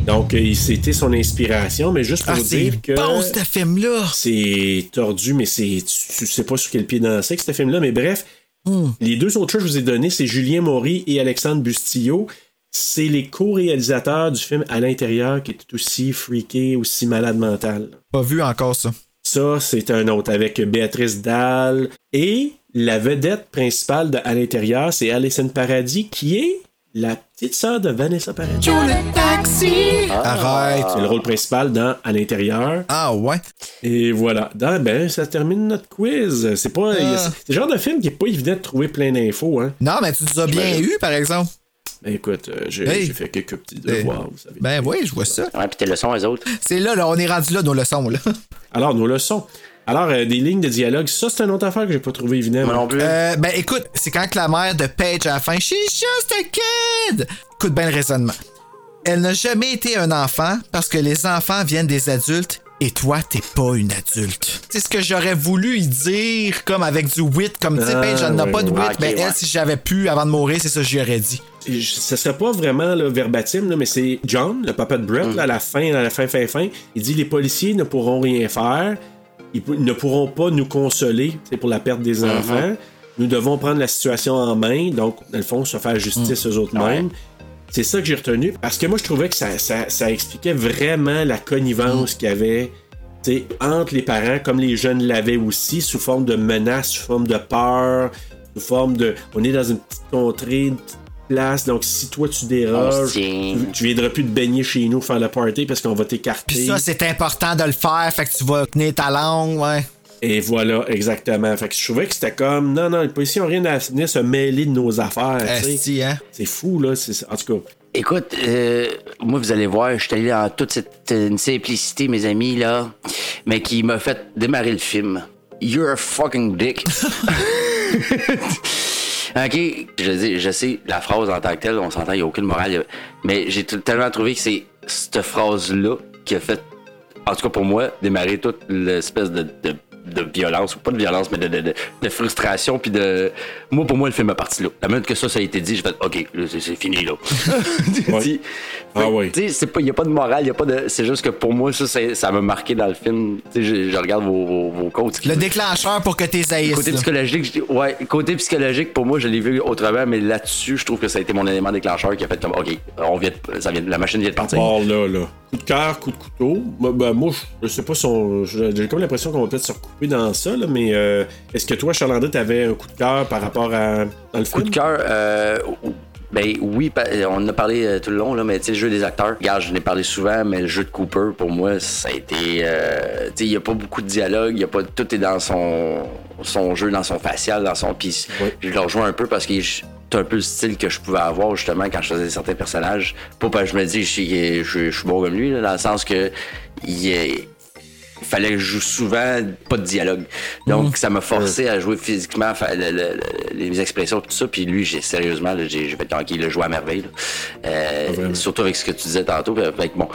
[SPEAKER 2] Donc, euh, c'était son inspiration, mais juste pour
[SPEAKER 3] Ah,
[SPEAKER 2] vous
[SPEAKER 3] c'est
[SPEAKER 2] dire que.
[SPEAKER 3] bon, ce film-là!
[SPEAKER 2] C'est tordu, mais c'est, tu, tu sais pas sur quel pied danser avec ce film-là, mais bref.
[SPEAKER 3] Hmm.
[SPEAKER 2] Les deux autres choses que je vous ai données, c'est Julien Maury et Alexandre Bustillo. C'est les co-réalisateurs du film À l'intérieur qui est tout aussi freaké, aussi malade mental.
[SPEAKER 3] Pas vu encore ça.
[SPEAKER 2] Ça, c'est un autre avec Béatrice Dalle. Et la vedette principale de À l'intérieur, c'est Alison Paradis, qui est la petite sœur de Vanessa Paradis.
[SPEAKER 5] taxi!
[SPEAKER 2] Arrête! C'est le rôle principal dans À l'intérieur.
[SPEAKER 3] Ah ouais?
[SPEAKER 2] Et voilà. Ah, ben, ça termine notre quiz. C'est pas.
[SPEAKER 3] Ah.
[SPEAKER 2] C'est le genre de film qui est pas évident de trouver plein d'infos, hein.
[SPEAKER 3] Non, mais tu nous as bien
[SPEAKER 2] J'imagine.
[SPEAKER 3] eu, par exemple.
[SPEAKER 2] Ben, écoute, euh, j'ai
[SPEAKER 3] Hey.
[SPEAKER 2] j'ai fait quelques petits devoirs, vous savez.
[SPEAKER 3] Ben oui, je vois ça.
[SPEAKER 7] Ouais, puis tes leçons, les autres.
[SPEAKER 3] C'est là, là, on est rendu là, nos leçons, là.
[SPEAKER 2] Alors, nos leçons. Alors, euh, des lignes de dialogue, ça, c'est une autre affaire que j'ai pas trouvé évident. Moi non plus.
[SPEAKER 3] Euh, ben écoute, c'est quand que la mère de Paige à la fin, She's just a kid! Écoute bien le raisonnement. Elle n'a jamais été un enfant parce que les enfants viennent des adultes et toi, t'es pas une adulte. C'est ce que j'aurais voulu y dire, comme avec du wit, comme tu sais,
[SPEAKER 2] Ah,
[SPEAKER 3] Paige, elle n'a
[SPEAKER 2] oui,
[SPEAKER 3] pas de
[SPEAKER 2] oui.
[SPEAKER 3] wit,
[SPEAKER 2] Ah, ok,
[SPEAKER 3] mais
[SPEAKER 2] ouais.
[SPEAKER 3] elle, si j'avais pu avant de mourir, c'est ça que j'aurais dit.
[SPEAKER 2] Je- ça serait pas vraiment là, verbatim, là, mais c'est John, le papa de Brett, là, à la fin, à la fin, fin, fin. Il dit les policiers ne pourront rien faire. Ils pou- ne pourront pas nous consoler c'est pour la perte des enfants. Nous devons prendre la situation en main, donc, dans le fond, se faire justice aux autres mêmes. C'est ça que j'ai retenu, parce que moi, je trouvais que ça, ça- ça expliquait vraiment la connivence qu'il y avait tu sais, entre les parents, comme les jeunes l'avaient aussi, sous forme de menaces, sous forme de peur, sous forme de. On est dans une petite contrée, une petite place, donc si toi tu
[SPEAKER 3] On
[SPEAKER 2] déroges,
[SPEAKER 3] se
[SPEAKER 7] tu,
[SPEAKER 2] tu viendras plus te baigner chez nous faire la party parce qu'on va t'écarter.
[SPEAKER 3] Puis ça, c'est important de le faire, fait que tu vas tenir ta langue, ouais.
[SPEAKER 2] Et voilà, exactement. Fait que je trouvais que c'était comme, non, non, les policiers n'ont rien à venir se mêler de nos affaires. tu sais.
[SPEAKER 3] Esti, hein?
[SPEAKER 2] C'est fou, là. c'est- En tout cas,
[SPEAKER 7] Écoute, euh, moi, vous allez voir, je suis allé dans toute cette euh, une simplicité, mes amis, là, mais qui m'a fait démarrer le film. You're a fucking dick. OK, je, dis, je sais, la phrase en tant que telle, on s'entend, il n'y a aucune morale, y a- mais j'ai tout- tellement trouvé que c'est cette phrase-là qui a fait, en tout cas pour moi, démarrer toute l'espèce de, de- de violence, ou pas de violence, mais de, de- de- de frustration, puis de... Moi, pour moi, le film a parti là. La minute que ça, ça a été dit, j'ai fait, OK, là, c'est c'est fini, là. Dit- Fait
[SPEAKER 2] Ben Ah
[SPEAKER 7] que, Ben, Tu sais, c'est pas- il n'y a pas de morale, il a pas de... C'est juste que pour moi, ça, c'est- ça m'a marqué dans le film. Tu sais, je, je regarde vos, vos, vos coachs.
[SPEAKER 3] Le déclencheur pour que t'es haïsses,
[SPEAKER 7] Côté
[SPEAKER 3] là.
[SPEAKER 7] psychologique, je- ouais, côté psychologique, pour moi, je l'ai vu autrement, mais là-dessus, je trouve que ça a été mon élément déclencheur qui a fait comme, OK, on vient de- ça vient, de- la machine vient de partir.
[SPEAKER 2] bon, là, là. Coup de cœur, coup de couteau. Moi, ben, moi, je- je sais pas si on- je- J'ai comme l'impression qu'on va peut-être se recouper dans ça, là, mais euh, est-ce que toi, Charlandais, t'avais un coup de cœur par rapport à. Dans le
[SPEAKER 7] Coup de cœur, euh, ben oui, pa- on en a parlé euh, tout le long, là, mais tu sais, le jeu des acteurs, regarde, je l'ai parlé souvent, mais le jeu de Cooper, pour moi, ça a été. euh, tu sais, il n'y a pas beaucoup de dialogue, il y a pas, tout est dans son, son jeu, dans son facial, dans son. Puis je le rejoins un peu parce que je- c'est un peu le style que je pouvais avoir justement quand je faisais certains personnages. Pas parce que je me dis, je, suis- je- je suis bon comme lui, là, dans le sens que. Il est, il fallait que je joue souvent pas de dialogue. Donc, ça m'a forcé à jouer physiquement, fa- le- le- le- les expressions, tout ça. Puis lui, j'ai sérieusement, là, j'ai j'ai fait tant qu'il le joue à merveille. là. Euh, surtout avec ce que tu disais tantôt. puis Avec mon...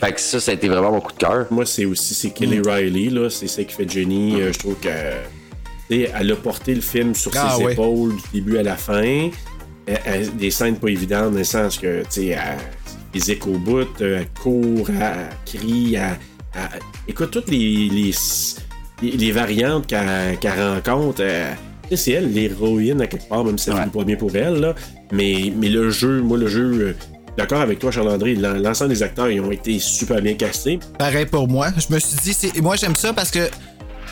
[SPEAKER 7] Fait que ça, ça a été vraiment mon coup de cœur.
[SPEAKER 2] Moi, c'est aussi c'est Kelly
[SPEAKER 3] Mm.
[SPEAKER 2] Riley, là, c'est ça qui fait Jenny. Euh, je trouve qu'elle tu sais, elle a porté le film sur
[SPEAKER 3] Ah
[SPEAKER 2] ses
[SPEAKER 3] ouais.
[SPEAKER 2] épaules du début à la fin. Elle- elle- des scènes pas évidentes, dans le sens que, tu sais, elle- physique au bout, euh, elle court, elle, elle crie, elle- elle- écoute toutes les, les, les- les variantes qu'elle qu'elle rencontre. euh, tu sais, c'est elle, l'héroïne à quelque part, même si ça finit pas bien pour elle. Là. Mais, mais le jeu, moi, le jeu, euh, d'accord avec toi, Charles-André, l'en- l'ensemble des acteurs, ils ont été super bien castés.
[SPEAKER 3] Pareil pour moi. Je me suis dit, c'est... moi j'aime ça parce que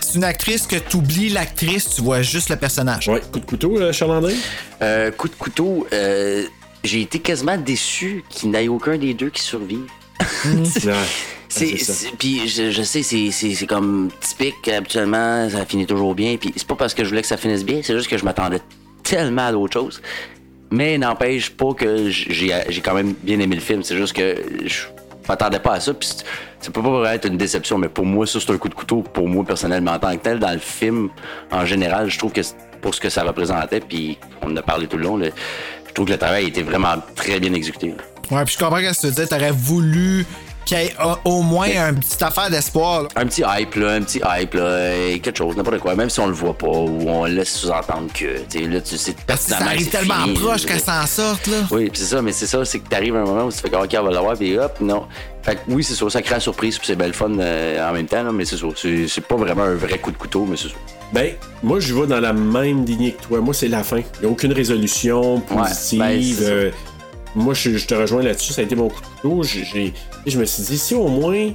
[SPEAKER 3] c'est une actrice que t'oublies l'actrice, tu vois juste le personnage.
[SPEAKER 2] Ouais, coup de couteau, Charles-André?
[SPEAKER 7] Euh, coup de couteau, euh, j'ai été quasiment déçu qu'il n'y ait aucun des deux qui survive. C'est- c'est- Puis je, je sais, c'est- c'est c'est comme typique, habituellement, ça finit toujours bien. Puis c'est pas parce que je voulais que ça finisse bien, c'est juste que je m'attendais tellement à d'autres choses. Mais n'empêche pas que j'ai j'ai quand même bien aimé le film. C'est juste que je m'attendais pas à ça. Puis c'est- ça peut pas vraiment être une déception, mais pour moi, ça, c'est un coup de couteau. Pour moi, personnellement, en tant que tel, dans le film, en général, je trouve que c'est- pour ce que ça représentait, puis on en a parlé tout le long, le- je trouve que le travail était vraiment très bien exécuté. là.
[SPEAKER 3] Ouais, puis je comprends que tu disais, t'aurais voulu qu'il y ait euh, au moins une petite affaire d'espoir. là.
[SPEAKER 7] Un petit hype, là, un petit hype, là, euh, quelque chose, n'importe quoi, même si on le voit pas ou on laisse sous-entendre que, tu sais, là, tu sais
[SPEAKER 3] Ça
[SPEAKER 7] pertinemment que
[SPEAKER 3] arrive
[SPEAKER 7] c'est
[SPEAKER 3] tellement
[SPEAKER 7] fini,
[SPEAKER 3] proche
[SPEAKER 7] là.
[SPEAKER 3] qu'elle s'en sorte, là.
[SPEAKER 7] Oui, puis c'est ça, mais c'est ça, c'est que t'arrives à un moment où tu fais que, OK, on va l'avoir, puis hop, non. Fait que oui, c'est sûr, ça crée la surprise, puis c'est belle fun euh, en même temps, là, mais c'est sûr, c'est c'est pas vraiment un vrai coup de couteau, mais c'est sûr.
[SPEAKER 2] Ben, moi, je vais dans la même lignée que toi. Moi, c'est la fin. Il n'y a aucune résolution positive.
[SPEAKER 7] Ouais, ben, c'est ça.
[SPEAKER 2] Euh, moi, je, je te rejoins là-dessus. Ça a été mon coup de couteau. J'ai- j'ai- je me suis dit, si au moins,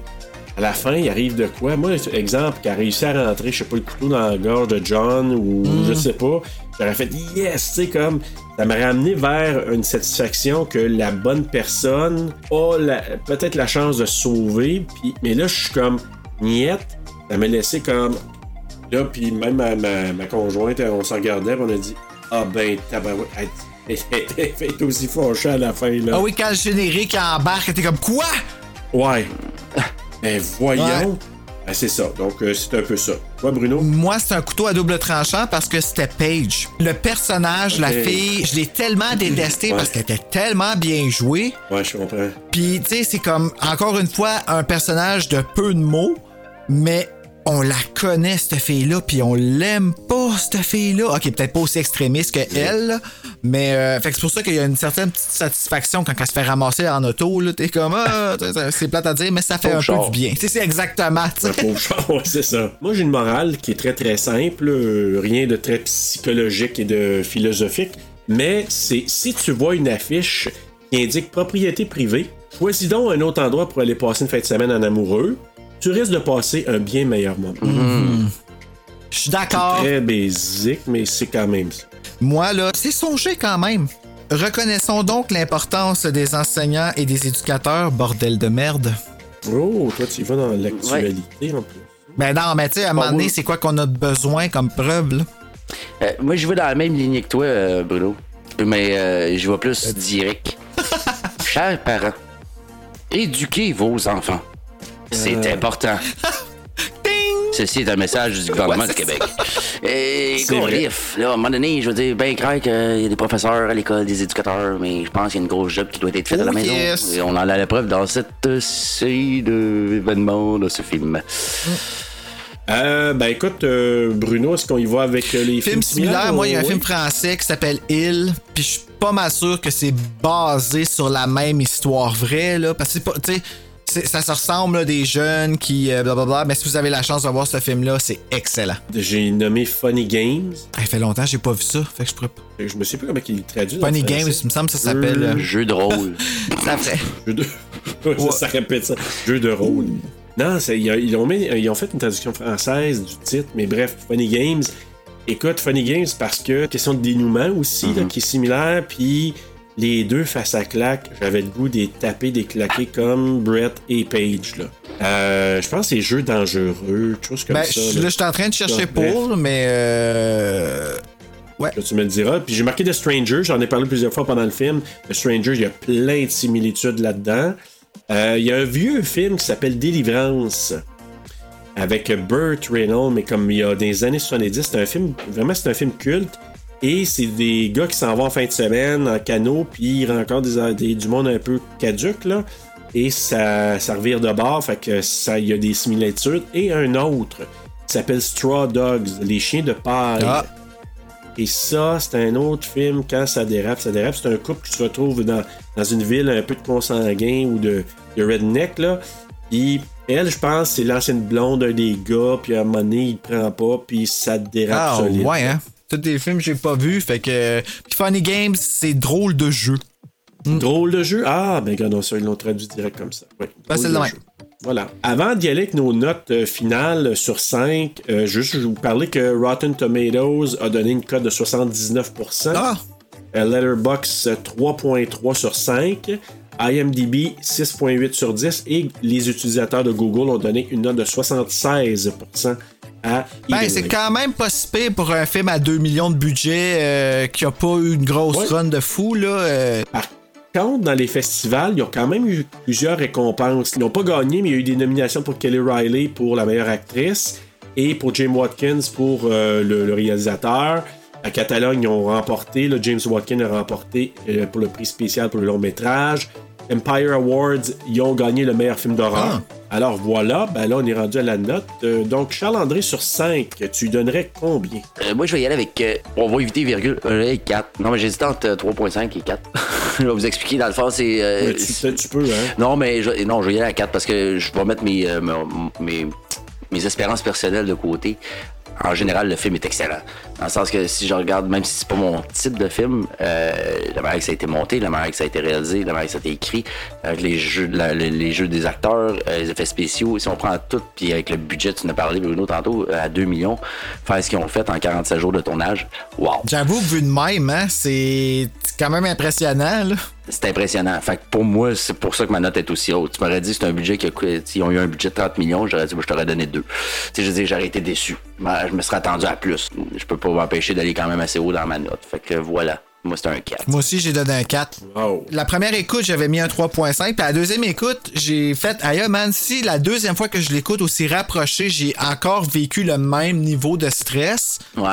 [SPEAKER 2] à la fin, il arrive de quoi? Moi, exemple, qui a réussi à rentrer, je sais pas, le couteau dans la gorge de John ou je sais pas, j'aurais fait yes, tu sais, comme. Ça m'aurait amené vers une satisfaction que la bonne personne a la- peut-être la chance de se sauver. puis- mais là, je suis comme, niette. Ça m'a laissé comme, Là, puis même ma, ma- ma conjointe, on s'en regardait, puis on a dit Ah ben, tabarouette, elle elle était aussi fâchée à la fin, là.
[SPEAKER 3] Ah oui, quand le générique embarque, t'es comme quoi?
[SPEAKER 2] Ouais. ben, voyons.
[SPEAKER 3] Ouais.
[SPEAKER 2] Ben, c'est ça. Donc, euh, c'est un peu ça. Toi, Bruno
[SPEAKER 3] Moi, c'est un couteau à double tranchant parce que c'était Paige. Le personnage, la
[SPEAKER 2] Ok.
[SPEAKER 3] fille, je l'ai tellement détesté
[SPEAKER 2] Ouais.
[SPEAKER 3] parce qu'elle était tellement bien jouée.
[SPEAKER 2] Ouais, je comprends.
[SPEAKER 3] Puis, tu sais, c'est comme, encore une fois, un personnage de peu de mots, mais on la connaît, cette fille-là, puis on l'aime pas, cette fille-là. Ok, peut-être pas aussi extrémiste que elle, là, mais euh, fait que c'est pour ça qu'il y a une certaine petite satisfaction quand elle se fait ramasser en auto. là. T'es comme, ah, t'sais, ça- c'est plate à dire, mais ça fait
[SPEAKER 2] Pauvre
[SPEAKER 3] un
[SPEAKER 2] char.
[SPEAKER 3] peu du bien. Tu sais, c'est exactement, tu
[SPEAKER 2] Un pauvre char, ouais, c'est ça. Moi, j'ai une morale qui est très, très simple. euh, rien de très psychologique et de philosophique. Mais c'est si tu vois une affiche qui indique propriété privée, choisis donc un autre endroit pour aller passer une fin de semaine en amoureux. Tu risques de passer un bien meilleur moment.
[SPEAKER 3] Je suis d'accord.
[SPEAKER 2] Très basique, mais c'est quand même ça.
[SPEAKER 3] Moi, là, c'est songé quand même. Reconnaissons donc l'importance des enseignants et des éducateurs, bordel de merde.
[SPEAKER 2] Oh, toi, tu y vas dans l'actualité en plus.
[SPEAKER 3] Ben non, mais tu sais, à un moment donné, c'est quoi qu'on a de besoin comme preuve, là?
[SPEAKER 7] Euh, moi, je vais dans la même lignée que toi, euh, Bruno, mais euh, je vais plus direct. Chers parents, éduquez vos enfants. C'est
[SPEAKER 5] Euh.
[SPEAKER 7] important. Ceci est un message du gouvernement
[SPEAKER 5] Ouais,
[SPEAKER 7] du
[SPEAKER 5] c'est
[SPEAKER 7] Québec. Et
[SPEAKER 5] C'est vrai.
[SPEAKER 7] colif, là, à un moment donné, je veux dire, ben craque, euh, il y a des professeurs à l'école, des éducateurs, mais je pense qu'il y a une grosse job qui doit être faite à la
[SPEAKER 5] Oh,
[SPEAKER 7] maison.
[SPEAKER 5] yes.
[SPEAKER 7] Et on en a la preuve dans cette euh, série d'événements de ce film.
[SPEAKER 5] Hein?
[SPEAKER 2] Euh, ben écoute, euh, Bruno, est-ce qu'on y va avec euh, les films
[SPEAKER 3] Film similaire,
[SPEAKER 2] similaires,
[SPEAKER 3] moi, il y a un
[SPEAKER 2] oui?
[SPEAKER 3] film français qui s'appelle Il, puis je suis pas mal sûr que c'est basé sur la même histoire vraie, là, parce que c'est pas, tu sais, c'est- ça se ressemble, là, des jeunes qui, euh, blablabla, mais si vous avez la chance de voir ce film-là, c'est excellent.
[SPEAKER 2] J'ai nommé Funny Games. Euh,
[SPEAKER 3] Ça fait longtemps que j'ai pas vu ça, fait que je pourrais pas.
[SPEAKER 2] Je me sais plus comment il le traduit. dans
[SPEAKER 3] Funny
[SPEAKER 2] le
[SPEAKER 3] Games,
[SPEAKER 2] français.
[SPEAKER 3] il me semble que ça s'appelle, euh,
[SPEAKER 7] Jeu de rôle.
[SPEAKER 3] ça fait.
[SPEAKER 2] Jeu de... ça, ça répète ça. Jeu de rôle. Non, c'est- ils ont- ils ont, mis- ils ont fait une traduction française du titre, mais bref, Funny Games. Écoute, Funny Games, parce que question de dénouement aussi,
[SPEAKER 3] Mm-hmm.
[SPEAKER 2] là, qui est similaire, puis les deux face à claque, j'avais le goût des taper, des claquer comme Brett et Paige. Là. Euh, je pense que c'est jeux dangereux, chose comme
[SPEAKER 3] Ben,
[SPEAKER 2] ça.
[SPEAKER 3] je- là, je suis en train de chercher
[SPEAKER 2] Bref.
[SPEAKER 3] pour, mais euh, Ouais.
[SPEAKER 2] Là, tu me le diras. Puis j'ai marqué The Stranger, j'en ai parlé plusieurs fois pendant le film. The Stranger, il y a plein de similitudes là-dedans. Euh, il y a un vieux film qui s'appelle Délivrance avec Burt Reynolds, mais comme il y a des années 70, c'est un film, vraiment, c'est un film culte. Et c'est des gars qui s'en vont en fin de semaine en canot, puis ils rencontrent des, des- du monde un peu caduque, là. Et ça, ça revire de bord, fait que ça, il y a des similitudes. Et un autre qui s'appelle Straw Dogs, les chiens de paille.
[SPEAKER 3] Ah.
[SPEAKER 2] Et ça, c'est un autre film, quand ça dérape, ça dérape. C'est un couple qui se retrouve dans, dans une ville un peu de consanguin ou de, de redneck, là. Puis elle, je pense, c'est l'ancienne blonde d'un des gars, puis à un moment donné, il prend pas, puis ça dérape
[SPEAKER 3] Ah
[SPEAKER 2] solide.
[SPEAKER 3] ouais, hein? Tous des films que j'ai pas vus, fait que. euh, Puis Funny Games, c'est drôle de jeu.
[SPEAKER 2] Drôle de jeu? Ah, ben regarde, ça, ils l'ont traduit direct comme ça. Ouais, drôle de
[SPEAKER 3] Facile de Ben, même.
[SPEAKER 2] jeu. Voilà. Avant d'y aller avec nos notes euh, finales sur 5, euh, juste, je vais vous parler que Rotten Tomatoes a donné une cote de 79%.
[SPEAKER 3] Ah!
[SPEAKER 2] Letterboxd euh, 3.3 sur 5. IMDb 6.8 sur 10. Et les utilisateurs de Google ont donné une note de 76% à
[SPEAKER 3] Ben,
[SPEAKER 2] Eden
[SPEAKER 3] c'est
[SPEAKER 2] Lake.
[SPEAKER 3] quand même pas si pire pour un film à 2 millions de budget euh, qui a pas eu une grosse run de fou, là. euh.
[SPEAKER 2] Contre, dans les festivals, ils ont quand même eu plusieurs récompenses. Ils n'ont pas gagné, mais il y a eu des nominations pour Kelly Riley pour la meilleure actrice et pour James Watkins pour euh, le, le réalisateur. À Catalogne, ils ont remporté. Là, James Watkins a remporté euh, pour le prix spécial pour le long métrage. Empire Awards, ils ont gagné le meilleur film d'horreur. Alors voilà, ben là, on est rendu à la note. Euh, donc, Charles-André sur 5, tu lui donnerais combien?
[SPEAKER 7] Euh, moi, je vais y aller avec. euh, on va éviter virgule euh, et 4. Non, mais j'hésite entre euh, 3.5 et 4. je vais vous expliquer. Dans le fond, c'est. euh,
[SPEAKER 2] Mais tu, tu peux, hein?
[SPEAKER 7] Non, mais je, non, je vais y aller à 4 parce que je vais mettre mes, euh, mon- mes, mes espérances personnelles de côté. En général, le film est excellent. Dans le sens que si je regarde, même si c'est pas mon type de film, euh, la manière que ça a été monté, la manière que ça a été réalisé, la manière que ça a été écrit, avec les jeux, la- les, les jeux des acteurs, euh, les effets spéciaux, si on prend tout, puis avec le budget, tu en as parlé, Bruno, tantôt, euh, à 2 millions, faire ce qu'ils ont fait en 47 jours de tournage, wow!
[SPEAKER 3] J'avoue que vu de même, hein, c'est quand même impressionnant, là.
[SPEAKER 7] C'est impressionnant. Fait que pour moi, c'est pour ça que ma note est aussi haute. Tu m'aurais dit c'est un budget qui a coûté- Ils ont eu un budget de 30 millions, j'aurais dit moi, je t'aurais donné deux. Tu sais, je dis j'aurais été déçu. Ben, Je me serais attendu à plus. Je peux pas m'empêcher d'aller quand même assez haut dans ma note. Fait que voilà. Moi, c'est un 4.
[SPEAKER 3] Moi aussi, j'ai donné un 4.
[SPEAKER 2] Wow.
[SPEAKER 3] La première écoute, j'avais mis un 3.5. Puis à la deuxième écoute, j'ai fait Aïe, man, si la deuxième fois que je l'écoute aussi rapprochée, j'ai encore vécu le même niveau de stress.
[SPEAKER 7] Ouais.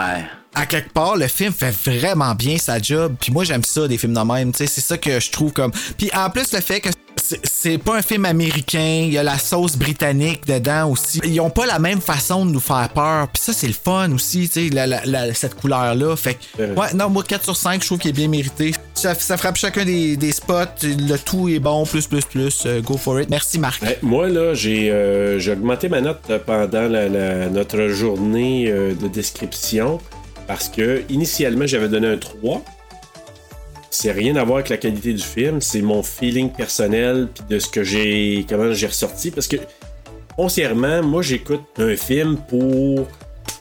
[SPEAKER 3] À quelque part, le film fait vraiment bien sa job. Puis moi, j'aime ça, des films de même. Tu sais, c'est ça que je trouve comme. Puis en plus, le fait que c'est- c'est pas un film américain, il y a la sauce britannique dedans aussi. Ils ont pas la même façon de nous faire peur. Puis ça, c'est le fun aussi, tu sais, la- la- la- cette couleur-là. Fait que, ouais, non, moi, 4 sur 5, je trouve qu'il est bien mérité. Ça, ça frappe chacun des, des spots. Le tout est bon, plus, plus, plus. Euh, go for it. Merci, Marc.
[SPEAKER 2] Ben, moi, là, j'ai euh, j'ai augmenté ma note pendant la- la- notre journée euh, de description parce que initialement, j'avais donné un 3. C'est rien à voir avec la qualité du film, c'est mon feeling personnel puis de ce que j'ai comment j'ai ressorti parce que foncièrement, moi j'écoute un film pour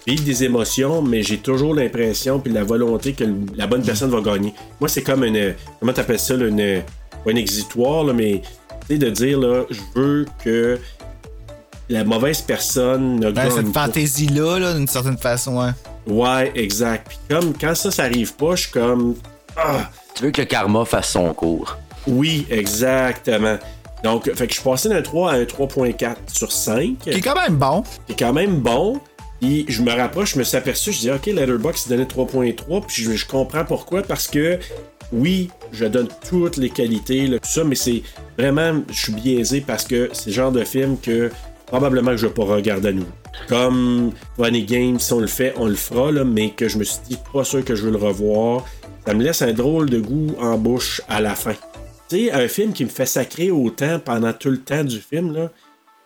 [SPEAKER 2] vivre des émotions, mais j'ai toujours l'impression puis la volonté que le- la bonne personne va gagner. Moi, c'est comme une comment t'appelles ça, là, une pas une exitoire là, mais tu sais, de dire là, je veux que la mauvaise personne ne
[SPEAKER 3] Ouais,
[SPEAKER 2] gagne
[SPEAKER 3] cette
[SPEAKER 2] pas.
[SPEAKER 3] fantaisie-là, là, d'une certaine façon, hein.
[SPEAKER 2] Ouais, exact. Puis comme quand ça, ça arrive pas, je suis comme. Ah!
[SPEAKER 7] Tu veux que le karma fasse son cours.
[SPEAKER 2] Oui, exactement. Donc, fait que je suis passé d'un 3 à un 3.4 sur 5. Qui est
[SPEAKER 3] quand même bon.
[SPEAKER 2] Qui est quand même bon. Puis je me rapproche, je me suis aperçu, je dis OK, Letterboxd donnait 3.3, puis je, je comprends pourquoi, parce que oui, je donne toutes les qualités, là, tout ça, mais c'est vraiment, je suis biaisé parce que c'est le genre de film que probablement que je vais pas regarder à nouveau. Comme Funny Games, si on le fait, on le fera, là, mais que je me suis dit, pas sûr que je veux le revoir. Ça me laisse un drôle de goût en bouche à la fin. Tu sais, un film qui me fait sacrer autant pendant tout le temps du film, là,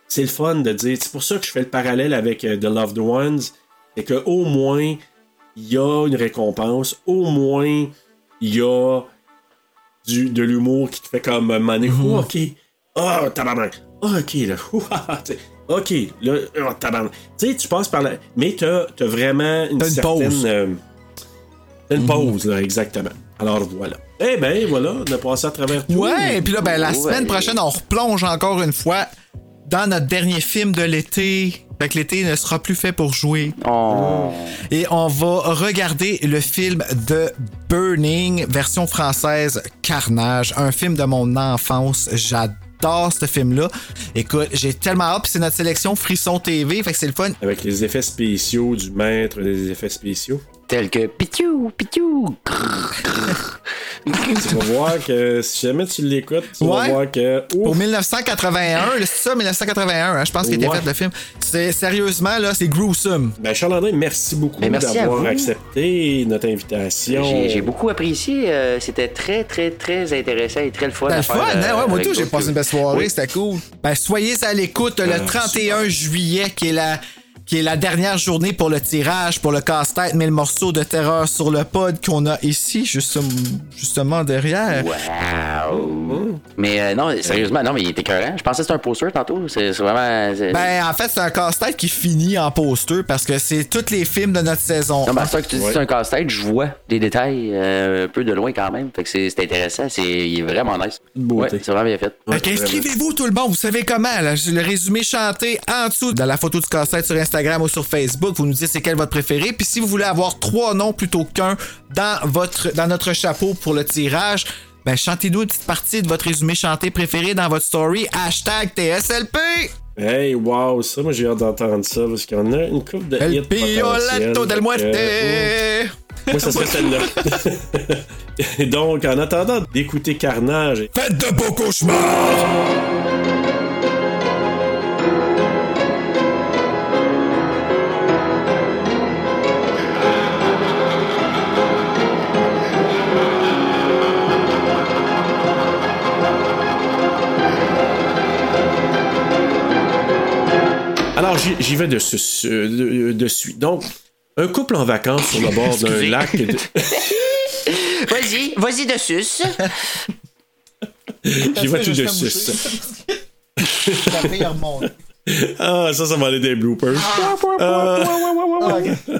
[SPEAKER 2] c'est le fun de dire. C'est pour ça que je fais le parallèle avec euh, The Loved Ones. C'est qu'au moins, il y a une récompense. Au moins, il y a du, de l'humour qui te fait comme mané.
[SPEAKER 3] Mhm.
[SPEAKER 2] Oh, ok. Oh, tabarnak. Ah, ok, là. Ouh, ah, ah, tu sais. ok, là. Oh, tabarnak. Tu sais, tu passes par là. Mais t'as as vraiment une,
[SPEAKER 3] T'as une
[SPEAKER 2] certaine.
[SPEAKER 3] pause. Mhm.
[SPEAKER 2] euh, t'as une pause, là, exactement. Alors voilà. Eh ben, voilà, on a passé à travers tout.
[SPEAKER 3] Ouais, et puis là, ben, la
[SPEAKER 2] Ouais.
[SPEAKER 3] semaine prochaine, on replonge encore une fois dans notre dernier film de l'été. Fait que l'été ne sera plus fait pour jouer.
[SPEAKER 7] Oh.
[SPEAKER 3] Et on va regarder le film de Burning, version française Carnage, un film de mon enfance. J'adore ce film-là. Écoute, j'ai tellement hâte, puis c'est notre sélection Frisson TV, fait que c'est le fun.
[SPEAKER 2] Avec les effets spéciaux du maître des effets spéciaux.
[SPEAKER 7] Mm. Tel que Pitou, Pitou.
[SPEAKER 2] tu vas voir que si jamais tu l'écoutes, tu vas
[SPEAKER 3] Ouais.
[SPEAKER 2] voir que. Ouf,
[SPEAKER 3] Pour 1981, là, c'est ça, 1981, hein, je pense qu'il était
[SPEAKER 2] Ouais.
[SPEAKER 3] fait le film. C'est sérieusement là, c'est gruesome.
[SPEAKER 2] Ben Charles-André, merci beaucoup
[SPEAKER 7] Ben, merci à
[SPEAKER 2] d'avoir
[SPEAKER 7] vous.
[SPEAKER 2] accepté notre invitation.
[SPEAKER 7] J'ai j'ai beaucoup apprécié. euh, C'était très, très, très intéressant et très le fun.
[SPEAKER 3] C'était
[SPEAKER 7] à
[SPEAKER 3] le
[SPEAKER 7] faire,
[SPEAKER 3] fun, hein?
[SPEAKER 7] euh,
[SPEAKER 3] Ouais, moi
[SPEAKER 7] avec
[SPEAKER 3] tout, j'ai
[SPEAKER 7] d'autres
[SPEAKER 3] passé une belle soirée,
[SPEAKER 7] Oui.
[SPEAKER 3] c'était cool. Ben, soyez à l'écoute
[SPEAKER 7] Ah,
[SPEAKER 3] le 31 juillet, qui est la qui est la dernière journée pour le tirage, pour le casse-tête, mais le morceau de terreur sur le pod qu'on a ici, juste- justement derrière.
[SPEAKER 7] Wow.
[SPEAKER 3] Mm.
[SPEAKER 7] Mais euh, non, sérieusement, non, mais il était écœurant. Je pensais que c'était un poster tantôt. C'est c'est vraiment. c'est-
[SPEAKER 3] Ben, en fait, c'est un casse-tête qui finit en poster parce que c'est tous les films de notre saison.
[SPEAKER 7] Non, ben, mais à ça que tu dis
[SPEAKER 3] Ouais.
[SPEAKER 7] c'est un casse-tête, je vois des détails euh, un peu de loin quand même. Fait que c'est c'est intéressant. C'est, il est vraiment nice. Ouais, c'est vraiment bien fait.
[SPEAKER 3] Fait que inscrivez-vous tout le monde, vous savez comment. Là, le résumé chanté en dessous de la photo du casse-tête sur Instagram ou sur Facebook. Vous nous dites c'est quel votre préféré. Puis si vous voulez avoir trois noms plutôt qu'un dans votre dans notre chapeau pour le tirage, ben chantez-nous une petite partie de votre résumé chanté préféré dans votre story. Hashtag TSLP.
[SPEAKER 2] Hey, wow, ça, moi j'ai hâte d'entendre ça parce qu'il y en a une coupe de
[SPEAKER 3] El
[SPEAKER 2] hits potentiels,
[SPEAKER 3] Piolato del
[SPEAKER 2] donc,
[SPEAKER 3] Muerte.
[SPEAKER 2] euh, mm. Moi, ça serait celle-là. Et donc, en attendant d'écouter Carnage.
[SPEAKER 3] Faites de beaux cauchemars!
[SPEAKER 2] Alors, j'y j'y vais de, su- su- de, de suite. Donc, un couple en vacances sur le bord d'un
[SPEAKER 7] Excusez.
[SPEAKER 2] lac. de-
[SPEAKER 7] Vas-y, vas-y de sus.
[SPEAKER 2] J'y vais tout de
[SPEAKER 3] Je me suis
[SPEAKER 2] suite.
[SPEAKER 3] La meilleure monde.
[SPEAKER 2] Ah, ça, ça va aller des bloopers.
[SPEAKER 3] Ah, ok.